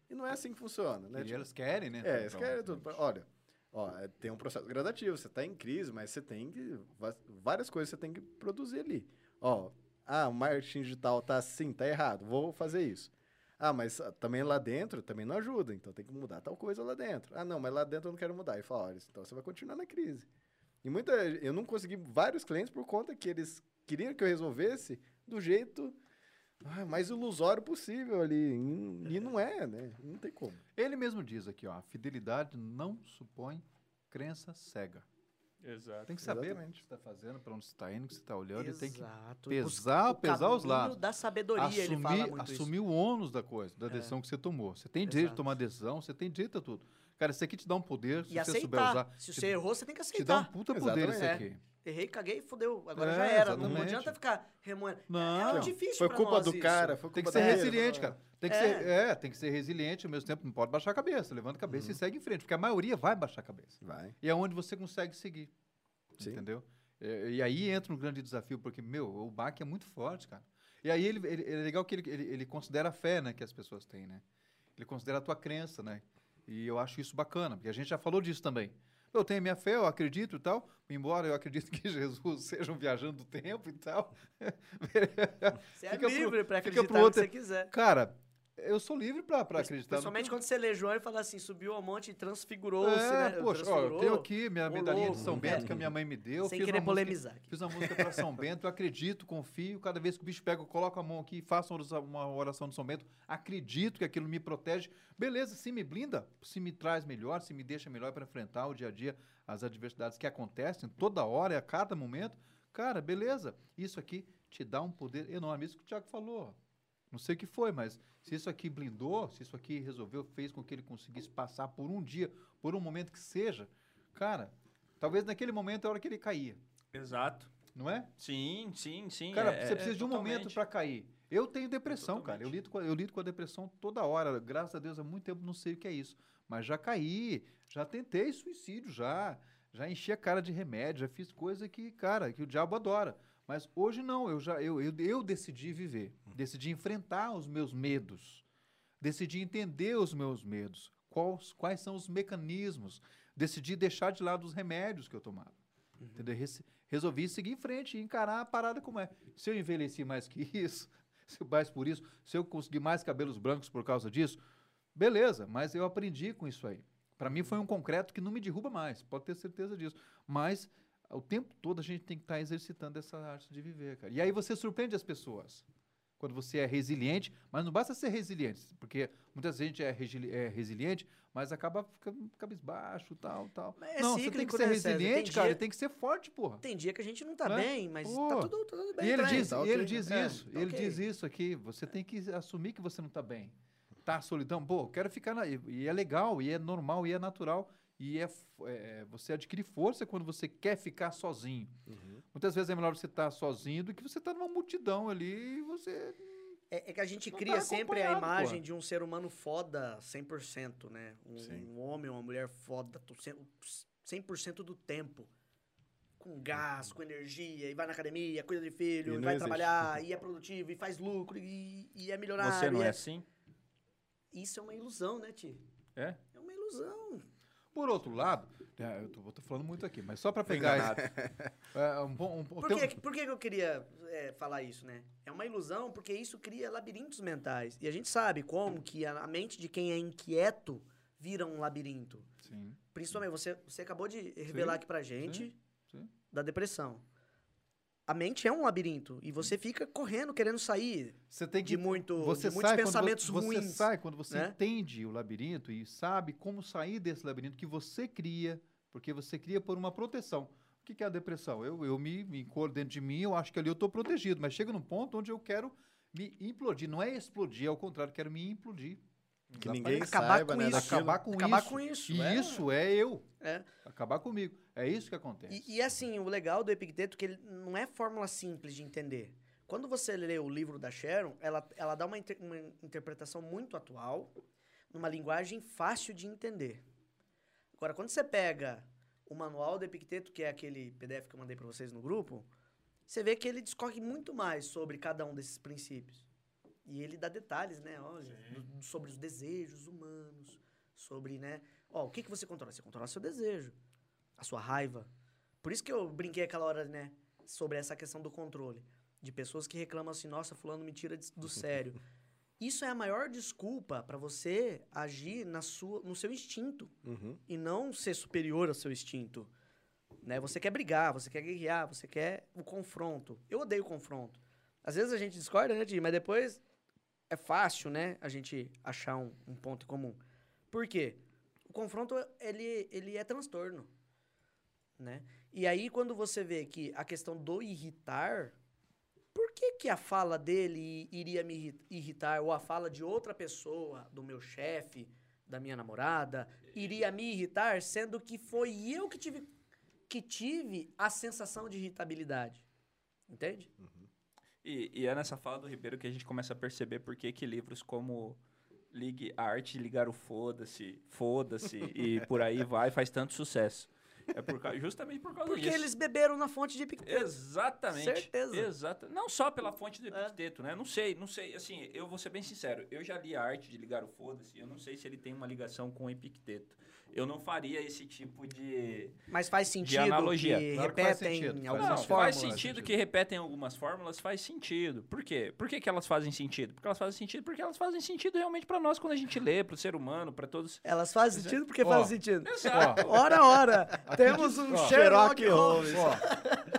Speaker 4: E não é assim que funciona, né?
Speaker 2: E
Speaker 4: Tipo,
Speaker 2: elas querem, né?
Speaker 4: é, eles
Speaker 2: Então,
Speaker 4: querem tudo. pra- Olha, ó, é, tem um processo gradativo, você tá em crise, mas você tem que. va- Várias coisas você tem que produzir ali. Ó, ah, o marketing digital tá assim, tá errado, vou fazer isso. Ah, mas ah, também lá dentro também não ajuda, então tem que mudar tal coisa lá dentro. Ah, não, mas lá dentro eu não quero mudar. E fala, olha, então você vai continuar na crise. E muita. Eu não consegui vários clientes por conta que eles queriam que eu resolvesse do jeito ah, mais ilusório possível ali. E, e não é, né? Não tem como.
Speaker 2: Ele mesmo diz aqui, ó, a fidelidade não supõe crença cega.
Speaker 3: Exato.
Speaker 2: Tem que saber né, o
Speaker 4: Exatamente.
Speaker 2: que você está fazendo, para onde você está indo, o que você está olhando, e tem que
Speaker 1: Exato. E buscar
Speaker 2: pesar, pesar os
Speaker 1: caminho
Speaker 2: lados.
Speaker 1: da sabedoria, ele fala
Speaker 2: assumir,
Speaker 1: muito É.
Speaker 2: assumir o ônus da coisa, da decisão que você tomou. Você tem direito
Speaker 1: Exato.
Speaker 2: de tomar decisão, você tem direito a tudo. Cara, isso aqui te dá um poder,
Speaker 1: isso.
Speaker 2: se
Speaker 1: E
Speaker 2: você souber usar.
Speaker 1: aceitar. Se
Speaker 2: te-
Speaker 1: você errou, você tem que
Speaker 2: Te dá um
Speaker 1: aceitar.
Speaker 2: puta poder isso
Speaker 1: Exatamente.
Speaker 2: aqui.
Speaker 1: Errei, caguei, fodeu. Agora
Speaker 2: É,
Speaker 1: já era. Não- Não,
Speaker 2: exatamente.
Speaker 1: adianta ficar remoendo.
Speaker 2: Não.
Speaker 1: É difícil
Speaker 4: Foi
Speaker 1: pra
Speaker 4: culpa
Speaker 1: nós
Speaker 4: do né?
Speaker 1: isso.
Speaker 4: cara, foi
Speaker 2: Tem que
Speaker 4: culpa
Speaker 2: ser
Speaker 4: da rede.
Speaker 2: resiliente, cara. Tem que
Speaker 1: É.
Speaker 2: ser, é, tem que ser resiliente, ao mesmo tempo não pode baixar a cabeça. Levanta a
Speaker 1: Uhum.
Speaker 2: cabeça e segue em frente, porque a maioria vai baixar a cabeça.
Speaker 4: Vai.
Speaker 2: E é onde você consegue seguir,
Speaker 4: Sim.
Speaker 2: entendeu? É, E aí entra um grande desafio, porque, meu, o baque é muito forte, cara. E aí ele, ele- é legal que ele, ele, ele considera a fé né, que as pessoas têm, né? Ele considera a tua crença, né? E eu acho isso bacana, porque a gente já falou disso também. Eu tenho minha fé, eu acredito e tal, embora eu acredito <laughs> que Jesus seja um viajando do tempo e tal.
Speaker 1: Você é
Speaker 2: Fica pro-
Speaker 1: livre pra
Speaker 2: fica
Speaker 1: acreditar
Speaker 2: pro
Speaker 1: no que
Speaker 2: outro-
Speaker 1: você quiser.
Speaker 2: Cara, eu sou livre pra, pra acreditar. no que
Speaker 1: Principalmente
Speaker 2: eu-
Speaker 1: quando você lê João e fala assim, subiu ao monte e transfigurou-se,
Speaker 2: É,
Speaker 1: né?
Speaker 2: poxa, ó, eu
Speaker 1: transfigurou.
Speaker 2: tenho aqui minha
Speaker 1: Ô,
Speaker 2: medalhinha
Speaker 1: louco,
Speaker 2: de São Bento
Speaker 1: é.
Speaker 2: que a minha mãe me deu.
Speaker 1: Sem
Speaker 2: fiz uma
Speaker 1: querer
Speaker 2: música-
Speaker 1: polemizar aqui.
Speaker 2: Fiz uma música pra São Bento, eu acredito, confio. Cada vez que o bicho pega, eu coloco a mão aqui e faço uma oração- uma oração de São Bento. Acredito que aquilo me protege. Beleza, se me blinda, se me traz melhor, se me deixa melhor para enfrentar o dia a dia, as adversidades que acontecem toda hora, a cada momento. Cara, beleza. Isso aqui te dá um poder enorme. Isso que o Tiago falou. Não sei o que foi, mas se isso aqui blindou, se isso aqui resolveu, fez com que ele conseguisse passar por um dia, por um momento que seja, cara, talvez naquele momento é a hora que ele caía,
Speaker 3: Exato.
Speaker 2: não é?
Speaker 3: Sim, sim, sim.
Speaker 2: Cara,
Speaker 3: é-
Speaker 2: você
Speaker 3: é-
Speaker 2: precisa
Speaker 3: é
Speaker 2: de um momento
Speaker 3: totalmente.
Speaker 2: pra cair. Eu tenho depressão, cara. Eu
Speaker 3: Totalmente.
Speaker 2: lido, com, a- eu lido com a depressão toda hora. Graças a Deus, há muito tempo não sei o que é isso. Mas já caí, já tentei suicídio, já. Já enchi a cara de remédio, já fiz coisa que, cara, que o diabo adora. Mas hoje não, eu já eu, eu, eu decidi viver.
Speaker 3: Uhum.
Speaker 2: Decidi enfrentar os meus medos. Decidi entender os meus medos. Quais, quais são os mecanismos. Decidi deixar de lado os remédios que eu tomava.
Speaker 3: Uhum.
Speaker 2: Entendeu? Rece- Resolvi seguir em frente e encarar a parada como é. Se eu envelheci mais que <laughs> isso, se eu mais por isso, se eu conseguir mais cabelos brancos por causa disso, beleza, mas eu aprendi com isso aí. Para mim foi um concreto que não me derruba mais, pode ter certeza disso. Mas o tempo todo a gente tem que estar exercitando essa arte de viver, cara. E aí você surpreende as pessoas. Quando você é resiliente, mas não basta ser resiliente, porque muita gente é, resili- é resiliente, mas acaba ficando cabisbaixo, tal, tal.
Speaker 1: Mas é
Speaker 2: não, você tem
Speaker 1: cíclico,
Speaker 2: que ser
Speaker 1: né, César? Tem
Speaker 2: resiliente, cara,
Speaker 1: dia-
Speaker 2: e tem que ser forte, porra.
Speaker 1: Tem dia que a gente não tá
Speaker 2: Né?
Speaker 1: bem, mas tá
Speaker 2: Pô.
Speaker 1: tudo, tudo bem.
Speaker 2: E ele
Speaker 1: também.
Speaker 2: diz,
Speaker 4: tá
Speaker 2: e
Speaker 4: ok.
Speaker 2: ele diz
Speaker 4: É,
Speaker 2: isso,
Speaker 1: tá
Speaker 2: ele
Speaker 1: ok.
Speaker 2: diz isso aqui. Você tem que assumir que você não está bem. Tá solidão, pô, eu quero ficar na. E e é legal, e é normal, e é natural. E é, f- é- você adquire força quando você quer ficar sozinho.
Speaker 4: Uhum.
Speaker 2: Muitas vezes é melhor você estar sozinho do que você estar numa multidão ali e você.
Speaker 1: É, é que a gente
Speaker 2: Não
Speaker 1: cria
Speaker 2: tá
Speaker 1: sempre a
Speaker 2: acompanhado,
Speaker 1: imagem
Speaker 2: pô.
Speaker 1: de um ser humano foda 100%, né? Um,
Speaker 4: Sim.
Speaker 1: um homem, uma mulher foda tu- cem- 100% do tempo. Com gás, com energia, e vai na academia, cuida de filho, e,
Speaker 4: E não
Speaker 1: vai
Speaker 4: existe.
Speaker 1: trabalhar, e é produtivo, e faz lucro, e, e é milionário.
Speaker 3: Você não
Speaker 1: e
Speaker 3: é
Speaker 1: é-
Speaker 3: assim?
Speaker 1: Isso é uma ilusão, né, Ti?
Speaker 3: É?
Speaker 1: É uma ilusão.
Speaker 2: Por outro lado, é, eu tô, tô falando muito aqui, mas só para
Speaker 3: Fui
Speaker 2: pegar.
Speaker 4: <laughs>
Speaker 3: enganado.
Speaker 2: É, um, bom- um, bom-
Speaker 1: Por,
Speaker 2: tem um-
Speaker 1: que, por que que eu queria é, falar isso, né? É uma ilusão porque isso cria labirintos mentais. E a gente sabe como que a, a mente de quem é inquieto vira um labirinto.
Speaker 2: Sim.
Speaker 1: Principalmente, você, você acabou de revelar
Speaker 2: Sim,
Speaker 1: aqui pra gente
Speaker 2: sim.
Speaker 1: da depressão. A mente é um labirinto e você fica correndo, querendo sair
Speaker 2: Você tem que
Speaker 1: de, muito,
Speaker 2: você
Speaker 1: de muitos
Speaker 2: sai
Speaker 1: pensamentos
Speaker 2: quando vo- você,
Speaker 1: ruins.
Speaker 2: sai quando você
Speaker 1: né?
Speaker 2: entende o labirinto e sabe como sair desse labirinto que você cria, porque você cria por uma proteção. O que que é a depressão? Eu, eu me, me encolho dentro de mim, eu acho que ali eu estou protegido, mas chega num ponto onde eu quero me implodir. Não é explodir, é o contrário, quero me implodir.
Speaker 4: Que ninguém
Speaker 1: Acabar
Speaker 4: saiba,
Speaker 1: com
Speaker 4: né?
Speaker 1: isso.
Speaker 4: daquilo.
Speaker 2: Acabar com
Speaker 1: Acabar
Speaker 2: isso.
Speaker 1: com isso.
Speaker 2: E
Speaker 1: é.
Speaker 2: isso é eu.
Speaker 1: É.
Speaker 2: Acabar comigo. É isso que acontece.
Speaker 1: E, e, assim, o legal do Epicteto é que ele não é fórmula simples de entender. Quando você lê o livro da Sharon, ela, ela dá uma, inter- uma interpretação muito atual, numa linguagem fácil de entender. Agora, quando você pega o manual do Epicteto, que é aquele PDF que eu mandei pra vocês no grupo, você vê que ele discorre muito mais sobre cada um desses princípios. E ele dá detalhes, né? Olha, do- sobre os desejos humanos, sobre, né? Ó, o que, que você controla? Você controla seu desejo, a sua raiva. Por isso que eu brinquei aquela hora, né? Sobre essa questão do controle. De pessoas que reclamam assim, nossa, fulano me tira de- do sério. Isso é a maior desculpa pra você agir na sua, no seu instinto
Speaker 4: Uhum.
Speaker 1: e não ser superior ao seu instinto. Né? Você quer brigar, você quer guerrear, você quer o confronto. Eu odeio confronto. Às vezes a gente discorda, né, Di? Mas depois é fácil, né, a gente achar um, um ponto em comum. Por quê? O confronto, ele, ele é transtorno, né? E aí, quando você vê que a questão do irritar, por que que a fala dele iria me irri- irritar? Ou a fala de outra pessoa, do meu chefe, da minha namorada, iria me irritar, sendo que foi eu que tive, que tive a sensação de irritabilidade. Entende?
Speaker 3: E, e é nessa fala do Ribeiro que a gente começa a perceber por que que livros como Ligue a Arte, Ligar o Foda-se,
Speaker 1: <laughs>
Speaker 3: Foda-se e por aí vai faz tanto sucesso. É por causa, justamente por causa
Speaker 1: Porque
Speaker 3: disso.
Speaker 1: eles beberam na fonte de Epicteto.
Speaker 3: Exatamente.
Speaker 1: Certeza.
Speaker 3: Exata. Não só pela fonte do
Speaker 1: É.
Speaker 3: epiteto, né? Não sei, não sei. Assim, eu vou ser bem sincero. Eu já li a arte de ligar o foda-se. Eu não sei se ele tem uma ligação com o epicteto. Eu não faria esse tipo de...
Speaker 1: Mas faz sentido
Speaker 3: analogia.
Speaker 1: que
Speaker 2: Claro que faz
Speaker 1: repetem
Speaker 2: sentido, faz
Speaker 1: algumas
Speaker 3: não,
Speaker 2: sentido.
Speaker 1: formas.
Speaker 3: faz sentido
Speaker 2: Faz
Speaker 3: que repetem algumas fórmulas, faz sentido. Por quê? Por que, que elas fazem sentido? Porque elas fazem sentido porque elas fazem sentido realmente pra nós quando a gente lê, pro ser humano, pra todos.
Speaker 1: Elas fazem sentido porque
Speaker 2: é- Ó.
Speaker 1: fazem sentido.
Speaker 3: Exato.
Speaker 1: Ora,
Speaker 2: <laughs>
Speaker 1: ora, temos
Speaker 2: diz-
Speaker 1: um
Speaker 2: ó,
Speaker 1: Sherlock Holmes.
Speaker 2: Ó,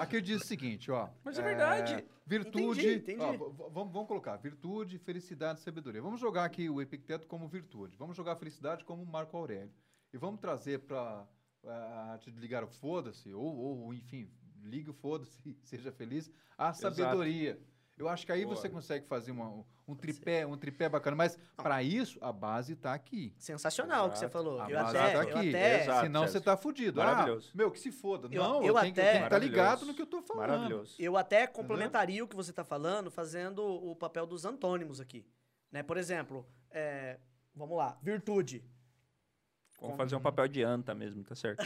Speaker 2: aqui diz o seguinte, ó.
Speaker 3: Mas é verdade.
Speaker 2: Virtude.
Speaker 1: Entendi, entendi.
Speaker 2: ó, v- v- vamos, vamos colocar virtude, felicidade, sabedoria. Vamos jogar aqui o Epicteto como virtude. Vamos jogar a felicidade como Marco Aurélio. E vamos trazer para a arte de ligar o foda-se, ou, ou, enfim, ligue o foda-se, <laughs> seja feliz, a
Speaker 3: Exato.
Speaker 2: sabedoria. Eu acho que aí
Speaker 3: Boa.
Speaker 2: você consegue fazer uma- um- um tripé, um tripé bacana, mas para isso a base está aqui.
Speaker 1: Sensacional o que você
Speaker 3: Exato.
Speaker 1: falou.
Speaker 2: A
Speaker 1: Eu
Speaker 2: base
Speaker 1: até,
Speaker 2: tá
Speaker 1: eu
Speaker 2: aqui.
Speaker 1: até
Speaker 3: Exato.
Speaker 2: Senão
Speaker 3: Sérgio.
Speaker 2: você tá fudido. Ah,
Speaker 3: Maravilhoso.
Speaker 2: meu, que se foda.
Speaker 1: Eu-
Speaker 2: não, eu,
Speaker 1: eu
Speaker 2: tenho, que- eu
Speaker 1: até-
Speaker 2: tenho que estar ligado
Speaker 3: Maravilhoso.
Speaker 2: no que eu tô falando.
Speaker 3: Maravilhoso.
Speaker 1: Eu até complementaria o que você está falando fazendo o papel dos antônimos aqui. Né? Por exemplo, é, vamos lá, virtude.
Speaker 3: Vamos fazer um papel de anta mesmo, tá certo?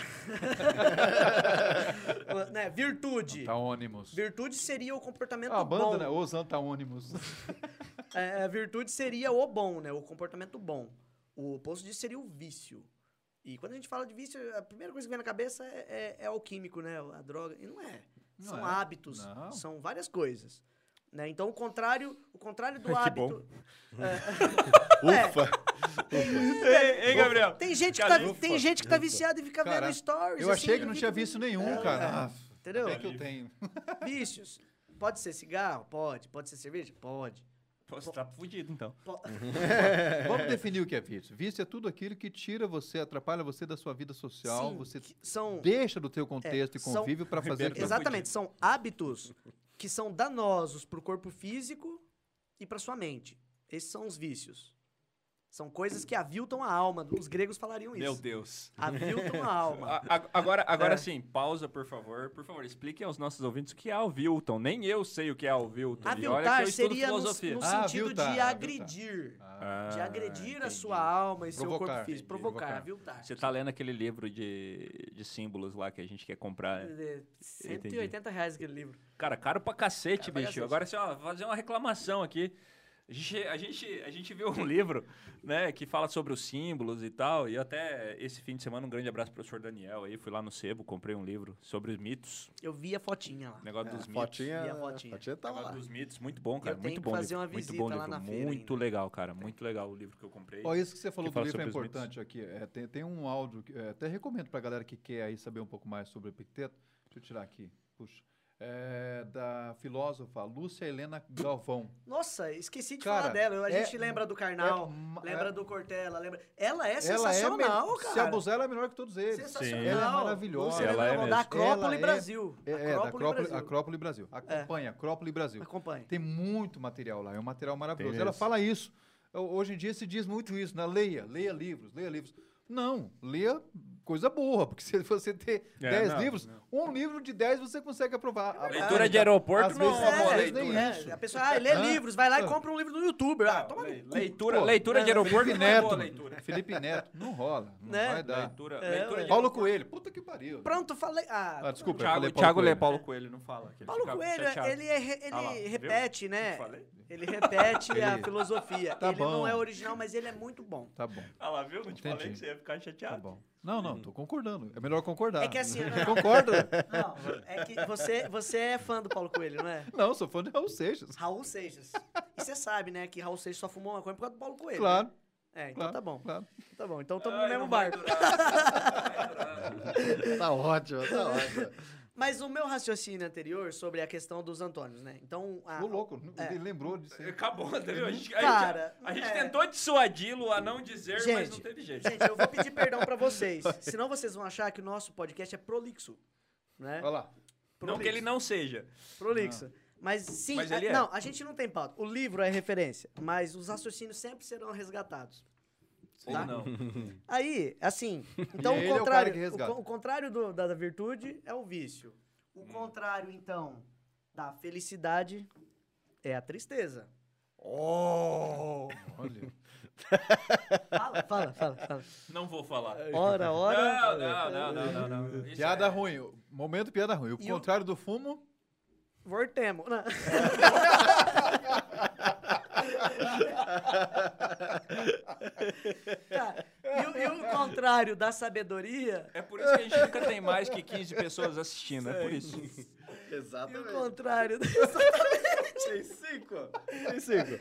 Speaker 1: Uh, né? Virtude.
Speaker 2: Antônimos.
Speaker 1: Virtude seria o comportamento
Speaker 2: A
Speaker 1: bom.
Speaker 2: Tá banda, né? Os antônimos.
Speaker 1: É, a virtude seria o bom, né? O comportamento bom. O oposto disso seria o vício. E quando a gente fala de vício, a primeira coisa que vem na cabeça é, é, é o químico, né? A droga. E não é.
Speaker 2: Não
Speaker 1: são
Speaker 2: é.
Speaker 1: hábitos,
Speaker 2: Não.
Speaker 1: são várias coisas. Né? Então, o contrário, o contrário
Speaker 2: <laughs>
Speaker 1: do
Speaker 3: Que
Speaker 1: hábito. É.
Speaker 4: Uhum. Ufa!
Speaker 3: <laughs> ei, ei, Gabriel.
Speaker 1: Tem gente, que
Speaker 3: Cara,
Speaker 1: tá,
Speaker 3: eu-
Speaker 1: tem gente que tá viciada e fica
Speaker 2: Cara,
Speaker 1: vendo stories.
Speaker 2: Eu
Speaker 1: assim,
Speaker 2: achei que não
Speaker 1: fica-
Speaker 2: tinha visto nenhum,
Speaker 1: É,
Speaker 2: cara.
Speaker 1: Entendeu?
Speaker 2: É que eu tenho.
Speaker 1: Vícios. Pode ser cigarro? Pode. Pode ser cerveja? Pode.
Speaker 3: Pô, Você tá fudido, então.
Speaker 1: Po-
Speaker 2: Vamos definir o que é vício. Vício é tudo aquilo que tira você, atrapalha você da sua vida social,
Speaker 1: Sim,
Speaker 2: você
Speaker 1: que são.
Speaker 2: deixa do teu contexto
Speaker 1: É,
Speaker 2: e
Speaker 1: são-
Speaker 2: convívio pra <laughs> fazer aquilo.
Speaker 1: Exatamente, são hábitos que são danosos pro corpo físico e pra sua mente. Esses são os vícios. São coisas que aviltam a alma. Os gregos falariam isso.
Speaker 3: Meu Deus. Ah,
Speaker 1: Aviltam a
Speaker 3: <laughs>
Speaker 1: alma.
Speaker 3: A- a- agora, agora
Speaker 1: É.
Speaker 3: sim, pausa, por favor. Por favor, explique aos nossos ouvintes o que é Alvilton. Nem eu sei o que é Alvilton. E olha que eu
Speaker 1: Aviltar
Speaker 3: estudo
Speaker 1: seria no, no
Speaker 3: filosofia.
Speaker 1: sentido
Speaker 2: Ah, aviltar,
Speaker 1: de
Speaker 2: aviltar.
Speaker 1: agredir.
Speaker 2: Ah,
Speaker 1: de agredir a sua
Speaker 3: alma.
Speaker 1: alma e seu corpo
Speaker 2: Provocar,
Speaker 1: físico.
Speaker 2: entendi,
Speaker 1: Provocar,
Speaker 2: provocar.
Speaker 1: aviltar.
Speaker 3: Você tá lendo aquele livro de, de símbolos lá que a gente quer comprar. né?
Speaker 1: É, 180 reais aquele livro.
Speaker 3: Cara, caro pra cacete,
Speaker 1: Caro pra
Speaker 3: bicho.
Speaker 1: cacete.
Speaker 3: Agora, assim, ó, fazer uma reclamação aqui. A gente, a, gente, a gente viu um <laughs> livro, né, que fala sobre os símbolos e tal. E até esse fim de semana, um grande abraço pro professor Daniel aí. Fui lá no Sebo, comprei um livro sobre os mitos.
Speaker 1: Eu vi a fotinha lá.
Speaker 3: Negócio
Speaker 2: É,
Speaker 3: dos
Speaker 4: A
Speaker 3: mitos.
Speaker 4: fotinha,
Speaker 1: E a
Speaker 4: a
Speaker 1: fotinha?
Speaker 4: fotinha tava
Speaker 3: Negócio
Speaker 4: lá.
Speaker 3: dos mitos, muito bom, cara.
Speaker 1: Eu tenho
Speaker 3: muito
Speaker 1: que
Speaker 3: bom
Speaker 1: fazer
Speaker 3: livro.
Speaker 1: uma
Speaker 3: muito
Speaker 1: visita
Speaker 3: bom
Speaker 1: lá
Speaker 3: livro.
Speaker 1: na né? feira
Speaker 3: muito legal, cara. Muito legal o livro que eu comprei.
Speaker 2: Ó, isso que você falou do
Speaker 3: Que fala
Speaker 2: livro é
Speaker 3: sobre os mitos.
Speaker 2: importante aqui. É, tem, tem um áudio, que, é, até recomendo pra galera que quer aí saber um pouco mais sobre Epicteto. Deixa eu tirar aqui, puxa. É, da filósofa Lúcia Helena Galvão.
Speaker 1: Nossa, esqueci de
Speaker 2: Cara,
Speaker 1: falar dela. A
Speaker 2: é-
Speaker 1: gente lembra do Karnal,
Speaker 2: é ma-
Speaker 1: lembra
Speaker 2: é-
Speaker 1: do Cortella, lembra... Ela é
Speaker 2: Ela é me-
Speaker 1: sensacional, cara.
Speaker 2: Se abusar, ela é melhor que todos eles.
Speaker 1: Sensacional.
Speaker 3: Sim.
Speaker 2: Ela é maravilhosa.
Speaker 1: Luciana
Speaker 3: Ela é
Speaker 1: Galvão,
Speaker 3: mesmo.
Speaker 1: da Acrópole
Speaker 2: Ela é-
Speaker 1: Brasil.
Speaker 2: É, é, da
Speaker 1: Acrópole
Speaker 2: Acrópole,
Speaker 1: Brasil. É.
Speaker 2: Acrópole Brasil. Acompanha, Acrópole Brasil.
Speaker 1: Acompanhe.
Speaker 2: Tem muito material lá, é um material maravilhoso.
Speaker 3: Tem
Speaker 2: Ela
Speaker 3: isso.
Speaker 2: fala isso. Ho- Hoje em dia se diz muito isso, né? Leia, leia livros, leia livros. Não, leia coisa boa, porque <laughs> se você ter
Speaker 3: É,
Speaker 2: 10
Speaker 3: não,
Speaker 2: livros, um livro de 10 você consegue aprovar.
Speaker 1: verdade.
Speaker 3: Leitura de aeroporto
Speaker 2: Às
Speaker 3: não
Speaker 2: vezes-
Speaker 3: é uma
Speaker 2: às
Speaker 3: boa
Speaker 2: vezes nem
Speaker 3: leitura. É,
Speaker 2: isso.
Speaker 1: A pessoa, ah, lê
Speaker 2: Hã?
Speaker 1: livros, vai lá e compra um livro no YouTube. Ah, toma no cu.
Speaker 3: Leitura,
Speaker 2: Pô,
Speaker 3: leitura de aeroporto não é boa leitura.
Speaker 2: Felipe Neto, não rola, não
Speaker 1: Né?
Speaker 2: vai dar.
Speaker 3: Leitura,
Speaker 1: É,
Speaker 3: leitura
Speaker 1: ué.
Speaker 3: de
Speaker 2: Paulo Coelho, puta que pariu.
Speaker 1: Pronto, falei. Ah,
Speaker 2: Ah, desculpa, eu
Speaker 3: Thiago,
Speaker 2: falei
Speaker 3: Paulo Thiago
Speaker 2: Coelho.
Speaker 3: lê Paulo Coelho, não fala. que ele
Speaker 1: Paulo
Speaker 3: fica
Speaker 1: Coelho,
Speaker 3: chateado.
Speaker 1: ele, é re- ele
Speaker 3: Ah lá, viu?
Speaker 1: repete, né?
Speaker 3: Falei?
Speaker 1: Ele
Speaker 2: <laughs>
Speaker 1: repete a
Speaker 2: Ele-
Speaker 1: filosofia.
Speaker 2: Tá
Speaker 1: ele não
Speaker 2: bom.
Speaker 1: é original, mas ele é muito bom.
Speaker 2: Tá bom,
Speaker 3: Ah lá, viu? Não te falei
Speaker 2: Entendi.
Speaker 3: que você ia ficar chateado.
Speaker 2: tá bom. Não, não, tô concordando. É melhor concordar.
Speaker 1: É que assim, não,
Speaker 3: né?
Speaker 1: não.
Speaker 2: Concorda?
Speaker 1: Não, é que você, você é fã do Paulo Coelho, não é?
Speaker 2: Não, sou fã de Raul
Speaker 3: <laughs>
Speaker 2: Seixas.
Speaker 1: Raul Seixas. E você sabe, né, que Raul Seixas só fumou maconha por causa do Paulo Coelho.
Speaker 2: Claro,
Speaker 1: né? É, então
Speaker 2: claro.
Speaker 1: tá bom.
Speaker 2: claro.
Speaker 1: Tá bom. Então estamos
Speaker 3: Ai,
Speaker 1: no mesmo
Speaker 3: não vai
Speaker 1: barco.
Speaker 3: durar, não vai durar.
Speaker 4: Tá ótimo, tá ótimo.
Speaker 1: Mas o meu raciocínio anterior sobre a questão dos Antônios, né? Então, a,
Speaker 2: Ô, louco, ele lembrou disso.
Speaker 3: <laughs> Acabou, tá viu? A gente, a
Speaker 1: Cara,
Speaker 3: gente- a gente
Speaker 1: é.
Speaker 3: tentou dissuadi-lo a não dizer, mas não
Speaker 1: Gente,
Speaker 3: teve jeito.
Speaker 1: Gente, eu vou pedir perdão pra vocês. Senão vocês vão achar que o nosso podcast é prolixo. Né?
Speaker 2: Olha lá.
Speaker 3: Não
Speaker 1: Prolixo.
Speaker 3: que ele não seja.
Speaker 1: Prolixo. Mas sim,
Speaker 3: Mas
Speaker 1: a-
Speaker 3: ele é.
Speaker 1: não, a gente não tem pauta. O livro é referência, mas os raciocínios sempre serão resgatados.
Speaker 3: Ou não.
Speaker 1: Aí, assim, então
Speaker 2: E ele é
Speaker 1: o
Speaker 2: o cara
Speaker 1: contrário,
Speaker 2: que
Speaker 1: o
Speaker 2: resgata.
Speaker 1: con- o contrário do- da, da virtude é o vício. O contrário, então, da felicidade é a tristeza.
Speaker 2: Oh! Olha.
Speaker 1: Fala, fala, fala, fala.
Speaker 3: Não vou falar.
Speaker 1: Ora,
Speaker 3: Não,
Speaker 1: ora.
Speaker 3: não, não, não, não, não. Isso
Speaker 2: Piada
Speaker 3: é-
Speaker 2: ruim. o- Momento piada ruim. O
Speaker 1: E o-
Speaker 2: contrário do fumo.
Speaker 1: Voltemos. Não.
Speaker 4: <laughs>
Speaker 1: Tá, E, o, e o contrário da sabedoria.
Speaker 3: É por isso que a gente nunca tem mais que 15 pessoas assistindo, é por isso.
Speaker 1: E o
Speaker 4: Exatamente.
Speaker 1: contrário. da-
Speaker 4: Tem cinco. Tem cinco.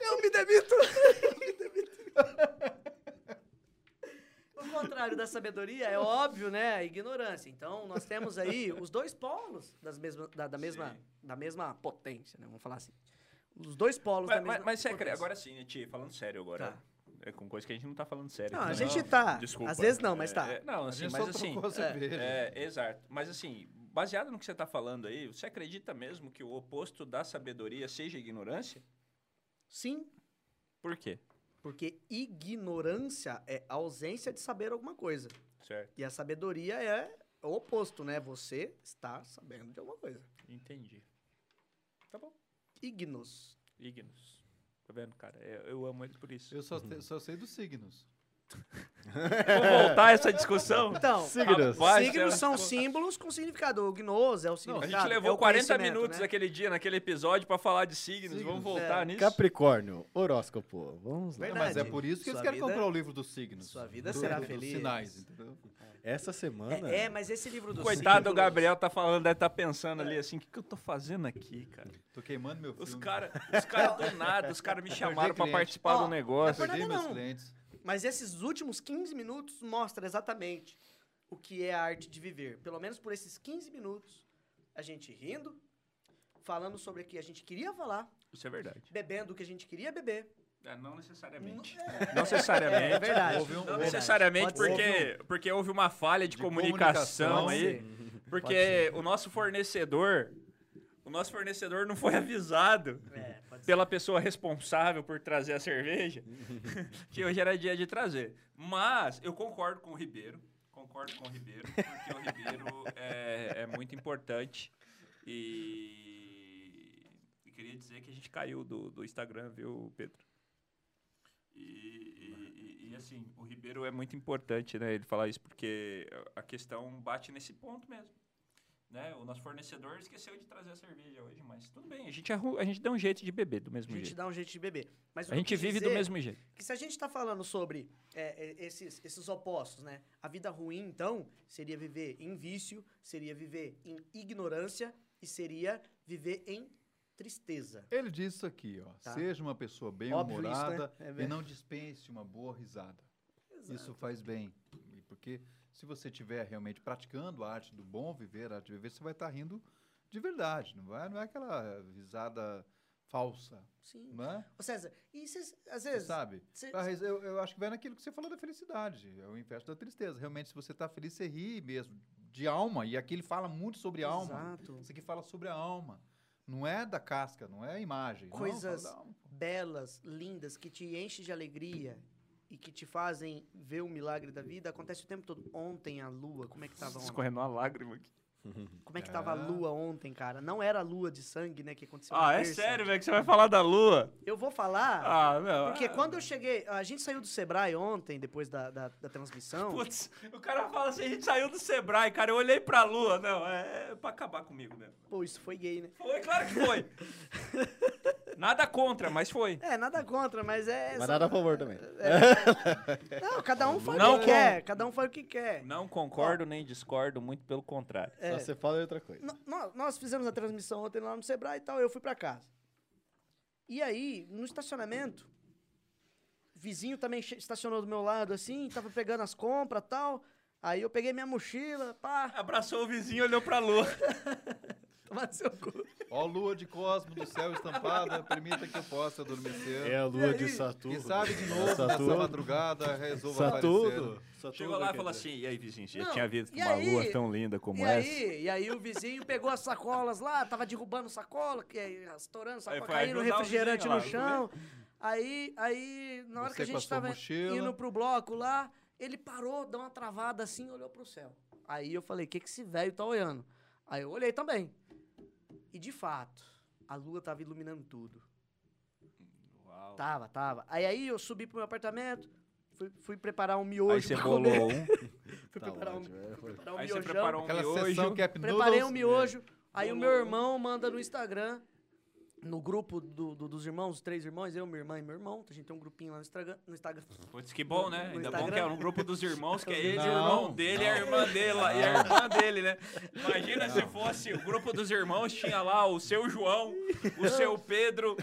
Speaker 1: Eu me demito! Me demito. O contrário da sabedoria é óbvio, né? A ignorância. Então, nós temos aí os dois polos das mesma, da, da mesma,
Speaker 3: Sim.
Speaker 1: da mesma potência, né? Vamos falar assim. Os dois polos da
Speaker 3: Mas,
Speaker 1: mesma
Speaker 3: mas, mas você acre-
Speaker 1: potência.
Speaker 3: agora sim, né, Ti, falando sério agora.
Speaker 1: Tá.
Speaker 3: É com coisa que a gente não tá falando sério.
Speaker 1: Não, a
Speaker 3: aqui,
Speaker 1: gente tá.
Speaker 3: Desculpa.
Speaker 1: Às vezes não, mas
Speaker 3: É,
Speaker 1: tá.
Speaker 3: é, não,
Speaker 2: A
Speaker 3: assim,
Speaker 2: gente
Speaker 3: mas
Speaker 2: só
Speaker 3: assim.
Speaker 2: trocou a cerveja.
Speaker 3: É, exato. Mas assim, baseado no que você tá falando aí, você acredita mesmo que o oposto da sabedoria seja ignorância?
Speaker 1: Sim,
Speaker 3: Por quê?
Speaker 1: Porque ignorância é ausência de saber alguma coisa.
Speaker 3: Certo.
Speaker 1: E a sabedoria é o oposto, né? Você está sabendo de alguma coisa.
Speaker 3: Entendi. Tá bom.
Speaker 1: Ignos.
Speaker 3: Ignos. Tá vendo, cara? Eu, eu amo ele por isso.
Speaker 2: Eu só, te- só sei dos signos.
Speaker 3: Vou voltar a essa discussão.
Speaker 1: Então,
Speaker 4: Signos.
Speaker 3: Rapaz,
Speaker 1: signos
Speaker 3: é-
Speaker 1: são símbolos com significado. O gnos é o
Speaker 3: A
Speaker 1: significado.
Speaker 3: gente
Speaker 1: é
Speaker 3: levou
Speaker 1: o
Speaker 3: 40
Speaker 1: conhecimento,
Speaker 3: minutos
Speaker 1: né?
Speaker 3: aquele dia, naquele episódio, pra falar de signos.
Speaker 2: Signos.
Speaker 3: Vamos voltar
Speaker 1: É.
Speaker 3: nisso?
Speaker 4: Capricórnio, horóscopo. Vamos lá.
Speaker 2: Não, mas é
Speaker 1: Verdade.
Speaker 2: por isso que
Speaker 1: Sua
Speaker 2: eles querem
Speaker 1: vida-
Speaker 2: comprar o livro dos signos.
Speaker 1: sua vida será feliz.
Speaker 2: Dos sinais, entendeu?
Speaker 4: Essa semana.
Speaker 1: É, é, mas esse livro do
Speaker 3: Coitado do
Speaker 1: signos-
Speaker 3: Gabriel tá falando, deve tá pensando ali assim, o que, que eu tô fazendo aqui, cara?
Speaker 2: Tô queimando meu filme.
Speaker 3: Os caras os cara do nada, os <laughs> caras me chamaram pra
Speaker 2: cliente.
Speaker 3: participar
Speaker 1: Ó,
Speaker 3: do negócio.
Speaker 1: Não é
Speaker 2: Perdi
Speaker 1: por nada,
Speaker 2: meus
Speaker 1: não.
Speaker 2: clientes.
Speaker 1: Mas esses últimos 15 minutos mostra exatamente o que é a arte de viver. Pelo menos por esses 15 minutos, a gente rindo, falando sobre o que a gente queria falar,
Speaker 3: Isso é verdade.
Speaker 1: bebendo o que a gente queria beber.
Speaker 3: É, não necessariamente. Não necessariamente.
Speaker 1: É verdade.
Speaker 2: Houve um-
Speaker 3: Não
Speaker 2: houve-
Speaker 3: necessariamente
Speaker 1: Pode ser.
Speaker 3: porque, porque houve uma falha de,
Speaker 2: De
Speaker 3: comunicação,
Speaker 2: comunicação,
Speaker 3: aí. Porque o nosso fornecedor, o nosso fornecedor não foi <laughs> avisado
Speaker 1: É, pode ser.
Speaker 3: pela pessoa responsável por trazer a cerveja, que hoje era dia de trazer. Mas eu concordo com o Ribeiro, concordo com o Ribeiro, porque o Ribeiro é, é muito importante e, e queria dizer que a gente caiu do, do Instagram, viu, Pedro? E, e- e- e, assim, o Ribeiro é muito importante, né, ele falar isso, porque a questão bate nesse ponto mesmo. Né? O nosso fornecedor esqueceu de trazer a cerveja hoje, mas tudo bem, a gente, arru- a gente dá um jeito de beber do
Speaker 1: A
Speaker 3: mesmo
Speaker 1: gente
Speaker 3: jeito.
Speaker 1: dá um jeito de beber. Mas o que
Speaker 3: A
Speaker 1: eu
Speaker 3: gente
Speaker 1: quis
Speaker 3: vive do
Speaker 1: dizer
Speaker 3: mesmo jeito.
Speaker 1: é Que se a gente tá falando sobre é, é, esses, esses opostos, né? A vida ruim, então, seria viver em vício, seria viver em ignorância e seria viver em tristeza.
Speaker 2: Ele disse isso aqui, ó.
Speaker 1: Tá.
Speaker 2: Seja uma pessoa
Speaker 1: Óbvio isso, né?
Speaker 2: bem-humorada
Speaker 1: É
Speaker 2: e
Speaker 1: verdade.
Speaker 2: não dispense uma boa risada. Isso faz bem. E Porque se você estiver realmente praticando a arte do bom viver, a arte de viver, você vai estar rindo de verdade. Não, vai, não é aquela risada falsa,
Speaker 1: Sim.
Speaker 2: não é?
Speaker 1: Ô, César, e cês, às
Speaker 2: Você
Speaker 1: vezes...
Speaker 2: sabe?
Speaker 1: cê-
Speaker 2: Ah, mas Eu, eu acho que vai naquilo que você falou da felicidade. É o inverso da tristeza. Realmente, se você está feliz, você ri mesmo. De alma. E aqui ele fala muito sobre alma.
Speaker 1: Exato.
Speaker 2: Isso aqui fala sobre a alma. Não é da casca, não é a imagem. não, fala
Speaker 1: Coisas-
Speaker 2: da alma.
Speaker 1: Belas, lindas, que te enchem de alegria, e que te fazem ver o milagre da vida acontece o tempo todo. Ontem a lua, como é que tava ontem?
Speaker 3: Escorrendo uma lágrima aqui.
Speaker 1: Como é que tava a
Speaker 2: É.
Speaker 1: lua ontem, cara? Não era a lua de sangue, né, que aconteceu na
Speaker 3: Ah, é
Speaker 1: terça.
Speaker 3: sério, velho, que você vai falar da lua?
Speaker 1: Eu vou falar,
Speaker 3: Ah, não.
Speaker 1: porque
Speaker 3: ah,
Speaker 1: quando eu cheguei... A gente saiu do Sebrae ontem, depois da, da, da transmissão.
Speaker 3: Putz, o cara fala assim, a gente saiu do Sebrae, cara, eu olhei pra lua. Não, é pra acabar comigo mesmo.
Speaker 1: Pô, isso foi gay, né?
Speaker 3: Foi, claro que foi. Nada contra, mas foi.
Speaker 1: É, nada contra, mas é...
Speaker 4: Mas nada a favor também.
Speaker 1: Não, cada um faz o
Speaker 3: Não
Speaker 1: que
Speaker 3: com-
Speaker 1: quer. Cada um faz o que quer.
Speaker 3: Não concordo nem discordo, muito pelo contrário.
Speaker 1: É.
Speaker 4: Só você fala é outra coisa.
Speaker 1: No- nó- Nós fizemos a transmissão ontem lá no Sebrae e tal, eu fui pra casa. E aí, no estacionamento, vizinho também che- estacionou do meu lado, assim, tava pegando as compras e tal. Aí eu peguei minha mochila, pá, <laughs>
Speaker 3: Abraçou o vizinho, olhou pra lua.
Speaker 1: tomar no seu cu.
Speaker 2: Ó, lua de Cosmo do céu estampada, permita que eu possa adormecer.
Speaker 4: É a lua de
Speaker 1: aí?
Speaker 4: Saturno.
Speaker 2: Quem sabe de novo nessa madrugada resolva
Speaker 4: Saturno.
Speaker 2: aparecer.
Speaker 4: Saturno,
Speaker 3: Chegou lá e
Speaker 4: quer
Speaker 3: falou
Speaker 4: dizer.
Speaker 3: assim, e aí, vizinho, você
Speaker 1: Não,
Speaker 3: já tinha visto
Speaker 1: e
Speaker 3: uma
Speaker 1: aí?
Speaker 3: lua tão linda como
Speaker 1: E
Speaker 2: é?
Speaker 3: essa?
Speaker 1: aí, e aí o vizinho pegou as sacolas lá, tava derrubando sacola, que- é, estourando sacola,
Speaker 3: Aí foi
Speaker 1: caindo
Speaker 3: ajudar o
Speaker 1: refrigerante
Speaker 3: vizinho lá,
Speaker 1: no chão. Aí, aí, na hora
Speaker 2: Você
Speaker 1: que a
Speaker 2: com a
Speaker 1: gente
Speaker 2: sua
Speaker 1: tava
Speaker 2: mochila.
Speaker 1: indo pro bloco lá, ele parou, deu uma travada assim e olhou pro céu. Aí eu falei, o que, que esse velho tá olhando? Aí eu olhei também. E de fato, a lua tava iluminando tudo.
Speaker 3: Uau.
Speaker 1: Tava, tava. Aí aí eu subi pro meu apartamento, fui, fui preparar um miojo.
Speaker 3: Aí você
Speaker 1: pra
Speaker 3: bolou
Speaker 1: comer.
Speaker 3: um,
Speaker 1: Fui
Speaker 4: Tá
Speaker 1: preparar um,
Speaker 4: ótimo, é,
Speaker 1: fui
Speaker 4: foi.
Speaker 1: preparar um
Speaker 3: aí você
Speaker 1: miojão.
Speaker 3: preparou um
Speaker 2: Aquela
Speaker 3: miojo.
Speaker 2: sessão é Cap Noodles.
Speaker 1: Preparei um miojo. Aí o
Speaker 3: Rolou
Speaker 1: meu
Speaker 3: um.
Speaker 1: irmão manda no Instagram, no grupo do- do- dos irmãos, os três irmãos, eu, minha irmã e meu irmão. A gente tem um grupinho lá no Instagram. No Instagram.
Speaker 3: Putz, que bom, né?
Speaker 1: No
Speaker 3: Ainda bom
Speaker 1: Instagram.
Speaker 3: que é um grupo dos irmãos, que é
Speaker 2: Não,
Speaker 3: ele, o irmão dele e a irmã dele, e a irmã dele, né? Imagina se fosse o grupo dos irmãos, tinha lá o seu João, o seu Pedro.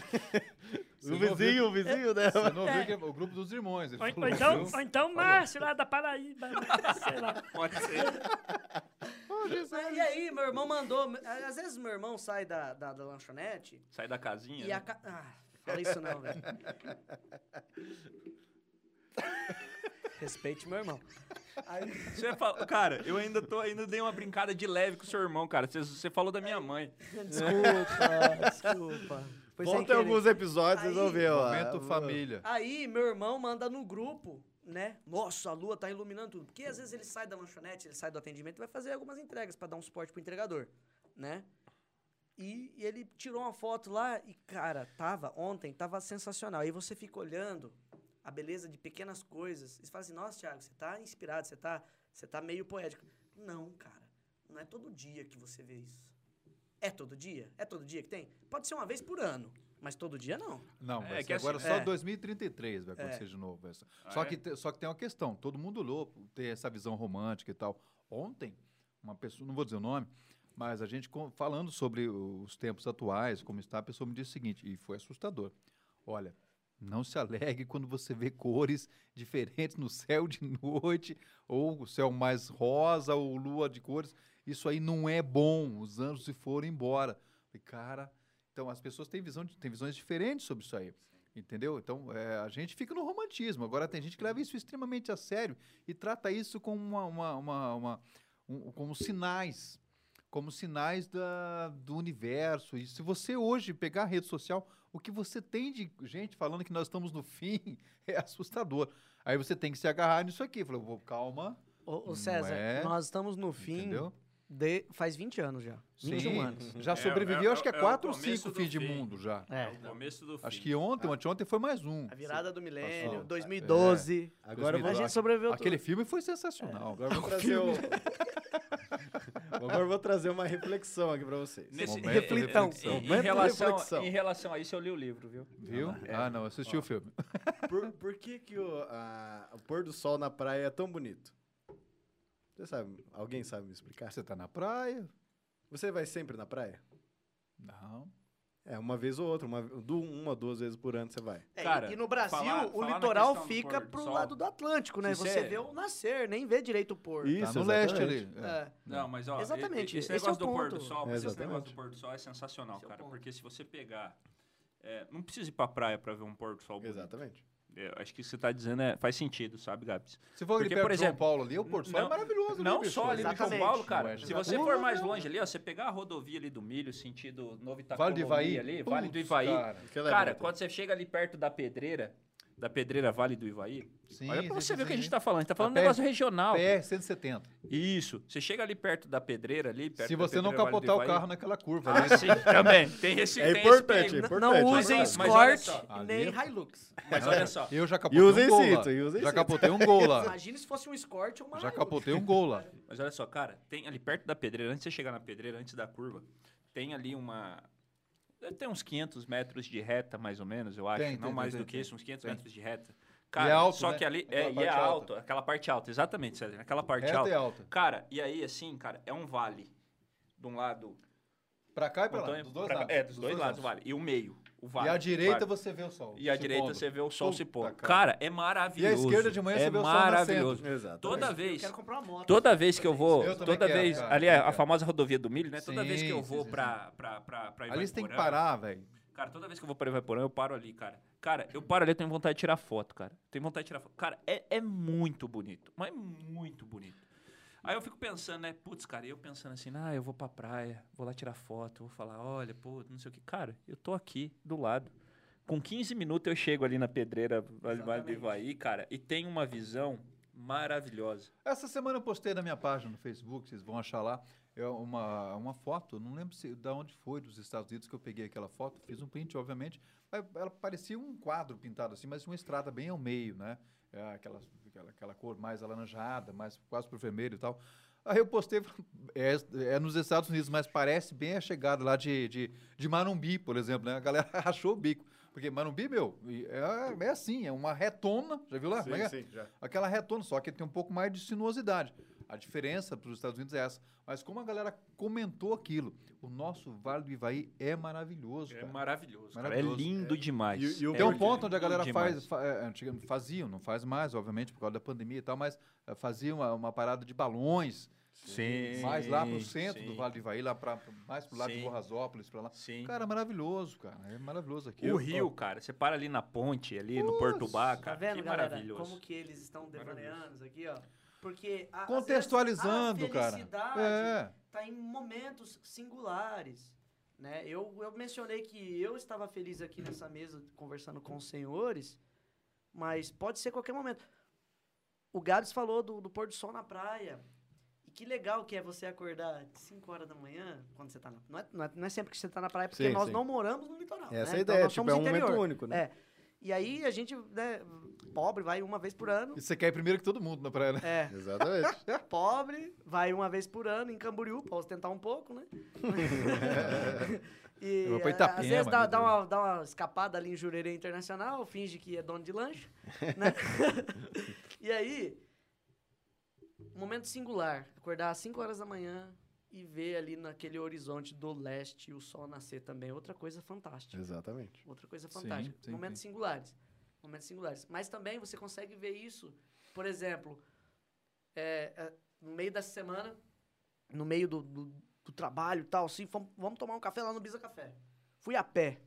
Speaker 4: O vizinho, o vizinho
Speaker 2: Você
Speaker 4: né? dela.
Speaker 2: não viu que é o grupo dos irmãos. ele
Speaker 5: Ou,
Speaker 2: falou,
Speaker 5: ou então,
Speaker 2: viu?
Speaker 5: ou então Márcio lá da Paraíba. Sei lá.
Speaker 3: Pode ser.
Speaker 1: E aí, meu irmão mandou. Às vezes meu irmão sai da, da, da lanchonete
Speaker 3: Sai da casinha.
Speaker 1: e a.
Speaker 3: né?
Speaker 1: ca- Ah, fala isso não, <laughs> velho. Respeite meu irmão. Aí-
Speaker 3: Você fala, cara, eu ainda tô ainda dei uma brincada de leve com o seu irmão, cara. Você, você falou da minha mãe.
Speaker 1: desculpa, desculpa. Foi sem
Speaker 4: Volta em
Speaker 1: querer.
Speaker 4: alguns episódios, vocês vão
Speaker 1: Aí-
Speaker 4: ver, ó.
Speaker 2: Momento família.
Speaker 1: Aí, meu irmão manda no grupo, né? Nossa, a lua tá iluminando tudo. Porque às vezes ele sai da lanchonete, ele sai do atendimento e vai fazer algumas entregas pra dar um suporte pro entregador, né? E, e ele tirou uma foto lá e, cara, tava ontem, tava sensacional. Aí você fica olhando a beleza de pequenas coisas. E você fala assim, nossa, Thiago, você tá inspirado, você tá, você tá meio poético. Não, cara, não é todo dia que você vê isso. É todo dia? É todo dia que tem? Pode ser uma vez por ano, mas todo dia não.
Speaker 2: Não,
Speaker 3: É,
Speaker 2: vai ser
Speaker 3: que assim-
Speaker 2: agora só
Speaker 1: É.
Speaker 2: 2033 vai acontecer de novo essa.
Speaker 3: Ah,
Speaker 2: só,
Speaker 3: é?
Speaker 2: que te- só que tem uma questão. Todo mundo louco ter essa visão romântica e tal. Ontem, uma pessoa, não vou dizer o nome, mas a gente com- falando sobre os tempos atuais, como está, a pessoa me disse o seguinte, e foi assustador. Olha, não se alegre quando você vê cores <laughs> diferentes no céu de noite, ou o céu mais rosa, ou lua de cores. Isso aí não é bom. Os anjos se foram embora. Falei, cara, então as pessoas têm, visão, de- têm visões diferentes sobre isso aí. Entendeu? Então é, a gente fica no romantismo. Agora tem gente que leva isso extremamente a sério e trata isso como, uma, uma, uma- uma- um- como sinais. Como sinais da, do universo. E se você hoje pegar a rede social, o que você tem de gente falando que nós estamos no fim <laughs> é assustador. Aí você tem que se agarrar nisso aqui. Falou, "Vou- calma,
Speaker 1: Ô,
Speaker 2: Não
Speaker 1: ô César,
Speaker 2: é?
Speaker 1: nós estamos no fim
Speaker 2: entendeu?
Speaker 1: de. Faz 20 anos já. 21
Speaker 2: Sim,
Speaker 1: anos.
Speaker 2: <laughs> Já
Speaker 3: É,
Speaker 2: sobreviveu,
Speaker 3: é-
Speaker 2: acho que é
Speaker 3: é o
Speaker 2: 4 ou
Speaker 3: começo
Speaker 2: 5
Speaker 3: do
Speaker 2: fins de
Speaker 3: fim.
Speaker 2: mundo já.
Speaker 3: É,
Speaker 1: É.
Speaker 3: o começo do fim.
Speaker 2: Acho que ontem, anteontem foi mais um.
Speaker 1: A virada do milênio,
Speaker 2: Passou.
Speaker 1: 2012.
Speaker 4: Agora eu vou
Speaker 1: É. A gente sobreviveu
Speaker 2: Aquele filme foi
Speaker 1: É.
Speaker 2: sensacional.
Speaker 1: Tá
Speaker 4: Agora eu
Speaker 1: um
Speaker 4: vou trazer o... <laughs> Agora eu vou trazer uma reflexão aqui pra vocês.
Speaker 3: Nesse,
Speaker 2: Momento de
Speaker 1: reflitão.
Speaker 3: Em, em- em
Speaker 4: Momento de
Speaker 3: relação,
Speaker 4: reflexão.
Speaker 3: em relação a isso, eu li o livro, viu?
Speaker 2: Viu? Ah, não, assisti o filme.
Speaker 4: Por, por que que o, a- o pôr do sol na praia é tão bonito? Você sabe, alguém sabe me explicar?
Speaker 2: Você tá na praia?
Speaker 4: Você vai sempre na praia?
Speaker 2: Não.
Speaker 3: Tá
Speaker 4: É, uma vez ou outra, uma, du- uma duas vezes por ano você vai.
Speaker 1: tudo. É,
Speaker 3: Cara,
Speaker 1: e no Brasil,
Speaker 3: falar-
Speaker 1: o
Speaker 3: falar na
Speaker 1: litoral
Speaker 3: questão do
Speaker 1: fica
Speaker 3: pôr do
Speaker 1: pro
Speaker 3: sol.
Speaker 1: lado do Atlântico, né?
Speaker 3: Se
Speaker 1: Você
Speaker 3: cê-
Speaker 1: vê o nascer, nem vê direito o pôr.
Speaker 4: E-
Speaker 2: Tá
Speaker 4: Isso,
Speaker 2: no leste ali.
Speaker 4: exatamente.
Speaker 2: É.
Speaker 1: É.
Speaker 3: Não, mas ó,
Speaker 1: Exatamente,
Speaker 3: e- e- Esse
Speaker 1: esse é
Speaker 3: negócio
Speaker 1: o
Speaker 3: do pôr
Speaker 1: ponto.
Speaker 3: do sol,
Speaker 4: É,
Speaker 3: mas esse
Speaker 4: exatamente.
Speaker 3: negócio do pôr do sol é sensacional,
Speaker 1: Esse é o
Speaker 3: cara.
Speaker 1: ponto.
Speaker 3: Porque se você pegar. é, não precisa ir pra praia pra ver um pôr do sol bonito.
Speaker 4: Exatamente.
Speaker 3: É, acho que o que você tá dizendo é, faz sentido, sabe, Gabs?
Speaker 2: Se for ali
Speaker 3: Porque,
Speaker 2: perto
Speaker 3: por
Speaker 2: de São
Speaker 3: exemplo,
Speaker 2: Paulo ali, o Porto Sol é
Speaker 3: não-
Speaker 2: maravilhoso.
Speaker 3: Não
Speaker 2: né, bicho?
Speaker 3: só ali no São
Speaker 1: Exatamente.
Speaker 3: Paulo, cara.
Speaker 2: Não é
Speaker 3: se você
Speaker 2: exatamente.
Speaker 3: for mais longe ali, ó, você pegar a rodovia ali do Milho, sentido Novo
Speaker 2: Vale do
Speaker 3: Itacoa
Speaker 2: Ivaí.
Speaker 3: ali, Vale do
Speaker 2: Putz,
Speaker 3: Ivaí.
Speaker 2: cara.
Speaker 4: Aquela é
Speaker 3: Cara,
Speaker 4: bonita.
Speaker 3: quando você chega ali perto da pedreira, da Pedreira Vale do Ivaí.
Speaker 2: Sim,
Speaker 3: Olha pra
Speaker 2: sim,
Speaker 3: você
Speaker 2: sim,
Speaker 3: ver o que a
Speaker 2: sim.
Speaker 3: gente tá falando. A gente tá falando de
Speaker 2: pé-
Speaker 3: negócio regional.
Speaker 2: PR 170.
Speaker 3: Isso. Você chega ali perto da pedreira ali, perto
Speaker 2: Se
Speaker 3: da
Speaker 2: você não
Speaker 3: Pedreira é Vale do
Speaker 2: capotar o
Speaker 3: Ivaí-
Speaker 2: carro naquela curva, né?
Speaker 3: Ah, sim, também. Tem esse
Speaker 4: É
Speaker 3: tem
Speaker 4: importante,
Speaker 3: esse
Speaker 4: é
Speaker 3: perigo.
Speaker 4: importante.
Speaker 1: Não
Speaker 4: mas
Speaker 1: usem
Speaker 4: olha-
Speaker 3: mas olha
Speaker 1: Escort
Speaker 3: só,
Speaker 1: nem
Speaker 2: ali- é
Speaker 1: Hilux.
Speaker 3: Mas olha só.
Speaker 2: Eu já capotei
Speaker 4: usem
Speaker 2: um gol lá.
Speaker 4: cinto, e usem
Speaker 2: Já
Speaker 4: cinto.
Speaker 2: capotei um gol
Speaker 1: <laughs>
Speaker 2: lá.
Speaker 1: Imagina se fosse um Escort ou uma
Speaker 2: Já
Speaker 1: Hilux.
Speaker 2: capotei um gol lá.
Speaker 3: Mas olha só, cara, tem ali perto da pedreira, antes de você chegar na pedreira, antes da curva, tem ali uma. Deve ter uns 500 metros de reta, mais ou menos, eu acho.
Speaker 2: Tem,
Speaker 3: não
Speaker 2: tem,
Speaker 3: mais
Speaker 2: tem,
Speaker 3: do
Speaker 2: tem,
Speaker 3: que isso, uns 500
Speaker 2: tem.
Speaker 3: metros de reta. Cara,
Speaker 2: E é alto,
Speaker 3: só
Speaker 2: né?
Speaker 3: que ali.
Speaker 2: Aquela
Speaker 3: É, e
Speaker 2: parte
Speaker 3: é
Speaker 2: alta.
Speaker 3: alto, aquela parte alta, exatamente, César. Aquela parte
Speaker 2: Reta é
Speaker 3: alta.
Speaker 2: e alta.
Speaker 3: Cara, e aí, assim, cara, é um vale. De um lado.
Speaker 2: Pra cá e pra lá.
Speaker 3: montanha,
Speaker 2: Dos dois
Speaker 3: pra-
Speaker 2: lados.
Speaker 3: É, dos, dois, lados, o vale. E o meio. O vale.
Speaker 2: E à
Speaker 3: o
Speaker 2: direita
Speaker 3: vale.
Speaker 2: você vê o sol.
Speaker 3: E à
Speaker 2: se
Speaker 3: direita
Speaker 2: pondo.
Speaker 3: você vê o sol se pôr.
Speaker 2: Puta,
Speaker 3: Cara, é maravilhoso.
Speaker 2: esquerda de manhã
Speaker 3: é
Speaker 2: você vê o sol
Speaker 3: maravilhoso.
Speaker 4: Exato.
Speaker 3: Toda
Speaker 1: Eu
Speaker 3: vez.
Speaker 1: quero comprar uma moto.
Speaker 3: Toda vez
Speaker 1: É
Speaker 3: que eu vou,
Speaker 2: Eu também
Speaker 3: toda
Speaker 2: quero,
Speaker 3: vez,
Speaker 2: cara,
Speaker 3: ali
Speaker 2: eu
Speaker 3: é a
Speaker 2: quero.
Speaker 3: famosa rodovia do milho, né? Toda
Speaker 2: Sim,
Speaker 3: vez que eu
Speaker 2: sim,
Speaker 3: vou
Speaker 2: sim,
Speaker 3: pra, pra, pra, pra
Speaker 2: Ali você tem que
Speaker 3: Ivaiporã-
Speaker 2: parar, velho.
Speaker 3: Cara, toda vez que eu vou pra Ivaiporã, eu paro ali, cara. Cara, eu paro ali, eu tenho vontade de tirar foto, cara. Tenho vontade de tirar foto. Cara, é, é muito bonito, mas é muito bonito. Aí eu fico pensando, né? Putz, cara, eu pensando assim, ah, eu vou pra praia, vou lá tirar foto, vou falar, olha, pô, não sei o que. Cara, eu tô aqui do lado. Com 15 minutos eu chego ali na pedreira Vale Vale do Ivaí, cara, e tem uma visão maravilhosa.
Speaker 2: Essa semana eu postei na minha página no Facebook, vocês vão achar lá, é uma, uma foto, não lembro se, da onde foi, dos Estados Unidos, que eu peguei aquela foto, fiz um print, obviamente. mas Ela parecia um quadro pintado assim, mas uma estrada bem ao meio, né? É aquela, aquela, aquela cor mais alaranjada, mais quase pro vermelho e tal. Aí eu postei, é, é nos Estados Unidos, mas parece bem a chegada lá de, de, de Marumbi, por exemplo, né? A galera <laughs> rachou o bico. Porque Marumbi, meu, é, é assim, é uma retona, já viu lá? Como é que é?
Speaker 4: Sim, sim, já.
Speaker 2: aquela retona, só que tem um pouco mais de sinuosidade. A diferença para os Estados Unidos é essa. Mas como a galera comentou aquilo, o nosso Vale do Ivaí é maravilhoso.
Speaker 3: É
Speaker 2: cara.
Speaker 3: maravilhoso, cara.
Speaker 2: Maravilhoso.
Speaker 3: É lindo demais.
Speaker 4: E- e o
Speaker 3: É
Speaker 2: Tem um
Speaker 4: Porque-
Speaker 2: ponto onde a galera
Speaker 3: lindo
Speaker 2: faz,
Speaker 3: demais.
Speaker 2: fa- é, antiga- faziam, não faz mais, obviamente, por causa da pandemia e tal, mas eh, fazia uma, uma parada de balões,
Speaker 3: Sim.
Speaker 2: mais lá para o centro do
Speaker 3: sim.
Speaker 2: Vale do Ivaí, lá pra, mais para o lado de
Speaker 3: Sim.
Speaker 2: Borrasópolis, para lá.
Speaker 3: Sim.
Speaker 2: Cara, maravilhoso, cara. É maravilhoso aqui.
Speaker 3: o
Speaker 2: Eu-
Speaker 3: rio, cara, você para ali na ponte, ali no Porto Bar,
Speaker 1: Tá
Speaker 3: cara,
Speaker 1: vendo,
Speaker 3: que
Speaker 1: galera?
Speaker 3: maravilhoso.
Speaker 1: Como que eles estão devaneando aqui, ó? Porque a, às vezes,
Speaker 2: Contextualizando,
Speaker 1: a
Speaker 2: cara.
Speaker 1: felicidade
Speaker 2: É.
Speaker 1: tá em momentos singulares. Né? Eu, eu mencionei que eu estava feliz aqui nessa mesa conversando com os senhores, mas pode ser qualquer momento. O Gabs falou do, do pôr do sol na praia. E que legal que é você acordar de 5 horas da manhã, quando você tá na... Não é, não é, não é sempre que você tá na praia, porque
Speaker 4: Sim,
Speaker 1: nós
Speaker 4: sim.
Speaker 1: não moramos no litoral.
Speaker 4: Essa
Speaker 1: né?
Speaker 4: é a
Speaker 1: Então,
Speaker 4: ideia,
Speaker 1: nós
Speaker 4: tipo,
Speaker 1: somos
Speaker 4: é um
Speaker 1: interior.
Speaker 4: momento único, né?
Speaker 1: É. E aí a gente, né, pobre, vai uma vez por ano.
Speaker 2: E você quer ir primeiro que todo mundo na praia, né?
Speaker 1: É,
Speaker 4: Exatamente.
Speaker 3: <laughs>
Speaker 1: pobre, vai uma vez por ano em Camboriú, pra ostentar um pouco,
Speaker 2: <laughs>
Speaker 1: né? e,
Speaker 2: Eu vou pra
Speaker 1: eh,
Speaker 2: Itapema,
Speaker 1: às vezes dá,
Speaker 2: né,
Speaker 1: dá uma, dá uma escapada ali em Jurerê Internacional, finge que é dono de
Speaker 2: <laughs>
Speaker 1: lanche, né? <laughs> e aí, momento singular, acordar às 5 horas da manhã e ver ali naquele horizonte do leste o sol nascer também, é outra coisa fantástica.
Speaker 4: Exatamente.
Speaker 1: Outra coisa
Speaker 2: Sim,
Speaker 1: fantástica.
Speaker 2: sim,
Speaker 1: Momentos singulares. Momentos singulares. Mas também você consegue ver isso, por exemplo, é, é, no meio da semana, no meio do, do, do trabalho e tal, assim, fomos- vamos tomar um café lá no Bisa Café. Fui a pé.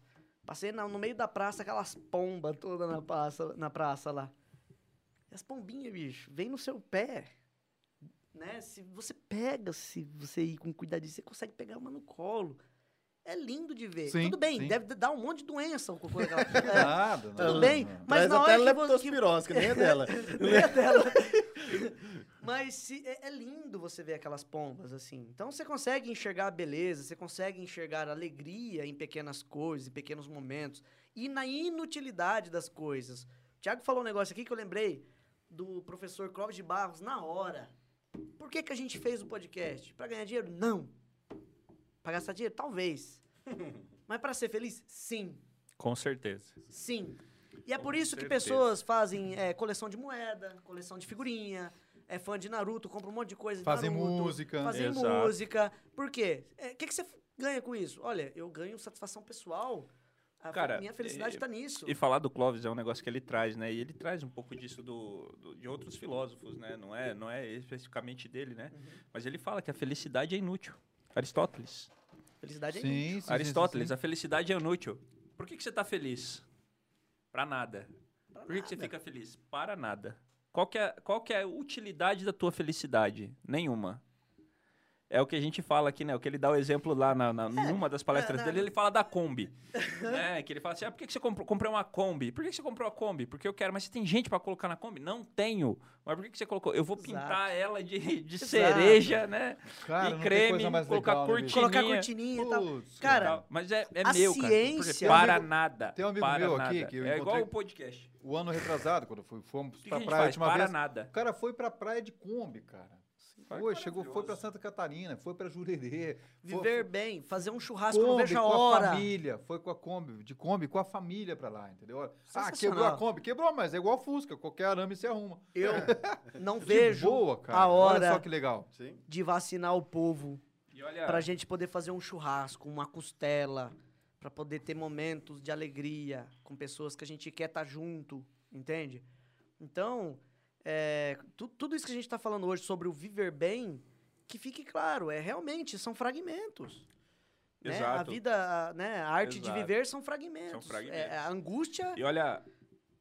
Speaker 1: Passei na- no meio da praça, aquelas pombas todas na praça, na praça lá. E as pombinhas, bicho, vem no seu pé. Né? Se você pega, se você ir com cuidadinho, você consegue pegar uma no colo. É lindo de ver.
Speaker 2: Sim,
Speaker 1: Tudo bem,
Speaker 2: sim.
Speaker 1: deve dar um monte de doença o cocô daquela
Speaker 2: <laughs>
Speaker 1: <laughs> é,
Speaker 2: Nada,
Speaker 1: Tudo
Speaker 2: nada.
Speaker 1: bem, mas
Speaker 4: Traz
Speaker 1: na
Speaker 4: até
Speaker 1: hora que vo- que
Speaker 4: leptospirose, que nem
Speaker 1: <laughs>
Speaker 4: é dela.
Speaker 1: Lê a tela. Mas se- é, é lindo você ver aquelas pombas, assim. Então você consegue enxergar a beleza, você consegue enxergar a alegria em pequenas coisas, em pequenos momentos. E na inutilidade das coisas. O Tiago falou um negócio aqui que eu lembrei do professor Clóvis de Barros na hora. Por que, que a gente fez o podcast? Pra ganhar dinheiro? Não. Pra gastar dinheiro? Talvez. Mas pra ser feliz? Sim.
Speaker 3: Com certeza.
Speaker 1: Sim. E é por isso que
Speaker 3: certeza.
Speaker 1: pessoas fazem é, coleção de moeda, coleção de figurinha, é fã de Naruto, compra um monte de coisa de
Speaker 2: Fazer
Speaker 1: Naruto.
Speaker 2: música.
Speaker 1: Fazer
Speaker 3: Exato.
Speaker 1: música. Por quê? É, O que, que você f- ganha com isso? Olha, eu ganho satisfação pessoal. A
Speaker 3: Cara,
Speaker 1: minha felicidade
Speaker 3: e-
Speaker 1: está nisso.
Speaker 3: E falar do Clóvis é um negócio que ele traz, né? E ele traz um pouco disso do, do- de outros filósofos, né? Não é, não é especificamente dele, né?
Speaker 1: Uhum.
Speaker 3: Mas ele fala que a felicidade é inútil. Aristóteles.
Speaker 1: Felicidade é
Speaker 2: Sim,
Speaker 1: inútil.
Speaker 2: sim, sim,
Speaker 3: Aristóteles,
Speaker 2: sim,
Speaker 3: a felicidade é inútil. Por que, que você tá feliz? Pra nada.
Speaker 1: Pra
Speaker 3: Por que, que você
Speaker 1: nada.
Speaker 3: fica feliz? Para nada. Qual que, é, qual que é a utilidade da tua felicidade? Nenhuma. É o que a gente fala aqui, né? O que ele dá o exemplo lá na, na- numa das
Speaker 1: é,
Speaker 3: palestras
Speaker 1: na-
Speaker 3: dele, ele fala
Speaker 1: <laughs>
Speaker 3: da Kombi. né? Que ele fala assim: ah, por que que você comprou, comprei uma Kombi? Por que que você comprou a Kombi? Porque eu quero, mas você tem gente pra colocar na Kombi? Não tenho. Mas por que que você colocou? Eu vou pintar ela de, de cereja, né?
Speaker 2: Cara,
Speaker 3: E
Speaker 2: não tem
Speaker 3: creme,
Speaker 2: coisa mais
Speaker 3: colocar
Speaker 2: legal, né, bicho?
Speaker 3: cortina.
Speaker 1: Colocar
Speaker 3: Tininha.
Speaker 1: cortininha e tal.
Speaker 2: Putz,
Speaker 1: Cara,
Speaker 3: Mas é, é
Speaker 1: a
Speaker 3: meu, cara. porque
Speaker 1: ciência- é
Speaker 3: Para
Speaker 2: Tem um amigo-
Speaker 3: nada.
Speaker 2: tem um amigo
Speaker 3: para
Speaker 2: meu
Speaker 3: nada.
Speaker 2: aqui que eu
Speaker 3: É igual
Speaker 2: encontrei-
Speaker 3: o podcast.
Speaker 2: O ano retrasado, quando fui, fomos
Speaker 3: O que, que a
Speaker 2: pra
Speaker 3: gente
Speaker 2: praia a
Speaker 3: faz?
Speaker 2: última
Speaker 3: Para
Speaker 2: vez.
Speaker 3: nada.
Speaker 2: O cara foi pra praia de Kombi, cara.
Speaker 3: Olha que
Speaker 2: Foi, chegou, foi pra
Speaker 3: maravilhoso.
Speaker 2: Santa Catarina, foi pra Jurerê. foi-
Speaker 1: viver bem, fazer um churrasco, não
Speaker 2: Kombi
Speaker 1: vejo a
Speaker 2: com
Speaker 1: hora.
Speaker 2: a família, foi com a Kombi, de Kombi com a família pra lá, entendeu? Ah,
Speaker 1: Sensacional.
Speaker 2: quebrou a Kombi, quebrou, mas é igual a Fusca, qualquer arame se arruma.
Speaker 1: Eu não
Speaker 2: <laughs> De
Speaker 1: vejo
Speaker 2: boa, cara.
Speaker 1: a
Speaker 2: Olha
Speaker 1: hora
Speaker 2: só que legal.
Speaker 4: Sim.
Speaker 1: de vacinar o povo
Speaker 3: E olha,
Speaker 1: pra gente poder fazer um churrasco, uma costela, pra poder ter momentos de alegria com pessoas que a gente quer estar junto, entende? Então, é, tu- tudo isso que a gente tá falando hoje sobre o viver bem, que fique claro, é realmente são fragmentos. né? A
Speaker 3: Exato.
Speaker 1: vida, a, né, a arte
Speaker 3: Exato.
Speaker 1: de viver são fragmentos.
Speaker 3: São
Speaker 1: É,
Speaker 3: fragmentos.
Speaker 1: a angústia
Speaker 3: E olha,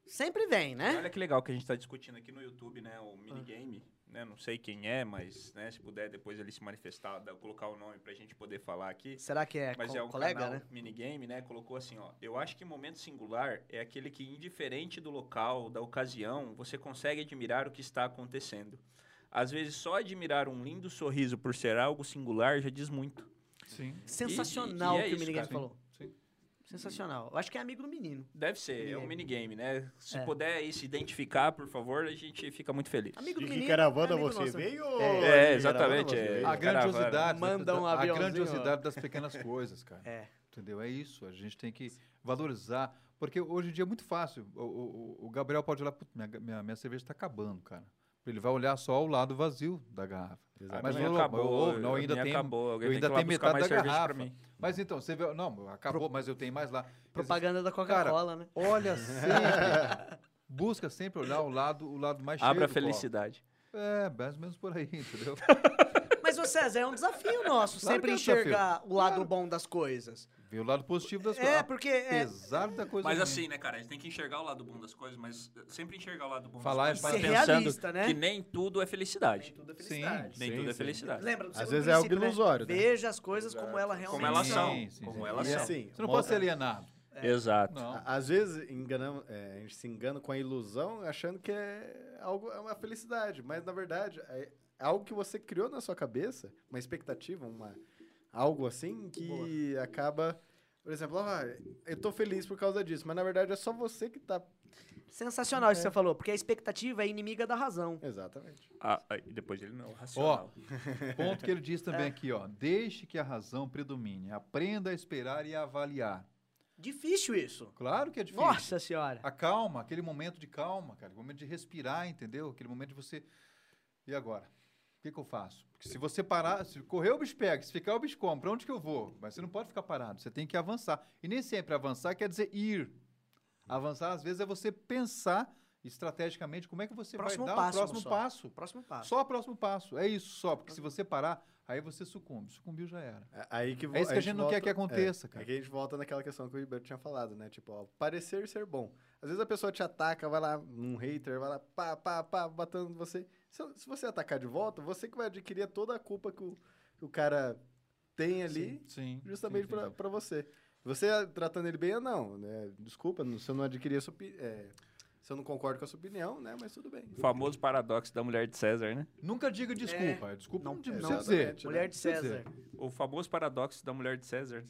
Speaker 1: sempre vem,
Speaker 3: E
Speaker 1: né? Ah.
Speaker 3: Olha que legal que a gente está discutindo aqui no YouTube, né? O minigame, né? Não sei quem é, mas né, se puder depois ele se manifestar, dar- colocar o nome pra gente poder falar aqui.
Speaker 1: Será que é,
Speaker 3: Mas
Speaker 1: co-
Speaker 3: é um
Speaker 1: colega,
Speaker 3: canal
Speaker 1: né?
Speaker 3: minigame, né? Colocou assim, ó. Eu acho que momento singular é aquele que, indiferente do local, da ocasião, você consegue admirar o que está acontecendo. Às vezes, só admirar um lindo sorriso por ser algo singular já diz muito.
Speaker 2: Sim.
Speaker 1: Sensacional
Speaker 3: e
Speaker 1: o
Speaker 3: é
Speaker 1: que o
Speaker 3: isso,
Speaker 1: Minigame
Speaker 3: cara.
Speaker 1: falou.
Speaker 2: Sim.
Speaker 1: Sensacional. Eu acho que é amigo do menino.
Speaker 3: Deve ser, é um
Speaker 1: Minigame.
Speaker 3: minigame, né? Se
Speaker 1: É.
Speaker 3: puder aí se identificar, por favor, a gente fica muito feliz.
Speaker 1: Amigo
Speaker 4: De
Speaker 1: do
Speaker 4: que
Speaker 1: menino. é
Speaker 4: caravana
Speaker 1: amigo
Speaker 4: você
Speaker 1: nosso.
Speaker 4: veio?
Speaker 3: É, exatamente, é.
Speaker 2: A
Speaker 3: Caravana.
Speaker 2: grandiosidade,
Speaker 1: Manda um
Speaker 2: da- a
Speaker 1: aviãozinho,
Speaker 2: grandiosidade das
Speaker 1: <laughs>
Speaker 2: pequenas coisas, cara.
Speaker 1: É.
Speaker 2: Entendeu? É isso. A gente tem que valorizar. Porque hoje em dia é muito fácil. O, o- o- o Gabriel pode olhar, "Putz, minha, minha, minha cerveja está acabando, cara. Ele vai olhar só o lado vazio da garrafa.
Speaker 4: Exatamente.
Speaker 2: Mas
Speaker 3: A minha
Speaker 2: eu-
Speaker 3: acabou,
Speaker 2: eu- não,
Speaker 3: a
Speaker 2: ainda
Speaker 3: minha
Speaker 2: tem-
Speaker 3: acabou. Alguém
Speaker 2: eu
Speaker 3: tem
Speaker 2: ainda
Speaker 3: que ir lá
Speaker 2: tenho
Speaker 3: buscar
Speaker 2: metade
Speaker 3: mais
Speaker 2: da
Speaker 3: cerveja
Speaker 2: garrafa.
Speaker 3: pra mim.
Speaker 2: Mas então, você vê. Não, acabou, mas eu tenho mais lá.
Speaker 1: Propaganda da Coca-Cola, né?
Speaker 2: Olha sempre. <laughs> busca sempre olhar o lado, o lado mais
Speaker 3: Abra
Speaker 2: cheio.
Speaker 3: a
Speaker 2: do copo.
Speaker 3: felicidade.
Speaker 2: É, mais ou menos por aí,
Speaker 1: <laughs>
Speaker 2: entendeu?
Speaker 1: Mas, ô César, é um desafio nosso
Speaker 2: Claro
Speaker 1: sempre
Speaker 2: que é um
Speaker 1: enxergar o lado bom das coisas.
Speaker 2: Vê o lado positivo das coisas.
Speaker 1: É, porque é,
Speaker 2: Apesar da coisa.
Speaker 3: Mas
Speaker 2: ruim.
Speaker 3: assim, né, cara? A gente tem que enxergar o lado bom das coisas, mas sempre enxergar o lado bom
Speaker 2: Falar
Speaker 3: das
Speaker 2: e
Speaker 3: coisas.
Speaker 1: ser
Speaker 2: pensando
Speaker 1: realista, né?
Speaker 3: Que nem tudo é felicidade.
Speaker 1: tudo é
Speaker 2: Sim,
Speaker 1: felicidade.
Speaker 3: Nem
Speaker 2: sim,
Speaker 3: tudo é
Speaker 2: sim.
Speaker 3: felicidade.
Speaker 1: Lembra do
Speaker 4: Às
Speaker 1: segundo
Speaker 4: vezes é algo
Speaker 1: princípio, né?
Speaker 4: ilusório, né?
Speaker 1: Veja as coisas como elas realmente é.
Speaker 3: Como elas
Speaker 2: Sim,
Speaker 3: são.
Speaker 2: sim, sim.
Speaker 3: como elas
Speaker 4: E
Speaker 3: são.
Speaker 4: assim,
Speaker 2: Você não
Speaker 4: uma
Speaker 2: pode ser
Speaker 4: outra-
Speaker 2: alienado.
Speaker 3: é. Exato.
Speaker 2: Não.
Speaker 4: a- Às vezes enganam, é, a gente se engana com a ilusão achando que é algo é uma felicidade, mas na verdade é é algo que você criou na sua cabeça, uma expectativa, uma algo assim que acaba, por exemplo, ah, eu tô feliz por causa disso, mas na verdade é só você que tá
Speaker 1: Sensacional
Speaker 2: É.
Speaker 1: isso que você falou, porque a expectativa é inimiga da razão.
Speaker 4: exatamente.
Speaker 3: Ah, aí depois ele não, racional.
Speaker 2: <laughs> Ponto que ele diz também
Speaker 1: É.
Speaker 2: aqui, ó. Deixe que a razão predomine. Aprenda a esperar e a avaliar.
Speaker 1: Difícil isso.
Speaker 2: Claro que é difícil.
Speaker 1: Nossa senhora.
Speaker 2: A calma, aquele momento de calma, cara. Aquele momento de respirar, entendeu? Aquele momento de você. E agora? O que, que eu faço? Porque se você parar, se correr o bicho pega, se ficar o bicho come, pra onde que eu vou? Mas você não pode ficar parado, você tem que avançar. E nem sempre avançar quer dizer ir. Avançar, às vezes, é você pensar estrategicamente como é que você
Speaker 1: Próximo
Speaker 2: vai dar
Speaker 1: passo,
Speaker 2: o próximo
Speaker 1: só.
Speaker 2: passo.
Speaker 1: Próximo passo.
Speaker 2: Só o próximo passo. É isso só. Porque se você parar, aí você sucumbe. Sucumbiu já era.
Speaker 4: É Aí que vo-
Speaker 2: É isso que a gente não quer
Speaker 4: volta- é.
Speaker 2: que aconteça, cara.
Speaker 4: Aqui a gente volta naquela questão que o Gilberto tinha falado, né? Tipo, ó, parecer ser bom. Às vezes a pessoa te ataca, vai lá, um hater, vai lá, pá, pá, pá, batendo você. Se, se você atacar de volta, você que vai adquirir toda a culpa que o, que o cara tem é ali,
Speaker 2: Sim.
Speaker 4: justamente
Speaker 2: sim, sim,
Speaker 4: pra,
Speaker 2: sim.
Speaker 4: pra você. Você tratando ele bem ou não, né? Desculpa, não- se eu não adquirir a sua opinião. se eu não concordo com a sua opinião, né? Mas tudo bem.
Speaker 3: O famoso paradoxo da mulher de César, né?
Speaker 2: Nunca diga desculpa. é, Desculpa
Speaker 1: Não-
Speaker 2: não, não precisa
Speaker 1: não-
Speaker 2: dizer.
Speaker 4: Exatamente, né?
Speaker 1: Mulher de
Speaker 2: Quer dizer,
Speaker 1: César.
Speaker 3: O famoso paradoxo da mulher de César.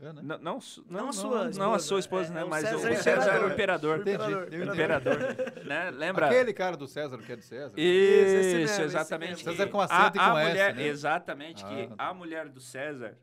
Speaker 2: É, né?
Speaker 3: Não, não, su-
Speaker 1: Não a
Speaker 3: não,
Speaker 1: sua
Speaker 3: não, não a
Speaker 1: esposa,
Speaker 3: sua esposa,
Speaker 1: é-
Speaker 3: né?
Speaker 1: é o
Speaker 3: mas
Speaker 1: César
Speaker 3: o César era o
Speaker 1: imperador.
Speaker 3: imperador.
Speaker 1: Imperador,
Speaker 2: Entendi, eu entendi.
Speaker 3: Imperador. né? Lembra?
Speaker 2: Aquele cara do César que é de César.
Speaker 1: Isso, esse mesmo,
Speaker 3: Isso,
Speaker 1: esse
Speaker 3: exatamente.
Speaker 1: mesmo.
Speaker 2: César com acento e com S,
Speaker 3: mulher,
Speaker 2: né?
Speaker 3: Exatamente, que
Speaker 2: Ah, tá.
Speaker 3: a mulher do César,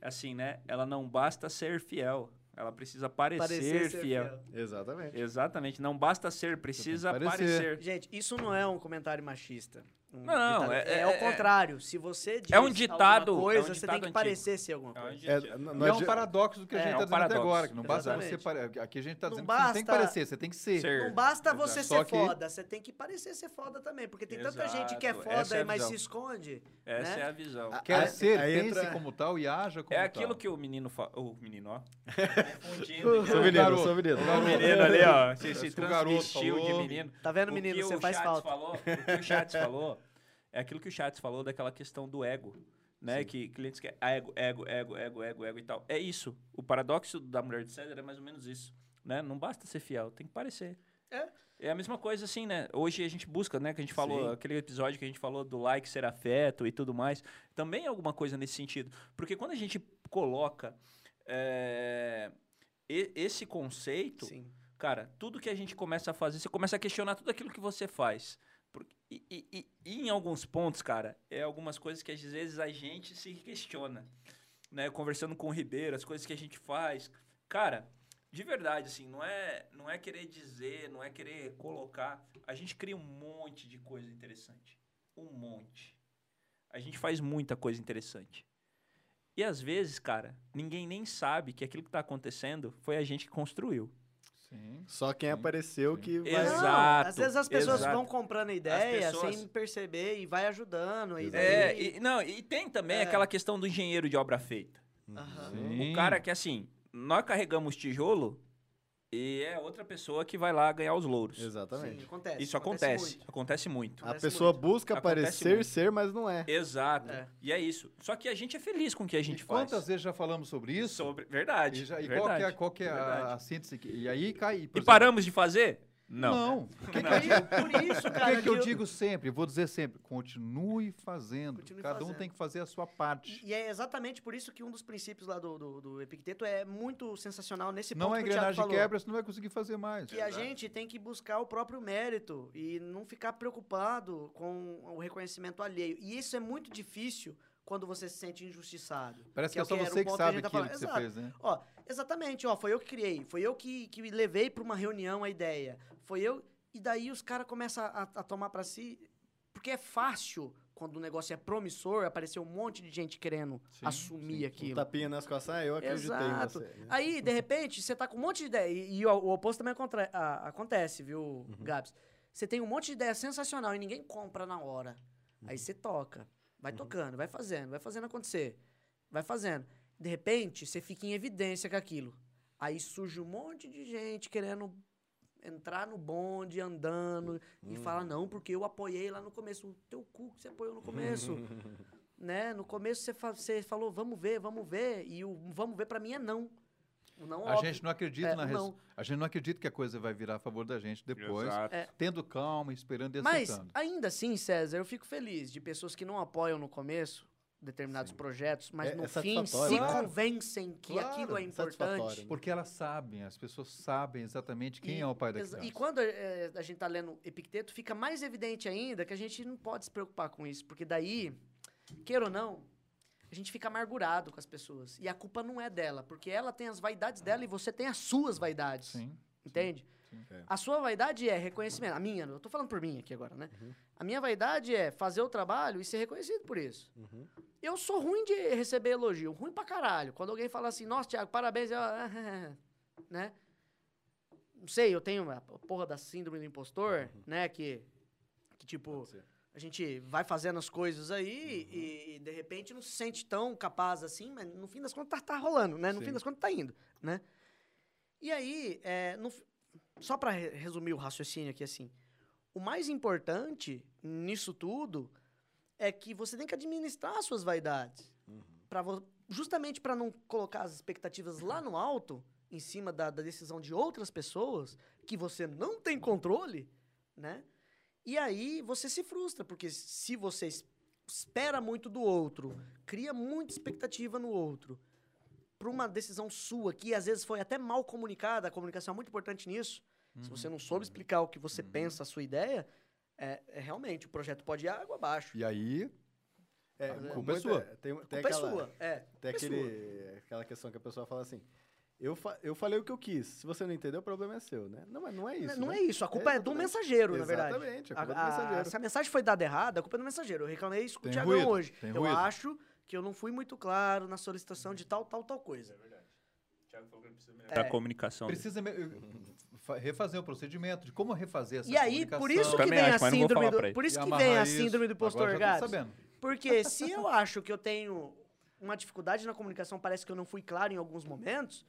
Speaker 3: assim, né? Ela não basta ser fiel, ela precisa parecer, fiel.
Speaker 4: Exatamente.
Speaker 3: Exatamente, não basta ser, precisa
Speaker 2: Você tem que
Speaker 3: parecer.
Speaker 2: parecer.
Speaker 1: Gente, isso não é um comentário machista. Um
Speaker 3: Não,
Speaker 1: ditado.
Speaker 3: é-
Speaker 1: é,
Speaker 3: é-
Speaker 1: ao contrário. Se você diz
Speaker 3: É um ditado-
Speaker 1: alguma coisa,
Speaker 3: é um
Speaker 1: você
Speaker 3: ditado
Speaker 1: tem que
Speaker 3: antigo.
Speaker 1: parecer ser alguma coisa.
Speaker 4: É, não- não
Speaker 2: E é um
Speaker 4: adi-
Speaker 2: paradoxo do que a
Speaker 1: É,
Speaker 2: gente
Speaker 3: é um
Speaker 2: está dizendo até
Speaker 3: paradoxo.
Speaker 2: agora. Que não basta você
Speaker 1: Exatamente.
Speaker 2: pare... Aqui a gente está
Speaker 1: Não
Speaker 2: dizendo que você não tem que
Speaker 1: basta
Speaker 2: parecer, você tem que ser.
Speaker 3: Ser.
Speaker 1: Não basta
Speaker 2: Exato.
Speaker 1: você
Speaker 2: Só
Speaker 1: ser
Speaker 2: que-
Speaker 1: foda, você tem que parecer ser foda também. Porque tem tanta
Speaker 3: Exato,
Speaker 1: gente que é
Speaker 3: essa
Speaker 1: foda,
Speaker 3: é a
Speaker 1: mas
Speaker 3: visão.
Speaker 1: se esconde.
Speaker 3: Essa
Speaker 1: né?
Speaker 3: é a visão.
Speaker 4: Ah,
Speaker 2: Quer
Speaker 4: Aí-
Speaker 2: ser,
Speaker 4: aí
Speaker 2: pense
Speaker 4: entra-
Speaker 2: como tal e haja como
Speaker 3: É
Speaker 2: tal.
Speaker 3: aquilo que o menino fala. O menino,
Speaker 2: <laughs>
Speaker 3: ó.
Speaker 4: <laughs> Sou
Speaker 3: Confundindo.
Speaker 4: menino,
Speaker 2: garoto.
Speaker 4: sou menino.
Speaker 3: o menino ali, ó. Se, se
Speaker 2: O garoto
Speaker 3: transvestiu de
Speaker 2: falou.
Speaker 3: menino.
Speaker 1: Tá vendo,
Speaker 3: O
Speaker 1: menino?
Speaker 3: que
Speaker 1: Você
Speaker 3: o
Speaker 1: faz
Speaker 3: Chats
Speaker 1: falta.
Speaker 3: Falou, o que o Chats falou é aquilo que o Chats falou daquela questão do ego. né? Que clientes que é ego, ego, ego, ego, ego, ego e tal. É isso. O paradoxo da mulher de César é mais ou menos isso, né? Não basta ser fiel, tem que parecer.
Speaker 1: É.
Speaker 3: É a mesma coisa assim, né? Hoje a gente busca, né? Que a gente falou,
Speaker 4: Sim.
Speaker 3: aquele episódio que a gente falou do like ser afeto e tudo mais. Também é alguma coisa nesse sentido. Porque quando a gente coloca é, e- esse conceito,
Speaker 1: Sim.
Speaker 3: Cara, tudo que a gente começa a fazer, você começa a questionar tudo aquilo que você faz. Por- E, e- e- e em alguns pontos, cara, é algumas coisas que às vezes a gente se questiona. Né? Conversando com o Ribeiro, as coisas que a gente faz. Cara, de verdade, assim, não é, não é querer dizer, não é querer colocar. A gente cria um monte de coisa interessante. Um monte. A gente faz muita coisa interessante. E às vezes, cara, ninguém nem sabe que aquilo que tá acontecendo foi a gente que construiu.
Speaker 2: Sim.
Speaker 4: Só quem
Speaker 2: Sim,
Speaker 4: apareceu
Speaker 2: sim.
Speaker 4: que vai...
Speaker 3: Exato.
Speaker 1: Não, às vezes as pessoas
Speaker 3: exato.
Speaker 1: vão comprando a ideia
Speaker 3: As pessoas-
Speaker 1: sem perceber e vai ajudando. E
Speaker 3: É,
Speaker 1: daí-
Speaker 3: e, não, e tem também
Speaker 1: É.
Speaker 3: aquela questão do engenheiro de obra feita.
Speaker 4: Uhum.
Speaker 1: Aham.
Speaker 2: Sim.
Speaker 3: O cara que, assim, nós carregamos tijolo e é outra pessoa que vai lá ganhar os louros.
Speaker 4: Exatamente.
Speaker 1: Sim, É, acontece.
Speaker 3: Isso acontece, acontece
Speaker 2: Ah,
Speaker 3: muito.
Speaker 4: A
Speaker 1: Acontece
Speaker 4: pessoa
Speaker 1: muito.
Speaker 4: busca
Speaker 3: Acontece
Speaker 4: parecer
Speaker 3: muito.
Speaker 4: ser, mas não é.
Speaker 3: Exato.
Speaker 1: É.
Speaker 3: E é isso. Só que a gente é feliz com o que a
Speaker 2: E
Speaker 3: gente faz.
Speaker 2: quantas vezes já falamos sobre isso?
Speaker 3: Sobre... Verdade.
Speaker 2: E, já- e qual que
Speaker 3: verdade.
Speaker 2: é, qual que é a,
Speaker 3: verdade.
Speaker 2: a síntese? que- e aí cai. por
Speaker 3: E
Speaker 2: exemplo-
Speaker 3: paramos de fazer? <laughs> Não. É
Speaker 2: Não. O que, que
Speaker 1: Por
Speaker 2: eu
Speaker 1: i- Por
Speaker 3: <laughs>
Speaker 1: isso,
Speaker 2: O que,
Speaker 1: cara.
Speaker 2: que eu digo sempre? Vou dizer sempre. Continue fazendo.
Speaker 1: Continue
Speaker 2: Cada um
Speaker 1: fazendo.
Speaker 2: tem que fazer a sua parte.
Speaker 1: E é exatamente por isso que um dos princípios lá do, do, do Epicteto é muito sensacional nesse ponto
Speaker 2: não é
Speaker 1: que o Thiago
Speaker 2: engrenagem de
Speaker 1: falou.
Speaker 2: quebra, você não vai conseguir fazer mais.
Speaker 1: Que a gente tem que buscar o próprio mérito e não ficar preocupado com o reconhecimento alheio. E isso é muito difícil quando você se sente injustiçado.
Speaker 2: Parece que
Speaker 1: é
Speaker 2: é
Speaker 1: o
Speaker 2: só
Speaker 1: era o
Speaker 2: você que
Speaker 1: ponto a
Speaker 2: sabe
Speaker 1: gente tá
Speaker 2: aquilo
Speaker 1: falando.
Speaker 2: que você
Speaker 1: Exato.
Speaker 2: fez, né?
Speaker 1: Ó, exatamente, ó, foi eu que criei, foi eu que, que levei para uma reunião a ideia, foi eu. E daí os caras começam a, a tomar para si, porque é fácil quando o negócio é promissor, aparecer um monte de gente querendo
Speaker 2: Sim,
Speaker 1: assumir
Speaker 2: sim.
Speaker 4: Um
Speaker 1: aquilo.
Speaker 4: tapinha nas costas, ah, eu acreditei
Speaker 1: Exato.
Speaker 4: em você.
Speaker 1: Aí, de repente, você tá com um monte de ideia. E, e o, o oposto também acontra- a- acontece, viu, Gabs? Você tem um monte de ideia sensacional e ninguém compra na hora. Aí você toca. Vai tocando, vai fazendo, vai fazendo acontecer. Vai fazendo. De repente, você fica em evidência com aquilo. Aí surge um monte de gente querendo entrar no bonde, andando, e fala, não, porque eu apoiei lá no começo. O teu cu que você apoiou no começo né? No começo você, fa- você falou, vamos ver, vamos ver, e o vamos ver pra mim é não. O não
Speaker 2: A
Speaker 1: óbvio.
Speaker 2: gente não acredita
Speaker 1: É,
Speaker 2: na res...
Speaker 1: não.
Speaker 2: A gente não acredita que a coisa vai virar a favor da gente depois.
Speaker 3: Exato.
Speaker 2: Tendo calma, esperando e
Speaker 1: Mas,
Speaker 2: tá aceitando.
Speaker 1: ainda assim, César, eu fico feliz de pessoas que não apoiam no começo determinados projetos, mas
Speaker 4: É-
Speaker 1: no
Speaker 4: é
Speaker 1: fim
Speaker 4: satisfatório,
Speaker 1: se
Speaker 2: claro.
Speaker 1: convencem que
Speaker 2: Claro,
Speaker 1: aquilo é importante.
Speaker 4: satisfatório,
Speaker 2: Porque elas sabem, as pessoas sabem exatamente quem
Speaker 1: E-
Speaker 2: é o pai da
Speaker 1: exa-
Speaker 2: criança.
Speaker 1: E quando eh, a gente tá lendo Epicteto, fica mais evidente ainda que a gente não pode se preocupar com isso, porque daí, queira ou não, a gente fica amargurado com as pessoas. E a culpa não é dela, porque ela tem as vaidades dela e você tem as suas vaidades.
Speaker 2: Sim.
Speaker 1: Entende?
Speaker 2: sim.
Speaker 4: É.
Speaker 1: A sua vaidade é reconhecimento. A minha, eu tô falando por mim aqui agora, né?
Speaker 4: Uhum.
Speaker 1: A minha vaidade é fazer o trabalho e ser reconhecido por isso.
Speaker 4: Uhum.
Speaker 1: Eu sou ruim de receber elogio, ruim pra caralho. Quando alguém fala assim, nossa, Thiago, parabéns, eu, <laughs> né? Não sei, eu tenho a porra da síndrome do impostor, né? Que, que tipo,
Speaker 4: Uhum. Pode ser. Uhum.
Speaker 1: a gente vai fazendo as coisas aí e, e, de repente não se sente tão capaz assim, mas no fim das contas tá, tá rolando, né? No
Speaker 2: Sim.
Speaker 1: fim das contas tá indo, né? E aí, é, no fi- só pra re- resumir o raciocínio aqui assim, o mais importante nisso tudo é que você tem que administrar as suas vaidades, Pra vo- justamente para não colocar as expectativas lá no alto, em cima da- da decisão de outras pessoas que você não tem controle, né? E aí você se frustra, porque se você es- espera muito do outro, cria muita expectativa no outro, para uma decisão sua, que às vezes foi até mal comunicada, a comunicação é muito importante nisso. Se você não soube explicar o que você pensa, a sua ideia, é, é realmente o projeto pode ir água abaixo.
Speaker 2: E aí,
Speaker 4: É,
Speaker 1: Mas é-
Speaker 4: culpa
Speaker 2: Culpa é
Speaker 4: é
Speaker 2: sua.
Speaker 4: Tem, tem
Speaker 1: Culpa é
Speaker 4: aquela,
Speaker 1: sua, é.
Speaker 4: Tem
Speaker 1: culpa é
Speaker 4: aquele, aquela questão que a pessoa fala assim, eu, fa- eu falei o que eu quis, se você não entendeu, o problema é seu, né? Não, mas não é isso,
Speaker 1: Não
Speaker 4: né?
Speaker 1: é isso, a culpa é, do
Speaker 4: exatamente.
Speaker 1: mensageiro, na verdade.
Speaker 4: Exatamente, a culpa
Speaker 1: A-
Speaker 4: é do
Speaker 1: a-
Speaker 4: mensageiro.
Speaker 1: Se a mensagem foi dada errada, a culpa é do mensageiro. Eu reclamei isso com
Speaker 2: Tem
Speaker 1: o Thiagão
Speaker 2: ruído,
Speaker 1: hoje.
Speaker 2: tem
Speaker 1: eu
Speaker 2: ruído.
Speaker 1: acho que eu não fui muito claro na solicitação de tal, tal, tal coisa. É,
Speaker 3: Pra comunicação. né?
Speaker 2: precisa me- fa- refazer o procedimento de como refazer essa
Speaker 1: E aí,
Speaker 2: comunicação.
Speaker 1: por isso que
Speaker 3: Também
Speaker 1: vem
Speaker 3: acho,
Speaker 1: a
Speaker 3: mas não vou
Speaker 1: síndrome
Speaker 3: falar pra
Speaker 1: do,
Speaker 3: ele.
Speaker 1: por
Speaker 2: E
Speaker 1: isso que
Speaker 2: amarrar
Speaker 1: vem a
Speaker 2: isso.
Speaker 1: síndrome do impostor,
Speaker 2: Agora já tô
Speaker 1: Gabs.
Speaker 2: sabendo.
Speaker 1: Porque se
Speaker 2: <laughs>
Speaker 1: eu acho que eu tenho uma dificuldade na comunicação, parece que eu não fui claro em alguns momentos,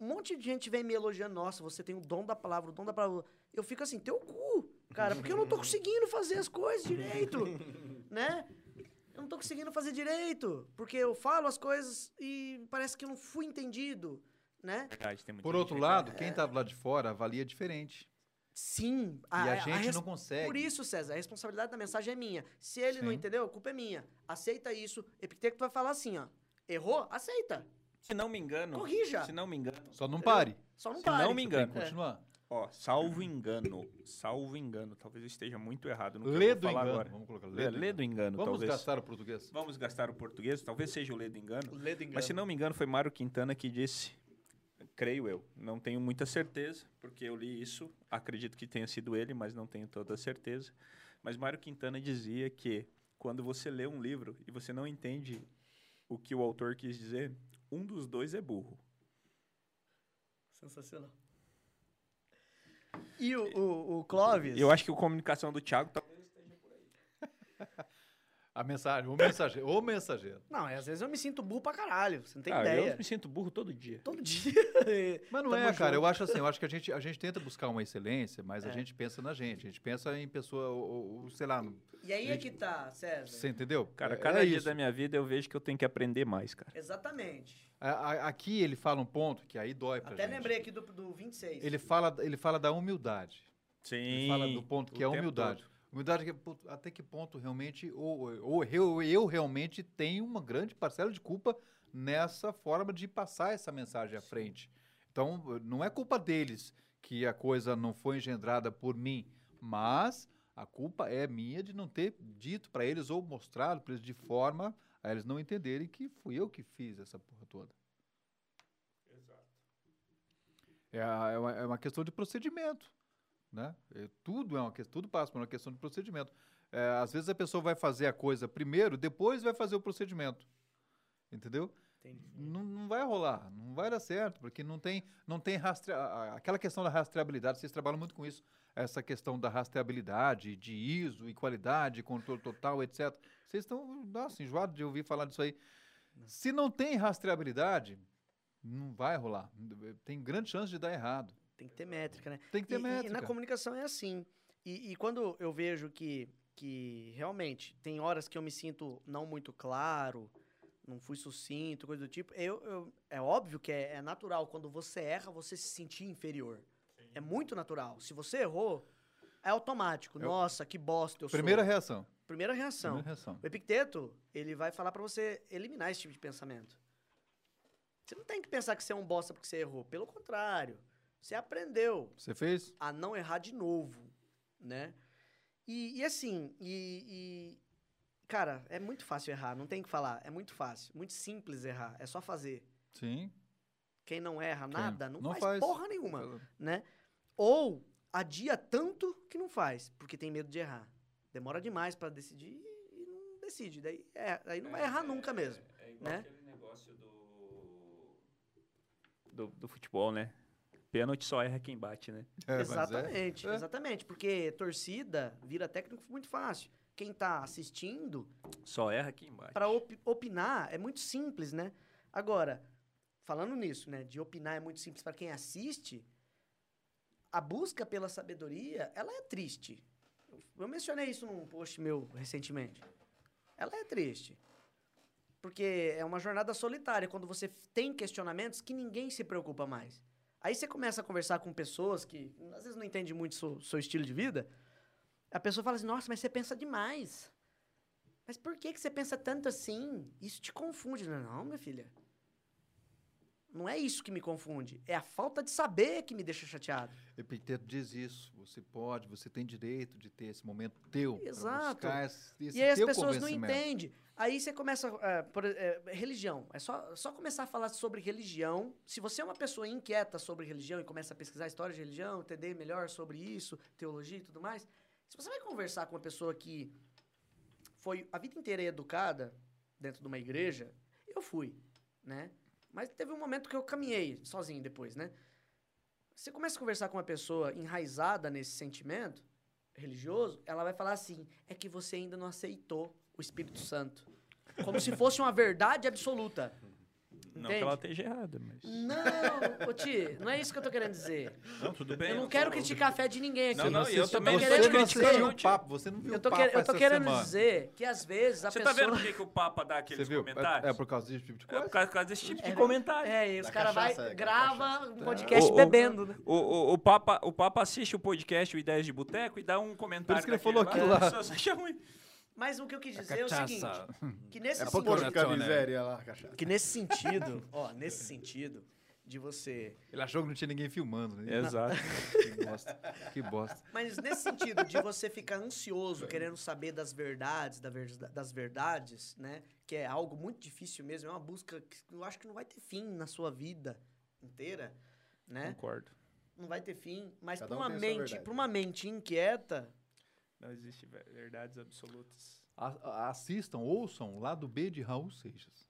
Speaker 1: um monte de gente vem me elogiando, nossa, você tem o dom da palavra, o dom da palavra. Eu fico assim,
Speaker 2: <laughs>
Speaker 1: teu cu, cara, porque eu não tô conseguindo fazer as coisas direito, né? Eu não tô conseguindo fazer direito, porque eu falo as coisas e parece que eu não fui entendido, né?
Speaker 3: Verdade, tem muita
Speaker 2: Por
Speaker 3: gente
Speaker 2: outro
Speaker 3: que-
Speaker 2: lado, quem tá do lado de fora avalia diferente.
Speaker 1: Sim.
Speaker 2: e a gente
Speaker 1: res-
Speaker 2: não consegue.
Speaker 1: é, ah, Por isso, César, a responsabilidade da mensagem é minha. Se ele não
Speaker 2: Sim.
Speaker 1: entendeu, a culpa é minha. Aceita isso. Epicteto vai falar assim, ó. Errou? Aceita.
Speaker 3: Se não me engano.
Speaker 1: Corrija.
Speaker 3: Se não me engano.
Speaker 2: Só não pare.
Speaker 1: Só não
Speaker 3: Se
Speaker 1: pare.
Speaker 3: não me
Speaker 2: Tem
Speaker 3: engano.
Speaker 2: que continuar.
Speaker 3: Ó, salvo engano. Salvo engano. Talvez eu esteja muito errado no que
Speaker 2: Lê
Speaker 3: eu vou
Speaker 2: do
Speaker 3: falar
Speaker 2: engano.
Speaker 3: agora. É,
Speaker 2: Vamos colocar
Speaker 3: Lê,
Speaker 2: lê do
Speaker 3: lê do engano,
Speaker 2: Vamos
Speaker 3: talvez.
Speaker 2: gastar o português.
Speaker 3: Vamos gastar o português, talvez seja o lê do engano.
Speaker 1: Ledo engano.
Speaker 3: Mas se não me engano, foi Mário Quintana que disse, creio eu, não tenho muita certeza, porque eu li isso, acredito que tenha sido ele, mas não tenho toda a certeza. Mas Mário Quintana dizia que quando você lê um livro e você não entende o que o autor quis dizer, um dos dois é burro.
Speaker 1: Sensacional. E o, o, o Clóvis?
Speaker 3: E eu acho que a comunicação do Thiago tá...
Speaker 2: A mensagem, o mensageiro. o mensageiro.
Speaker 1: Não, às vezes eu me sinto burro pra caralho. Você não tem
Speaker 3: Ah,
Speaker 1: ideia.
Speaker 3: eu me sinto burro todo dia.
Speaker 1: Todo dia. <laughs>
Speaker 2: Mas não
Speaker 1: Tamo
Speaker 2: é, cara.
Speaker 1: junto. É.
Speaker 2: Eu acho assim, eu acho que a gente, a gente tenta buscar uma excelência, mas a gente pensa na gente. A gente pensa em pessoa, ou, ou, sei lá, no-
Speaker 1: E aí é que tá, César.
Speaker 2: você entendeu?
Speaker 3: Cara,
Speaker 2: É-
Speaker 3: cada
Speaker 2: é
Speaker 3: dia
Speaker 2: isso.
Speaker 3: da minha vida eu vejo que eu tenho que aprender mais, cara.
Speaker 1: Exatamente.
Speaker 2: A- a- Aqui ele fala um ponto que aí dói pra
Speaker 1: Até
Speaker 2: gente.
Speaker 1: lembrei aqui do, do 26.
Speaker 2: Ele fala, ele fala da humildade.
Speaker 3: Sim.
Speaker 2: Ele fala do ponto que
Speaker 3: o
Speaker 2: é a
Speaker 3: tempo
Speaker 2: humildade. Humildade que é pô, até que ponto realmente, ou, ou eu, eu realmente tenho uma grande parcela de culpa nessa forma de passar essa mensagem à frente. Então, não é culpa deles que a coisa não foi engendrada por mim, mas a culpa é minha de não ter dito para eles ou mostrado para eles de forma a eles não entenderem que fui eu que fiz essa porra toda. É, a- é uma, é uma questão de procedimento, né? É, tudo é uma questão, tudo passa por uma questão de procedimento. É, às vezes a pessoa vai fazer a coisa primeiro, depois vai fazer o procedimento, entendeu? Não, não vai rolar, não vai dar certo, porque não tem, não tem rastre... a- a- aquela questão da rastreabilidade, vocês trabalham muito com isso, essa questão da rastreabilidade, de ISO e qualidade, controle total, etc. Vocês estão, nossa, enjoados de ouvir falar disso aí. Se não tem rastreabilidade, não vai rolar. Tem grande chance de dar errado.
Speaker 1: Tem que ter métrica, né?
Speaker 2: Tem que ter
Speaker 1: E- e-
Speaker 2: métrica.
Speaker 1: E, na comunicação é assim. E, e quando eu vejo que, que realmente tem horas que eu me sinto não muito claro, não fui sucinto, coisa do tipo, eu, eu- é óbvio que é, é natural. Quando você erra, você se sentir inferior. É muito natural. Se você errou, é automático.
Speaker 2: Eu-
Speaker 1: Nossa, que bosta eu
Speaker 2: Primeira
Speaker 1: sou.
Speaker 2: reação.
Speaker 1: Primeira reação.
Speaker 2: Primeira reação.
Speaker 1: O Epicteto, ele vai falar pra você eliminar esse tipo de pensamento. Você não tem que pensar que você é um bosta porque você errou. Pelo contrário. Você aprendeu
Speaker 2: Você fez?
Speaker 1: a não errar de novo, né? E, e assim, e, e- Cara, é muito fácil errar, não tem o que falar. É muito fácil, muito simples errar, é só fazer.
Speaker 2: Sim.
Speaker 1: Quem não erra
Speaker 2: Quem
Speaker 1: nada, não,
Speaker 2: não
Speaker 1: faz,
Speaker 2: faz.
Speaker 1: porra nenhuma, né? Ou adia tanto que não faz, porque tem medo de errar. Demora demais pra decidir e não decide. Daí, é, daí não vai errar nunca mesmo.
Speaker 3: É igual
Speaker 1: né?
Speaker 3: aquele negócio do... do. do futebol, né? Pênalti só erra quem bate, né?
Speaker 2: É, mas é.
Speaker 1: exatamente,
Speaker 2: É.
Speaker 1: exatamente. Porque torcida vira técnico muito fácil. Quem tá assistindo
Speaker 3: Só erra quem bate.
Speaker 1: Pra opi- opinar é muito simples, né? Agora, falando nisso, né, de opinar é muito simples para quem assiste, a busca pela sabedoria, ela é triste. Eu- Eu mencionei isso num post meu recentemente. Ela é triste. Porque é uma jornada solitária quando você f- tem questionamentos que ninguém se preocupa mais. Aí você começa a conversar com pessoas que às vezes não entendem muito seu, seu estilo de vida. A pessoa fala assim: "Nossa, mas você pensa demais". Mas por que, que você pensa tanto assim? Isso te confunde. Não, não, minha filha. Não é isso que me confunde. É a falta de saber que me deixa chateado.
Speaker 2: Epiteto diz isso. Você pode, você tem direito de ter esse momento teu. pra
Speaker 1: Exato.
Speaker 2: buscar esse, esse
Speaker 1: e aí as
Speaker 2: teu
Speaker 1: pessoas não
Speaker 2: convencimento.
Speaker 1: entendem. Aí você começa. é, por- é, religião. É só, só começar a falar sobre religião. Se você é uma pessoa inquieta sobre religião e começa a pesquisar história de religião, entender melhor sobre isso, teologia e tudo mais. Se você vai conversar com uma pessoa que foi a vida inteira educada dentro de uma igreja, eu fui, né? Mas teve um momento que eu caminhei sozinho depois, né? Você começa a conversar com uma pessoa enraizada nesse sentimento religioso, ela vai falar assim: é que você ainda não aceitou o Espírito Santo. Como se fosse uma verdade absoluta.
Speaker 3: Não
Speaker 6: Entende?
Speaker 3: que ela esteja errada, mas.
Speaker 6: Não, ô Ti, não é isso que eu tô querendo dizer.
Speaker 3: Não, tudo bem.
Speaker 6: eu não
Speaker 3: eu
Speaker 6: quero
Speaker 3: sou-
Speaker 6: criticar a fé de ninguém aqui.
Speaker 3: Não, não, e eu
Speaker 6: Eu tô
Speaker 3: também-
Speaker 6: querendo
Speaker 2: Você não
Speaker 6: dizer-
Speaker 2: assistiu o papo, você não viu
Speaker 6: Eu tô,
Speaker 2: o papo
Speaker 6: quer- eu tô
Speaker 2: essa
Speaker 6: querendo
Speaker 2: semana.
Speaker 6: dizer que às vezes a
Speaker 3: Você tá
Speaker 6: pessoa.
Speaker 3: vendo por que, que o Papa dá
Speaker 2: Você
Speaker 3: aqueles
Speaker 2: viu?
Speaker 3: comentários?
Speaker 2: É, é por causa desse tipo de
Speaker 3: É
Speaker 2: coisa?
Speaker 3: por causa, por causa desse tipo de
Speaker 6: É.
Speaker 3: comentário.
Speaker 6: É, e os
Speaker 4: Da
Speaker 6: caras vai
Speaker 4: cachaça, é, da
Speaker 6: grava
Speaker 4: cachaça.
Speaker 6: um podcast
Speaker 3: Ô, ô,
Speaker 6: bebendo, né?
Speaker 3: O, o, o, Papa, o Papa assiste o podcast o Ideias de Boteco e dá um comentário.
Speaker 2: Por isso que ele
Speaker 3: daquele
Speaker 2: falou aquilo lá.
Speaker 3: as pessoas acham ruim.
Speaker 6: Mas o que eu quis dizer é o seguinte: que nesse
Speaker 2: É
Speaker 6: sentido.
Speaker 2: pouco
Speaker 4: Porca miséria lá, cachaça.
Speaker 1: Que nesse sentido, ó, nesse sentido de você
Speaker 3: É.
Speaker 2: Ele achou que não tinha ninguém filmando, né?
Speaker 3: Exato.
Speaker 2: Que bosta. Que bosta.
Speaker 1: Mas nesse sentido de você ficar ansioso, querendo saber das verdades, da ver- das verdades, né? Que é algo muito difícil mesmo, é uma busca que eu acho que não vai ter fim na sua vida inteira, né?
Speaker 3: Concordo.
Speaker 1: Não vai ter fim, mas
Speaker 4: Cada
Speaker 1: para uma
Speaker 4: um tem a sua
Speaker 1: mente,
Speaker 4: verdade.
Speaker 1: para uma mente inquieta,
Speaker 3: Não existe verdades absolutas.
Speaker 2: A- a- Assistam, ouçam o lado B de Raul Seixas.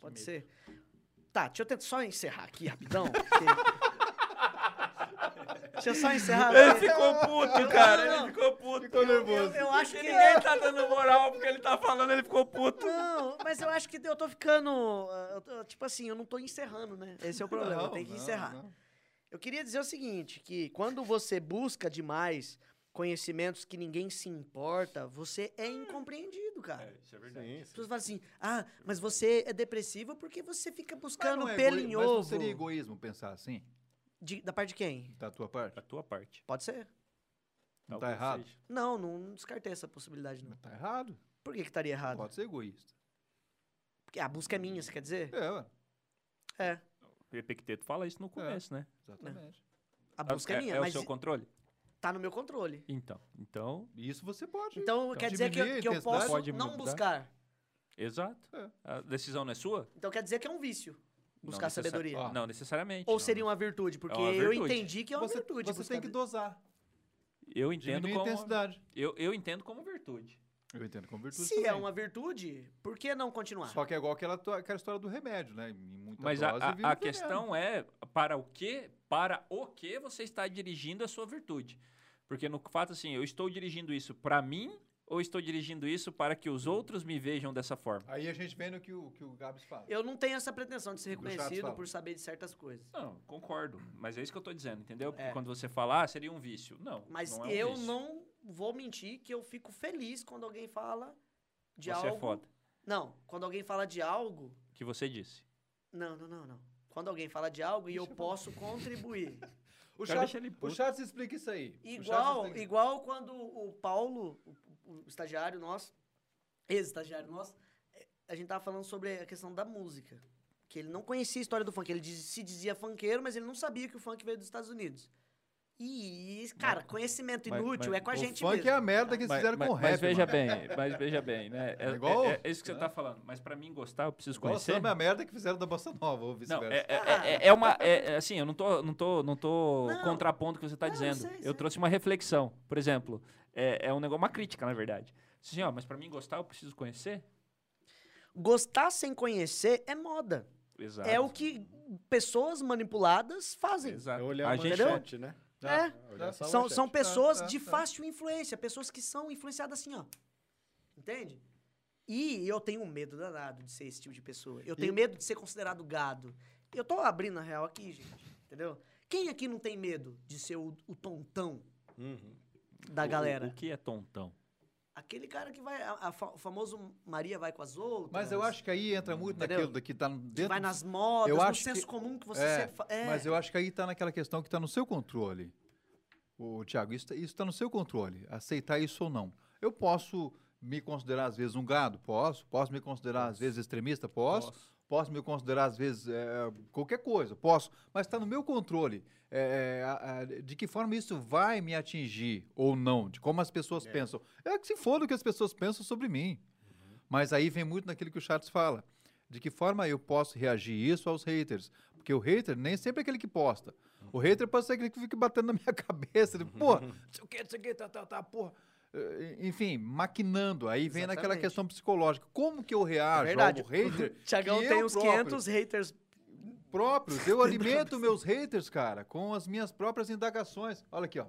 Speaker 1: pode ser. Tá, deixa eu tentar só encerrar aqui rapidão. porque- <laughs> deixa eu só encerrar.
Speaker 3: Ele
Speaker 1: porque-
Speaker 3: ficou puto,
Speaker 1: Ah, Não,
Speaker 3: cara.
Speaker 1: não, não.
Speaker 3: Ele ficou puto.
Speaker 1: Eu, eu, eu acho que
Speaker 3: Ninguém tá dando moral porque ele tá falando, ele ficou puto.
Speaker 1: Não, mas eu acho que eu tô ficando. ah, eu tô- tipo assim, eu não tô encerrando, né? Esse é o problema, eu
Speaker 2: Não,
Speaker 1: tenho que
Speaker 2: não,
Speaker 1: encerrar.
Speaker 2: não.
Speaker 1: Eu queria dizer o seguinte: que quando você busca demais conhecimentos que ninguém se importa, você é incompreendido, cara.
Speaker 3: isso é
Speaker 4: Sim,
Speaker 1: As pessoas falam assim, ah, mas você é depressivo porque você fica
Speaker 2: Mas
Speaker 1: buscando
Speaker 2: não é
Speaker 1: pelo
Speaker 2: egoí-
Speaker 1: em
Speaker 2: Mas não
Speaker 1: ovo.
Speaker 2: seria egoísmo pensar assim,
Speaker 1: De- da parte de quem?
Speaker 2: da tua parte?
Speaker 3: A tua parte.
Speaker 1: Pode ser?
Speaker 2: Não tá errado?
Speaker 1: Não, não, não descartei essa possibilidade, não.
Speaker 2: Não tá errado.
Speaker 1: Por que que estaria errado?
Speaker 2: Pode ser egoísta.
Speaker 1: Porque a busca é minha, você quer dizer?
Speaker 2: É, ué,
Speaker 1: É,
Speaker 3: O Epicteto fala
Speaker 2: É.
Speaker 3: isso no começo, né?
Speaker 2: exatamente.
Speaker 1: a busca é, minha,
Speaker 3: é o
Speaker 1: mas
Speaker 3: seu controle?
Speaker 1: tá no meu controle.
Speaker 3: Então. Então,
Speaker 2: E isso você pode.
Speaker 1: Então, quer dizer que eu,
Speaker 2: diminuir a
Speaker 1: que eu
Speaker 2: intensidade.
Speaker 1: posso
Speaker 3: Pode
Speaker 2: tá?
Speaker 1: não
Speaker 3: mudar.
Speaker 1: buscar.
Speaker 3: exato.
Speaker 2: É.
Speaker 3: A decisão não é sua?
Speaker 1: Então quer dizer que é um vício
Speaker 3: Não
Speaker 1: buscar
Speaker 2: é
Speaker 3: necessa-
Speaker 1: sabedoria.
Speaker 2: Ó,
Speaker 3: Não necessariamente.
Speaker 1: Ou
Speaker 3: Não,
Speaker 1: seria um uma virtude, porque
Speaker 3: uma
Speaker 1: eu
Speaker 3: virtude.
Speaker 1: entendi que é uma
Speaker 2: É Você,
Speaker 1: virtude.
Speaker 2: você
Speaker 1: buscar
Speaker 2: tem que
Speaker 1: saber-
Speaker 2: dosar.
Speaker 3: Eu entendo
Speaker 2: Diminuir a
Speaker 3: como.
Speaker 2: intensidade.
Speaker 3: Eu, eu entendo como virtude.
Speaker 2: Eu entendo como virtude
Speaker 1: Se
Speaker 2: também.
Speaker 1: é uma virtude, por que não continuar?
Speaker 2: Só que é igual aquela, tua- aquela história do remédio, né? Em muita
Speaker 3: Mas a,
Speaker 2: dose,
Speaker 3: a-
Speaker 2: vira um
Speaker 3: a
Speaker 2: veneno.
Speaker 3: questão é para o que, para o que você está dirigindo a sua virtude. Porque no fato assim, eu estou dirigindo isso para mim ou estou dirigindo isso para que os outros me vejam dessa forma?
Speaker 2: Aí a gente vendo o que o, que o Gabs fala.
Speaker 1: Eu não tenho essa pretensão de ser
Speaker 2: Deixa eu
Speaker 1: reconhecido
Speaker 2: falar.
Speaker 1: por saber de certas coisas.
Speaker 3: Não, concordo, mas é isso que eu estou dizendo, entendeu? Porque
Speaker 1: É.
Speaker 3: quando você falar, seria um vício. Não,
Speaker 1: Mas
Speaker 3: não é um
Speaker 1: eu
Speaker 3: vício.
Speaker 1: não vou mentir que eu fico feliz quando alguém fala de
Speaker 3: Você
Speaker 1: algo.
Speaker 3: é foda.
Speaker 1: Não, quando alguém fala de algo.
Speaker 3: O que você disse.
Speaker 1: Não, não, não, não. Quando alguém fala de algo e eu posso contribuir.
Speaker 2: O chat,
Speaker 3: cara deixa ele
Speaker 2: o
Speaker 3: puto.
Speaker 2: chat se explica isso aí. O Charles
Speaker 1: Igual,
Speaker 2: explica-
Speaker 1: igual quando o Paulo, o, o estagiário nosso, ex-estagiário nosso, eh, a gente tava falando sobre a questão da música. Que ele não conhecia a história do funk. Ele diz- se dizia funkeiro, mas ele não sabia que o funk veio dos Estados Unidos. E, e, cara, conhecimento
Speaker 3: mas-
Speaker 1: inútil
Speaker 3: mas
Speaker 1: é com a
Speaker 2: o
Speaker 1: gente
Speaker 2: funk
Speaker 1: mesmo.
Speaker 2: é a merda que eles fizeram com o rap.
Speaker 3: mas veja
Speaker 2: mano.
Speaker 3: bem, mas veja bem, né? É,
Speaker 2: É igual-
Speaker 3: é- é isso que você está falando. Mas para mim gostar, eu preciso
Speaker 2: Igual o
Speaker 3: conhecer.
Speaker 2: samba é a merda que fizeram da Bossa Nova, ou
Speaker 3: Não,
Speaker 2: vice-versa.
Speaker 3: é, é- é- é uma. é- é assim, eu não tô, não tô, não tô
Speaker 1: Ah. Não.
Speaker 3: contrapondo o que você está
Speaker 1: Não, eu
Speaker 3: dizendo.
Speaker 1: sei,
Speaker 3: eu
Speaker 1: sei.
Speaker 3: trouxe uma reflexão. Por exemplo, é, é um negócio, uma crítica, na verdade. Assim, ó, mas para mim gostar, eu preciso conhecer.
Speaker 1: Gostar sem conhecer é moda.
Speaker 3: Exato.
Speaker 1: É o que pessoas manipuladas fazem.
Speaker 3: Exato.
Speaker 4: Eu olhar
Speaker 3: a
Speaker 4: a
Speaker 3: gente
Speaker 4: manchete, né?
Speaker 1: É.
Speaker 4: Olhar só a
Speaker 1: São,
Speaker 4: manchete.
Speaker 1: são pessoas
Speaker 2: tá,
Speaker 1: de
Speaker 2: tá.
Speaker 1: fácil influência, pessoas que são influenciadas assim, ó. Entende? E eu tenho um medo danado de ser esse tipo de pessoa. Eu tenho medo de ser considerado gado. Eu tô abrindo a real aqui, gente. Entendeu? Quem aqui não tem medo de ser o, o tontão
Speaker 4: Uhum.
Speaker 1: da
Speaker 3: o-
Speaker 1: galera?
Speaker 3: O, que é tontão?
Speaker 1: Aquele cara que vai. a- a fa- o famoso Maria vai com as outras.
Speaker 2: Mas eu acho que aí entra muito
Speaker 1: Entendeu?
Speaker 2: naquilo daqui, tá dentro
Speaker 1: que vai
Speaker 2: do-
Speaker 1: nas modas,
Speaker 2: eu
Speaker 1: no
Speaker 2: acho
Speaker 1: senso
Speaker 2: que-
Speaker 1: comum que você
Speaker 2: é,
Speaker 1: sempre fa- é.
Speaker 2: Mas eu acho que aí tá naquela questão que tá no seu controle. Ô, Tiago, isso, tá- isso tá no seu controle, aceitar isso ou não. Eu posso me considerar às vezes um gado? Posso. Posso me considerar às vezes extremista? Posso. Posso, me considerar às vezes é, qualquer coisa? Posso. Mas está no meu controle. É, é, a- a- de que forma isso vai me atingir ou não? De como as pessoas pensam. É que se for o que as pessoas pensam sobre mim.
Speaker 3: Uhum.
Speaker 2: Mas aí vem muito naquilo que o Charles fala. De que forma eu posso reagir isso aos haters? Porque o hater nem sempre é aquele que posta. O
Speaker 3: Uhum.
Speaker 2: hater pode ser aquele que fica batendo na minha <laughs> cabeça. Ele, pô, não sei o que, não sei o que, tá, tá, tá, porra. Eh, Enfim, maquinando. Aí vem naquela
Speaker 1: Exatamente.
Speaker 2: questão psicológica. Como que eu
Speaker 3: É
Speaker 2: reajo
Speaker 1: verdade.
Speaker 2: ao
Speaker 3: <laughs>
Speaker 2: hater?
Speaker 1: Tiagão
Speaker 2: que
Speaker 1: tem
Speaker 2: eu
Speaker 1: uns
Speaker 2: próprio-
Speaker 1: 500 haters.
Speaker 2: Próprios. Eu alimento meus haters, cara, com as minhas próprias indagações. Olha aqui, ó.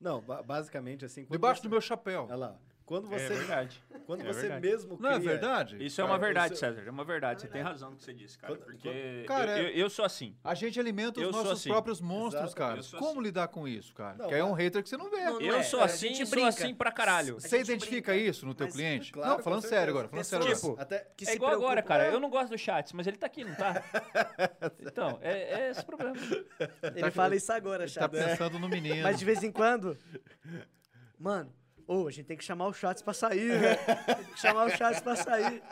Speaker 4: Não, ba- basicamente assim... quando
Speaker 2: Debaixo
Speaker 4: você-
Speaker 2: do meu chapéu.
Speaker 4: Olha lá. Quando
Speaker 3: É
Speaker 4: você,
Speaker 3: verdade.
Speaker 4: quando
Speaker 3: é
Speaker 4: você
Speaker 3: verdade.
Speaker 4: mesmo
Speaker 2: Não
Speaker 4: cria...
Speaker 2: é verdade?
Speaker 3: Isso é uma verdade,
Speaker 4: isso-
Speaker 3: César. É uma verdade. Você tem razão no que você disse, cara.
Speaker 4: Quando-
Speaker 3: Porque
Speaker 2: Cara,
Speaker 3: eu, eu- eu sou assim.
Speaker 2: A gente alimenta os
Speaker 3: Eu sou
Speaker 2: nossos
Speaker 3: assim.
Speaker 2: próprios monstros,
Speaker 4: Exatamente.
Speaker 2: cara.
Speaker 3: Eu sou
Speaker 2: Como
Speaker 3: assim.
Speaker 2: lidar com isso, cara?
Speaker 4: Não,
Speaker 2: Porque aí é um
Speaker 4: mas-
Speaker 2: hater que você não vê.
Speaker 6: Não, não
Speaker 3: Eu
Speaker 6: é,
Speaker 3: sou
Speaker 6: a
Speaker 3: assim
Speaker 6: gente
Speaker 3: e sou
Speaker 6: brinca.
Speaker 3: assim pra caralho.
Speaker 6: A
Speaker 2: Você
Speaker 6: gente
Speaker 2: identifica
Speaker 6: brinca,
Speaker 2: isso no teu
Speaker 6: mas-
Speaker 2: cliente?
Speaker 4: Claro,
Speaker 2: não, falando
Speaker 4: com
Speaker 2: sério
Speaker 4: certeza.
Speaker 2: agora, falando sério
Speaker 6: Pessoas-
Speaker 2: agora.
Speaker 3: Tipo,
Speaker 4: Até...
Speaker 1: Que
Speaker 3: É
Speaker 1: se
Speaker 3: igual
Speaker 1: preocupa-
Speaker 3: agora, cara. Eu não gosto do Chats, mas ele tá aqui, não tá?
Speaker 4: <laughs>
Speaker 3: Então, é, é esse o problema.
Speaker 1: Ele
Speaker 2: tá-
Speaker 1: fala isso agora,
Speaker 2: Ele tá
Speaker 1: chato.
Speaker 2: pensando no menino.
Speaker 1: Mas de vez em quando. Mano, ô, a gente tem que chamar o Chats pra
Speaker 2: <laughs>
Speaker 1: sair, né? Tem que chamar o Chats pra sair.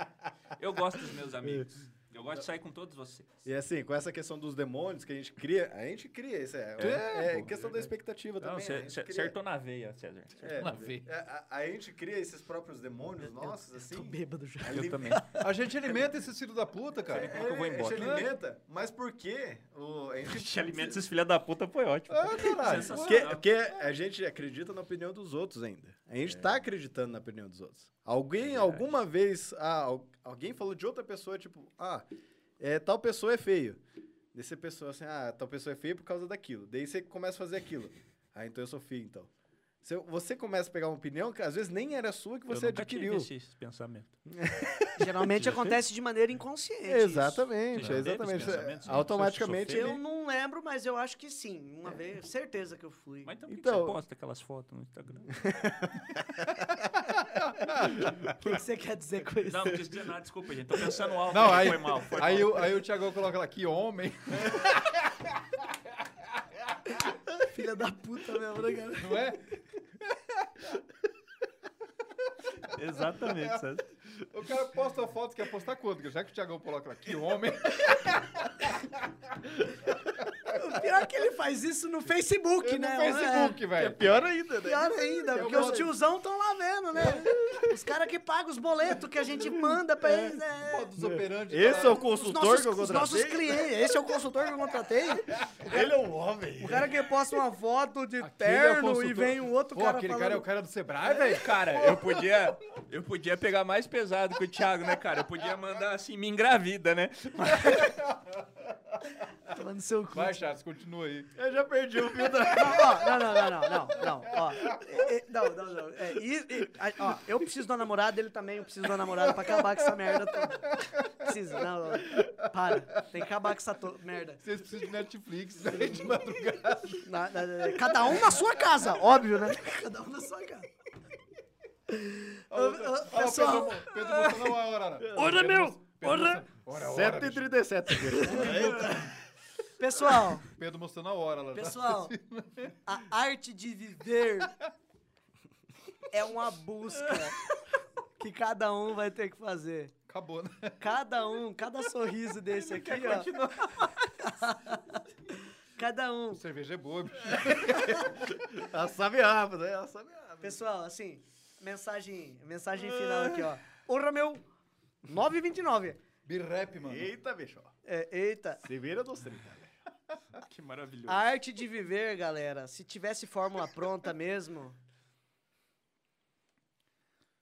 Speaker 3: Eu gosto dos meus amigos. Eu gosto de sair com todos vocês.
Speaker 4: E assim, com essa questão dos demônios que a gente cria, a gente cria, isso é, é,
Speaker 2: pô,
Speaker 4: questão da expectativa
Speaker 3: Não,
Speaker 4: também. né? a
Speaker 3: você
Speaker 4: gente
Speaker 3: você
Speaker 4: cria.
Speaker 3: acertou na veia, César.
Speaker 4: É,
Speaker 2: Lá vem.
Speaker 4: é, a, a gente cria esses próprios demônios nossos, assim.
Speaker 1: Tô bêbado já.
Speaker 4: ali-
Speaker 3: <laughs>
Speaker 2: A gente alimenta esse filho da puta, cara.
Speaker 3: Como que eu vou
Speaker 4: é, A gente
Speaker 3: embora?
Speaker 4: alimenta, mas por quê? O,
Speaker 3: <laughs>
Speaker 4: a gente
Speaker 3: Te alimenta esses filha da puta foi ótimo.
Speaker 2: Ah, caralho.
Speaker 3: Sensacional.
Speaker 4: Porque, porque a gente acredita na opinião dos outros ainda. A gente tá acreditando na opinião dos outros. Alguém, alguma vez, ah, al- alguém falou de outra pessoa, tipo, ah, é, tal pessoa é feio. Daí você pessoa assim, ah, tal pessoa é feia por causa daquilo. Daí você começa a fazer aquilo. Ah, então eu sou feio, então. Você, você começa a pegar uma opinião que às vezes nem era sua que você
Speaker 3: eu nunca
Speaker 4: adquiriu.
Speaker 3: tive esse, tipo esse pensamento.
Speaker 1: Geralmente acontece de maneira inconsciente. isso.
Speaker 4: Exatamente,
Speaker 3: Você já teve
Speaker 4: exatamente.
Speaker 3: esse pensamento? Você
Speaker 4: Automaticamente.
Speaker 3: sofreu?
Speaker 4: ele- É.
Speaker 1: Eu não lembro, mas eu acho que sim. Uma vez, certeza que eu fui.
Speaker 3: Mas então, por que que
Speaker 4: Então-
Speaker 3: você posta aquelas fotos no <laughs> Instagram?
Speaker 1: O que que você quer dizer com isso?
Speaker 3: Não, não quis dizer nada, desculpa, gente. Tô pensando alto.
Speaker 2: Não,
Speaker 3: aqui,
Speaker 2: aí,
Speaker 3: foi mal. Foi
Speaker 2: aí,
Speaker 3: mal.
Speaker 2: o, aí o Thiago coloca lá, que homem. <laughs>
Speaker 1: Filha da puta mesmo, né, cara?
Speaker 2: Não é?
Speaker 3: Exatamente, César.
Speaker 2: O cara posta a foto, quer postar quanto? Já que o Thiago coloca lá, que homem.
Speaker 1: O pior é que ele faz isso no Facebook,
Speaker 2: <laughs> no
Speaker 1: né?
Speaker 2: Facebook, velho.
Speaker 4: Pior ainda, É.
Speaker 1: É, pior ainda,
Speaker 2: Eu
Speaker 1: porque os
Speaker 2: gosto.
Speaker 1: tiozão estão lá vendo, né? Os caras que pagam os boletos que a gente manda pra eles. né?
Speaker 2: Foto dos operantes.
Speaker 4: Esse é
Speaker 2: caralho.
Speaker 4: o
Speaker 1: Os
Speaker 4: consultor
Speaker 1: nossos,
Speaker 4: que eu
Speaker 1: os nossos
Speaker 4: contratei.
Speaker 1: clientes. Esse é o consultor que eu contratei.
Speaker 4: Ele é um homem.
Speaker 1: O cara que posta uma foto de
Speaker 2: Aquele é o
Speaker 1: terno e
Speaker 2: consultor.
Speaker 1: vem um outro
Speaker 2: Pô,
Speaker 1: cara
Speaker 2: aquele
Speaker 1: falando...
Speaker 2: cara é o cara do Sebrae, velho?
Speaker 3: Cara, eu podia, eu podia pegar mais pesado que o Thiago, né, cara? Eu podia mandar assim, me engravida, né?
Speaker 1: é, Falando seu cu.
Speaker 2: Vai, Chaves, continua aí.
Speaker 4: Eu já perdi o fio da.
Speaker 1: Não, ó, não, não, não, não, não, não, ó. É, é, Não, não, não. É, e- e- a- ó, eu preciso de uma namorada, ele também, eu preciso de uma namorada pra acabar com essa merda toda. Preciso, não, não. Para. Tem que acabar com essa to- merda.
Speaker 2: Vocês precisam de Netflix, velho, <laughs> de madrugada.
Speaker 1: Na- na- na- cada um na sua casa, óbvio, né? Cada um na sua casa. Ô, ô,
Speaker 2: Ah, o Pedro,
Speaker 1: pessoal,
Speaker 2: Mo- Pedro Bolsonaro, ora, ora.
Speaker 5: Ora, meu! Ora!
Speaker 2: Ora, ora. bicho.
Speaker 4: 137
Speaker 1: pessoal,
Speaker 2: Pedro mostrando a hora lá.
Speaker 1: pessoal, a arte de viver é uma busca que cada um vai ter que fazer.
Speaker 2: Acabou, né? <laughs>
Speaker 1: Cada um, cada sorriso desse aqui, ó. cada um.
Speaker 2: Cerveja é boa, bicho.
Speaker 4: Ela sabe rápido, né? Ela sabe rápido.
Speaker 1: Pessoal, assim, mensagem, mensagem final aqui, ó. Porra, meu, 9,29.
Speaker 2: Birrap, mano.
Speaker 4: Eita, bicho.
Speaker 1: É, eita.
Speaker 4: Se vira dos 30. velho.
Speaker 3: <laughs> Que maravilhoso.
Speaker 1: A arte de viver, galera. Se tivesse fórmula pronta mesmo,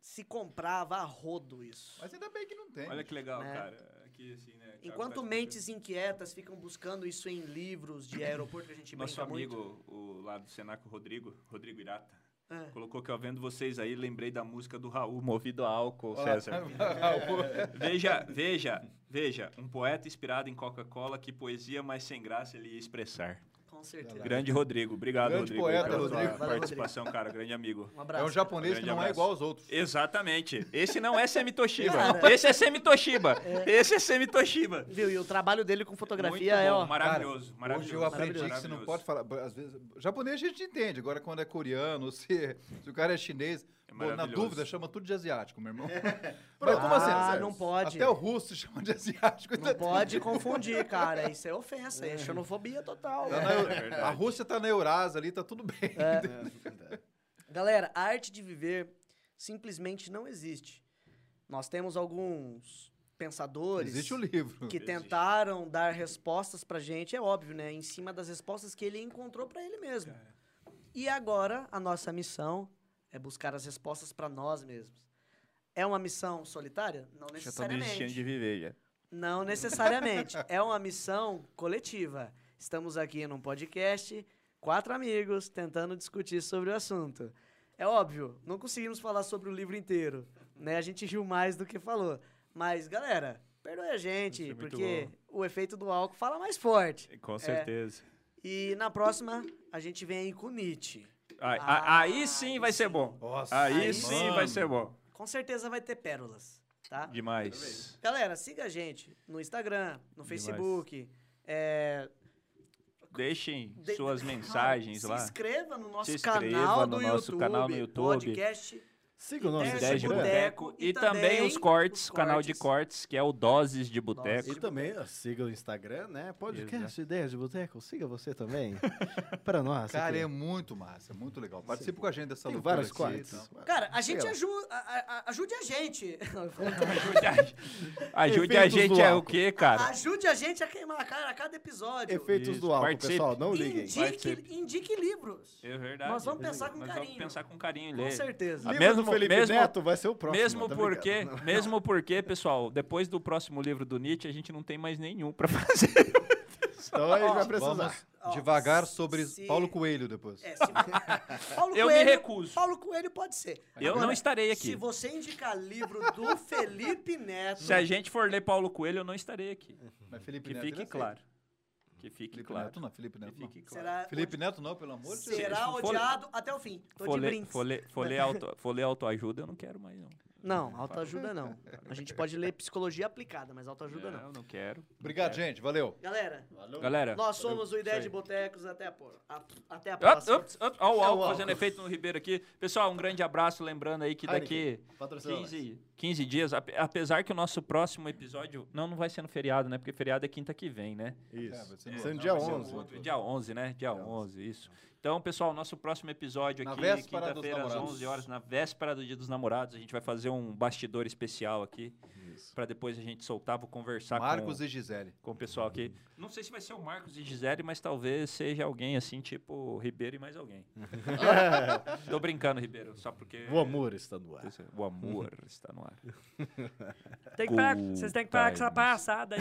Speaker 1: se comprava a rodo isso.
Speaker 2: Mas ainda bem que não tem.
Speaker 3: Olha
Speaker 2: bicho.
Speaker 3: que legal,
Speaker 1: Né?
Speaker 3: cara. Aqui, assim, né? Thiago
Speaker 1: Enquanto
Speaker 3: faz-
Speaker 1: mentes inquietas ficam buscando isso em livros de aeroporto que a gente
Speaker 3: Nosso
Speaker 1: brinca muito.
Speaker 3: amigo, o lá do Senaco, Rodrigo, Rodrigo Irata,
Speaker 1: Ah.
Speaker 3: colocou que eu vendo vocês aí, lembrei da música do Raul, Movido a Álcool,
Speaker 2: <laughs>
Speaker 3: César.
Speaker 2: Ah,
Speaker 3: Veja, veja, veja, um poeta inspirado em Coca-Cola, que poesia mais sem graça ele ia expressar.
Speaker 1: Com certeza.
Speaker 3: Grande Rodrigo, obrigado,
Speaker 2: Grande
Speaker 3: Rodrigo,
Speaker 2: poeta,
Speaker 3: pela
Speaker 2: Rodrigo.
Speaker 3: sua
Speaker 1: Valeu, Rodrigo.
Speaker 3: participação, cara, grande amigo.
Speaker 1: Um
Speaker 2: É
Speaker 1: abraço.
Speaker 2: um japonês que
Speaker 3: Grande
Speaker 2: não é
Speaker 3: abraço.
Speaker 2: igual aos outros.
Speaker 3: Exatamente. Esse não é semi-toshiba.
Speaker 1: Cara.
Speaker 3: Esse é semi-toshiba. Esse é semi-toshiba.
Speaker 1: Viu? E o trabalho dele com fotografia
Speaker 3: Muito
Speaker 1: é,
Speaker 3: bom,
Speaker 1: ó.
Speaker 3: maravilhoso, maravilhoso.
Speaker 2: Hoje eu aprendi que você
Speaker 3: maravilhoso.
Speaker 2: não pode falar. Às vezes, japonês a gente entende. Agora, quando é coreano, <laughs> se, se o cara é chinês, pô, na
Speaker 3: maravilhoso.
Speaker 2: dúvida, chama tudo de asiático, meu
Speaker 1: <laughs>
Speaker 2: irmão.
Speaker 4: Pronto,
Speaker 2: Mas como assim?
Speaker 1: Ah,
Speaker 4: César?
Speaker 1: não pode.
Speaker 2: Até o russo se chama de asiático.
Speaker 1: Não pode confundir, cara. Isso é ofensa, é xenofobia total.
Speaker 2: Tá na Eu-
Speaker 3: é
Speaker 2: a Rússia tá na Eurásia ali, tá tudo bem.
Speaker 1: É.
Speaker 4: <laughs>
Speaker 1: Galera, a arte de viver simplesmente não existe. Nós temos alguns pensadores
Speaker 2: Existe o
Speaker 3: <laughs>
Speaker 2: livro.
Speaker 1: que
Speaker 3: Existe.
Speaker 1: tentaram dar respostas pra gente, é óbvio, né? Em cima das respostas que ele encontrou pra ele mesmo.
Speaker 3: É.
Speaker 1: E agora a nossa missão é buscar as respostas pra nós mesmos. É uma missão solitária? Não
Speaker 3: Já tô desistindo
Speaker 1: necessariamente.
Speaker 3: de viver, já.
Speaker 1: Não necessariamente. é uma missão coletiva. Estamos aqui num podcast, quatro amigos tentando discutir sobre o assunto. É óbvio, não conseguimos falar sobre o livro inteiro, né? A gente riu mais do que falou. Mas, galera, perdoe a gente,
Speaker 3: Isso é muito
Speaker 1: porque o efeito do álcool fala mais forte.
Speaker 3: Com certeza.
Speaker 1: É. E na próxima, a gente vem aí com Nietzsche.
Speaker 3: Aí,
Speaker 1: Ah,
Speaker 3: aí sim vai ser bom.
Speaker 2: Nossa,
Speaker 3: Aí,
Speaker 1: aí
Speaker 3: sim
Speaker 1: sim.
Speaker 3: vai ser bom.
Speaker 1: Com certeza vai ter pérolas, tá?
Speaker 3: Demais.
Speaker 1: Galera, siga a gente no Instagram, no
Speaker 3: Demais.
Speaker 1: Facebook, é,
Speaker 3: Deixem
Speaker 1: De-
Speaker 3: suas
Speaker 1: Cara,
Speaker 3: mensagens lá.
Speaker 1: Se inscreva no nosso
Speaker 3: Se
Speaker 1: canal
Speaker 3: inscreva
Speaker 1: do
Speaker 3: no nosso
Speaker 1: YouTube,
Speaker 3: canal no YouTube.
Speaker 1: podcast
Speaker 4: Siga o
Speaker 1: nosso
Speaker 4: nosso
Speaker 1: Dez
Speaker 3: Ideias de
Speaker 1: É, Boteco.
Speaker 3: Boteco. E,
Speaker 1: E
Speaker 3: também
Speaker 1: também
Speaker 3: os cortes,
Speaker 1: os
Speaker 3: o canal de
Speaker 1: cortes.
Speaker 3: cortes, que é o Doses de Boteco.
Speaker 4: E também ó, siga o Instagram, né? Podcast
Speaker 3: Exato.
Speaker 4: Ideias de Boteco. Siga você também. <laughs> Para nós.
Speaker 2: Cara,
Speaker 4: aqui.
Speaker 2: é muito massa, é muito legal. Participe com a gente dessa
Speaker 4: Tem
Speaker 2: loucura
Speaker 4: vários
Speaker 2: aqui,
Speaker 4: cortes.
Speaker 2: então.
Speaker 1: Cara, a gente
Speaker 4: Sei lá.
Speaker 1: ajuda. ajude a gente. <laughs>
Speaker 3: <laughs> Ajude a
Speaker 4: Efeitos
Speaker 3: gente
Speaker 4: do
Speaker 3: é o
Speaker 4: álcool.
Speaker 3: quê, cara?
Speaker 1: ajude a gente a queimar a cara a cada episódio.
Speaker 4: Efeitos
Speaker 3: Isso,
Speaker 4: do álcool,
Speaker 3: participe.
Speaker 4: pessoal. Não liguem.
Speaker 1: indique,
Speaker 3: participe.
Speaker 1: indique livros.
Speaker 3: É verdade.
Speaker 1: Nós vamos pensar com
Speaker 3: Nós
Speaker 1: carinho.
Speaker 3: vamos pensar com carinho.
Speaker 1: Com
Speaker 3: Lê.
Speaker 1: certeza.
Speaker 3: Ah,
Speaker 4: Livro
Speaker 3: mesmo-
Speaker 4: do Felipe
Speaker 3: mesmo-
Speaker 4: Neto vai ser o próximo.
Speaker 3: mesmo
Speaker 4: tá
Speaker 3: porque, <laughs>
Speaker 4: ligado, né?
Speaker 3: mesmo porque, pessoal, depois do próximo livro do Nietzsche, a gente não tem mais nenhum pra <laughs> fazer.
Speaker 4: Então a gente
Speaker 1: Ó,
Speaker 4: vai precisar.
Speaker 2: Vamos
Speaker 1: Ó,
Speaker 2: devagar sobre
Speaker 1: se-
Speaker 2: Paulo Coelho depois.
Speaker 1: É, <laughs> se- Paulo
Speaker 3: Eu me
Speaker 1: Coelho,
Speaker 3: recuso.
Speaker 1: Paulo Coelho pode ser.
Speaker 3: Eu não estarei
Speaker 1: Se
Speaker 3: aqui.
Speaker 1: você indicar livro do Felipe Neto,
Speaker 3: Se a gente for ler Paulo Coelho, eu não estarei aqui.
Speaker 2: Mas é Felipe
Speaker 3: Que
Speaker 2: Neto, ele
Speaker 3: fique
Speaker 2: aceita.
Speaker 3: claro. Que fique
Speaker 2: Felipe
Speaker 3: claro.
Speaker 2: Neto não, Felipe
Speaker 3: Que
Speaker 2: Neto não.
Speaker 3: fique claro.
Speaker 1: será,
Speaker 2: Felipe Neto não, pelo amor de Deus.
Speaker 1: será
Speaker 3: Folha-
Speaker 1: odiado até o fim. Tô de
Speaker 3: Folê,
Speaker 1: brinks.
Speaker 3: folê,
Speaker 1: <laughs>
Speaker 3: folê, auto, folê autoajuda, eu não quero mais, não.
Speaker 1: Não, autoajuda não. A gente pode ler psicologia aplicada, mas autoajuda
Speaker 3: não,
Speaker 1: não.
Speaker 3: eu não quero. não
Speaker 2: Obrigado,
Speaker 3: quero.
Speaker 2: gente. Valeu.
Speaker 1: Galera,
Speaker 3: Galera.
Speaker 1: nós somos o Ideia
Speaker 3: Isso
Speaker 1: de
Speaker 3: aí.
Speaker 1: Botecos. Até a, por- a- até a
Speaker 3: Ops,
Speaker 1: próxima.
Speaker 3: ops, ops.
Speaker 2: É
Speaker 3: Ó, o álcool
Speaker 4: álcool.
Speaker 3: fazendo efeito no Ribeiro aqui. Pessoal, um grande abraço. Lembrando aí que daqui
Speaker 4: Patrocina nós.
Speaker 3: 15, 15 dias, ape- apesar que o nosso próximo episódio. Não, não vai ser no feriado, né? Porque feriado é quinta que vem, né?
Speaker 2: É, vai
Speaker 4: Isso.
Speaker 2: ser no-
Speaker 4: Isso é no
Speaker 2: não,
Speaker 4: dia
Speaker 2: vai ser no
Speaker 4: 11.
Speaker 2: outro.
Speaker 3: Dia 11, né? Dia 11, isso. Então, pessoal, nosso próximo episódio
Speaker 2: Na
Speaker 3: aqui,
Speaker 2: véspera dos
Speaker 3: quinta-feira, às
Speaker 2: namorados.
Speaker 3: 11 horas, na véspera do Dia dos Namorados. A gente vai fazer um bastidor especial aqui. Pra depois a gente soltar, vou conversar
Speaker 2: Marcos
Speaker 3: Tá com,
Speaker 2: e Gisele.
Speaker 3: com o pessoal aqui. Não sei se vai ser o Marcos e Gisele, mas talvez seja alguém assim, tipo Ribeiro e
Speaker 2: <laughs>
Speaker 3: mais alguém. Tô brincando, Ribeiro, só porque.
Speaker 4: O amor está no ar.
Speaker 3: O amor está no ar.
Speaker 5: Tem que parar, vocês têm que parar com essa
Speaker 3: Times.
Speaker 5: palhaçada aí.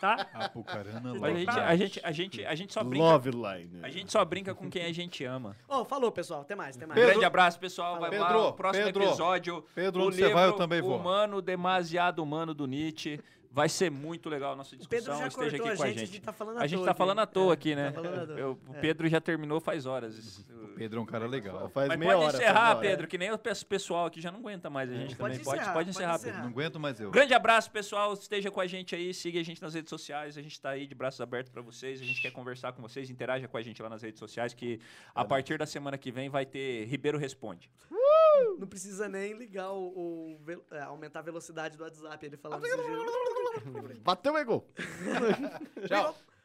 Speaker 5: Tá?
Speaker 2: Apucarana
Speaker 5: Vocês
Speaker 3: Mas
Speaker 2: Lodge.
Speaker 3: a
Speaker 5: têm que
Speaker 3: gente,
Speaker 5: parar.
Speaker 3: a, gente, a, gente, a gente só brinca.
Speaker 4: Love Line.
Speaker 3: Tá A gente só brinca com quem a gente ama. Um
Speaker 1: Ô, falou, pessoal. Até mais, até mais.
Speaker 3: Grande abraço, pessoal. Vai
Speaker 2: Pedro,
Speaker 3: lá. O próximo
Speaker 2: Pedro,
Speaker 3: episódio.
Speaker 2: Pedro,
Speaker 3: o
Speaker 2: onde você vai, eu
Speaker 3: livro
Speaker 2: também vou.
Speaker 3: Humano, demasiado humano do Nietzsche. Vai ser muito legal a nossa
Speaker 1: O
Speaker 3: discussão.
Speaker 1: Pedro já
Speaker 3: Esteja
Speaker 1: cortou
Speaker 3: aqui
Speaker 1: a
Speaker 3: com a
Speaker 1: gente, a
Speaker 3: gente.
Speaker 1: gente tá falando à
Speaker 3: A gente
Speaker 1: toa
Speaker 3: tá
Speaker 1: aqui.
Speaker 3: falando à toa
Speaker 1: É,
Speaker 3: aqui, né?
Speaker 1: Tá falando à toa.
Speaker 3: Eu- o Pedro já terminou faz horas.
Speaker 2: Pedro é um cara legal.
Speaker 4: Faz
Speaker 3: Mas
Speaker 4: meia
Speaker 3: pode
Speaker 4: hora. faz
Speaker 3: encerrar,
Speaker 4: hora. É.
Speaker 3: Pedro, que nem o pe- pessoal aqui já não aguenta mais a gente
Speaker 1: Pode
Speaker 3: também. Pode,
Speaker 1: encerrar,
Speaker 3: pode
Speaker 1: pode
Speaker 3: encerrar,
Speaker 1: encerrar.
Speaker 3: Pedro.
Speaker 2: Não aguento mais eu.
Speaker 3: Grande abraço, pessoal. Esteja com a gente aí, siga a gente nas redes sociais. A gente tá aí de braços abertos para vocês. A gente quer conversar com vocês, interaja com a gente lá nas redes sociais, que a partir da semana que vem vai ter Ribeiro Responde.
Speaker 1: Não precisa nem ligar o, o ve- é, aumentar a velocidade do WhatsApp. Ele falando desse jeito.
Speaker 4: Bateu, é gol.
Speaker 2: Tchau.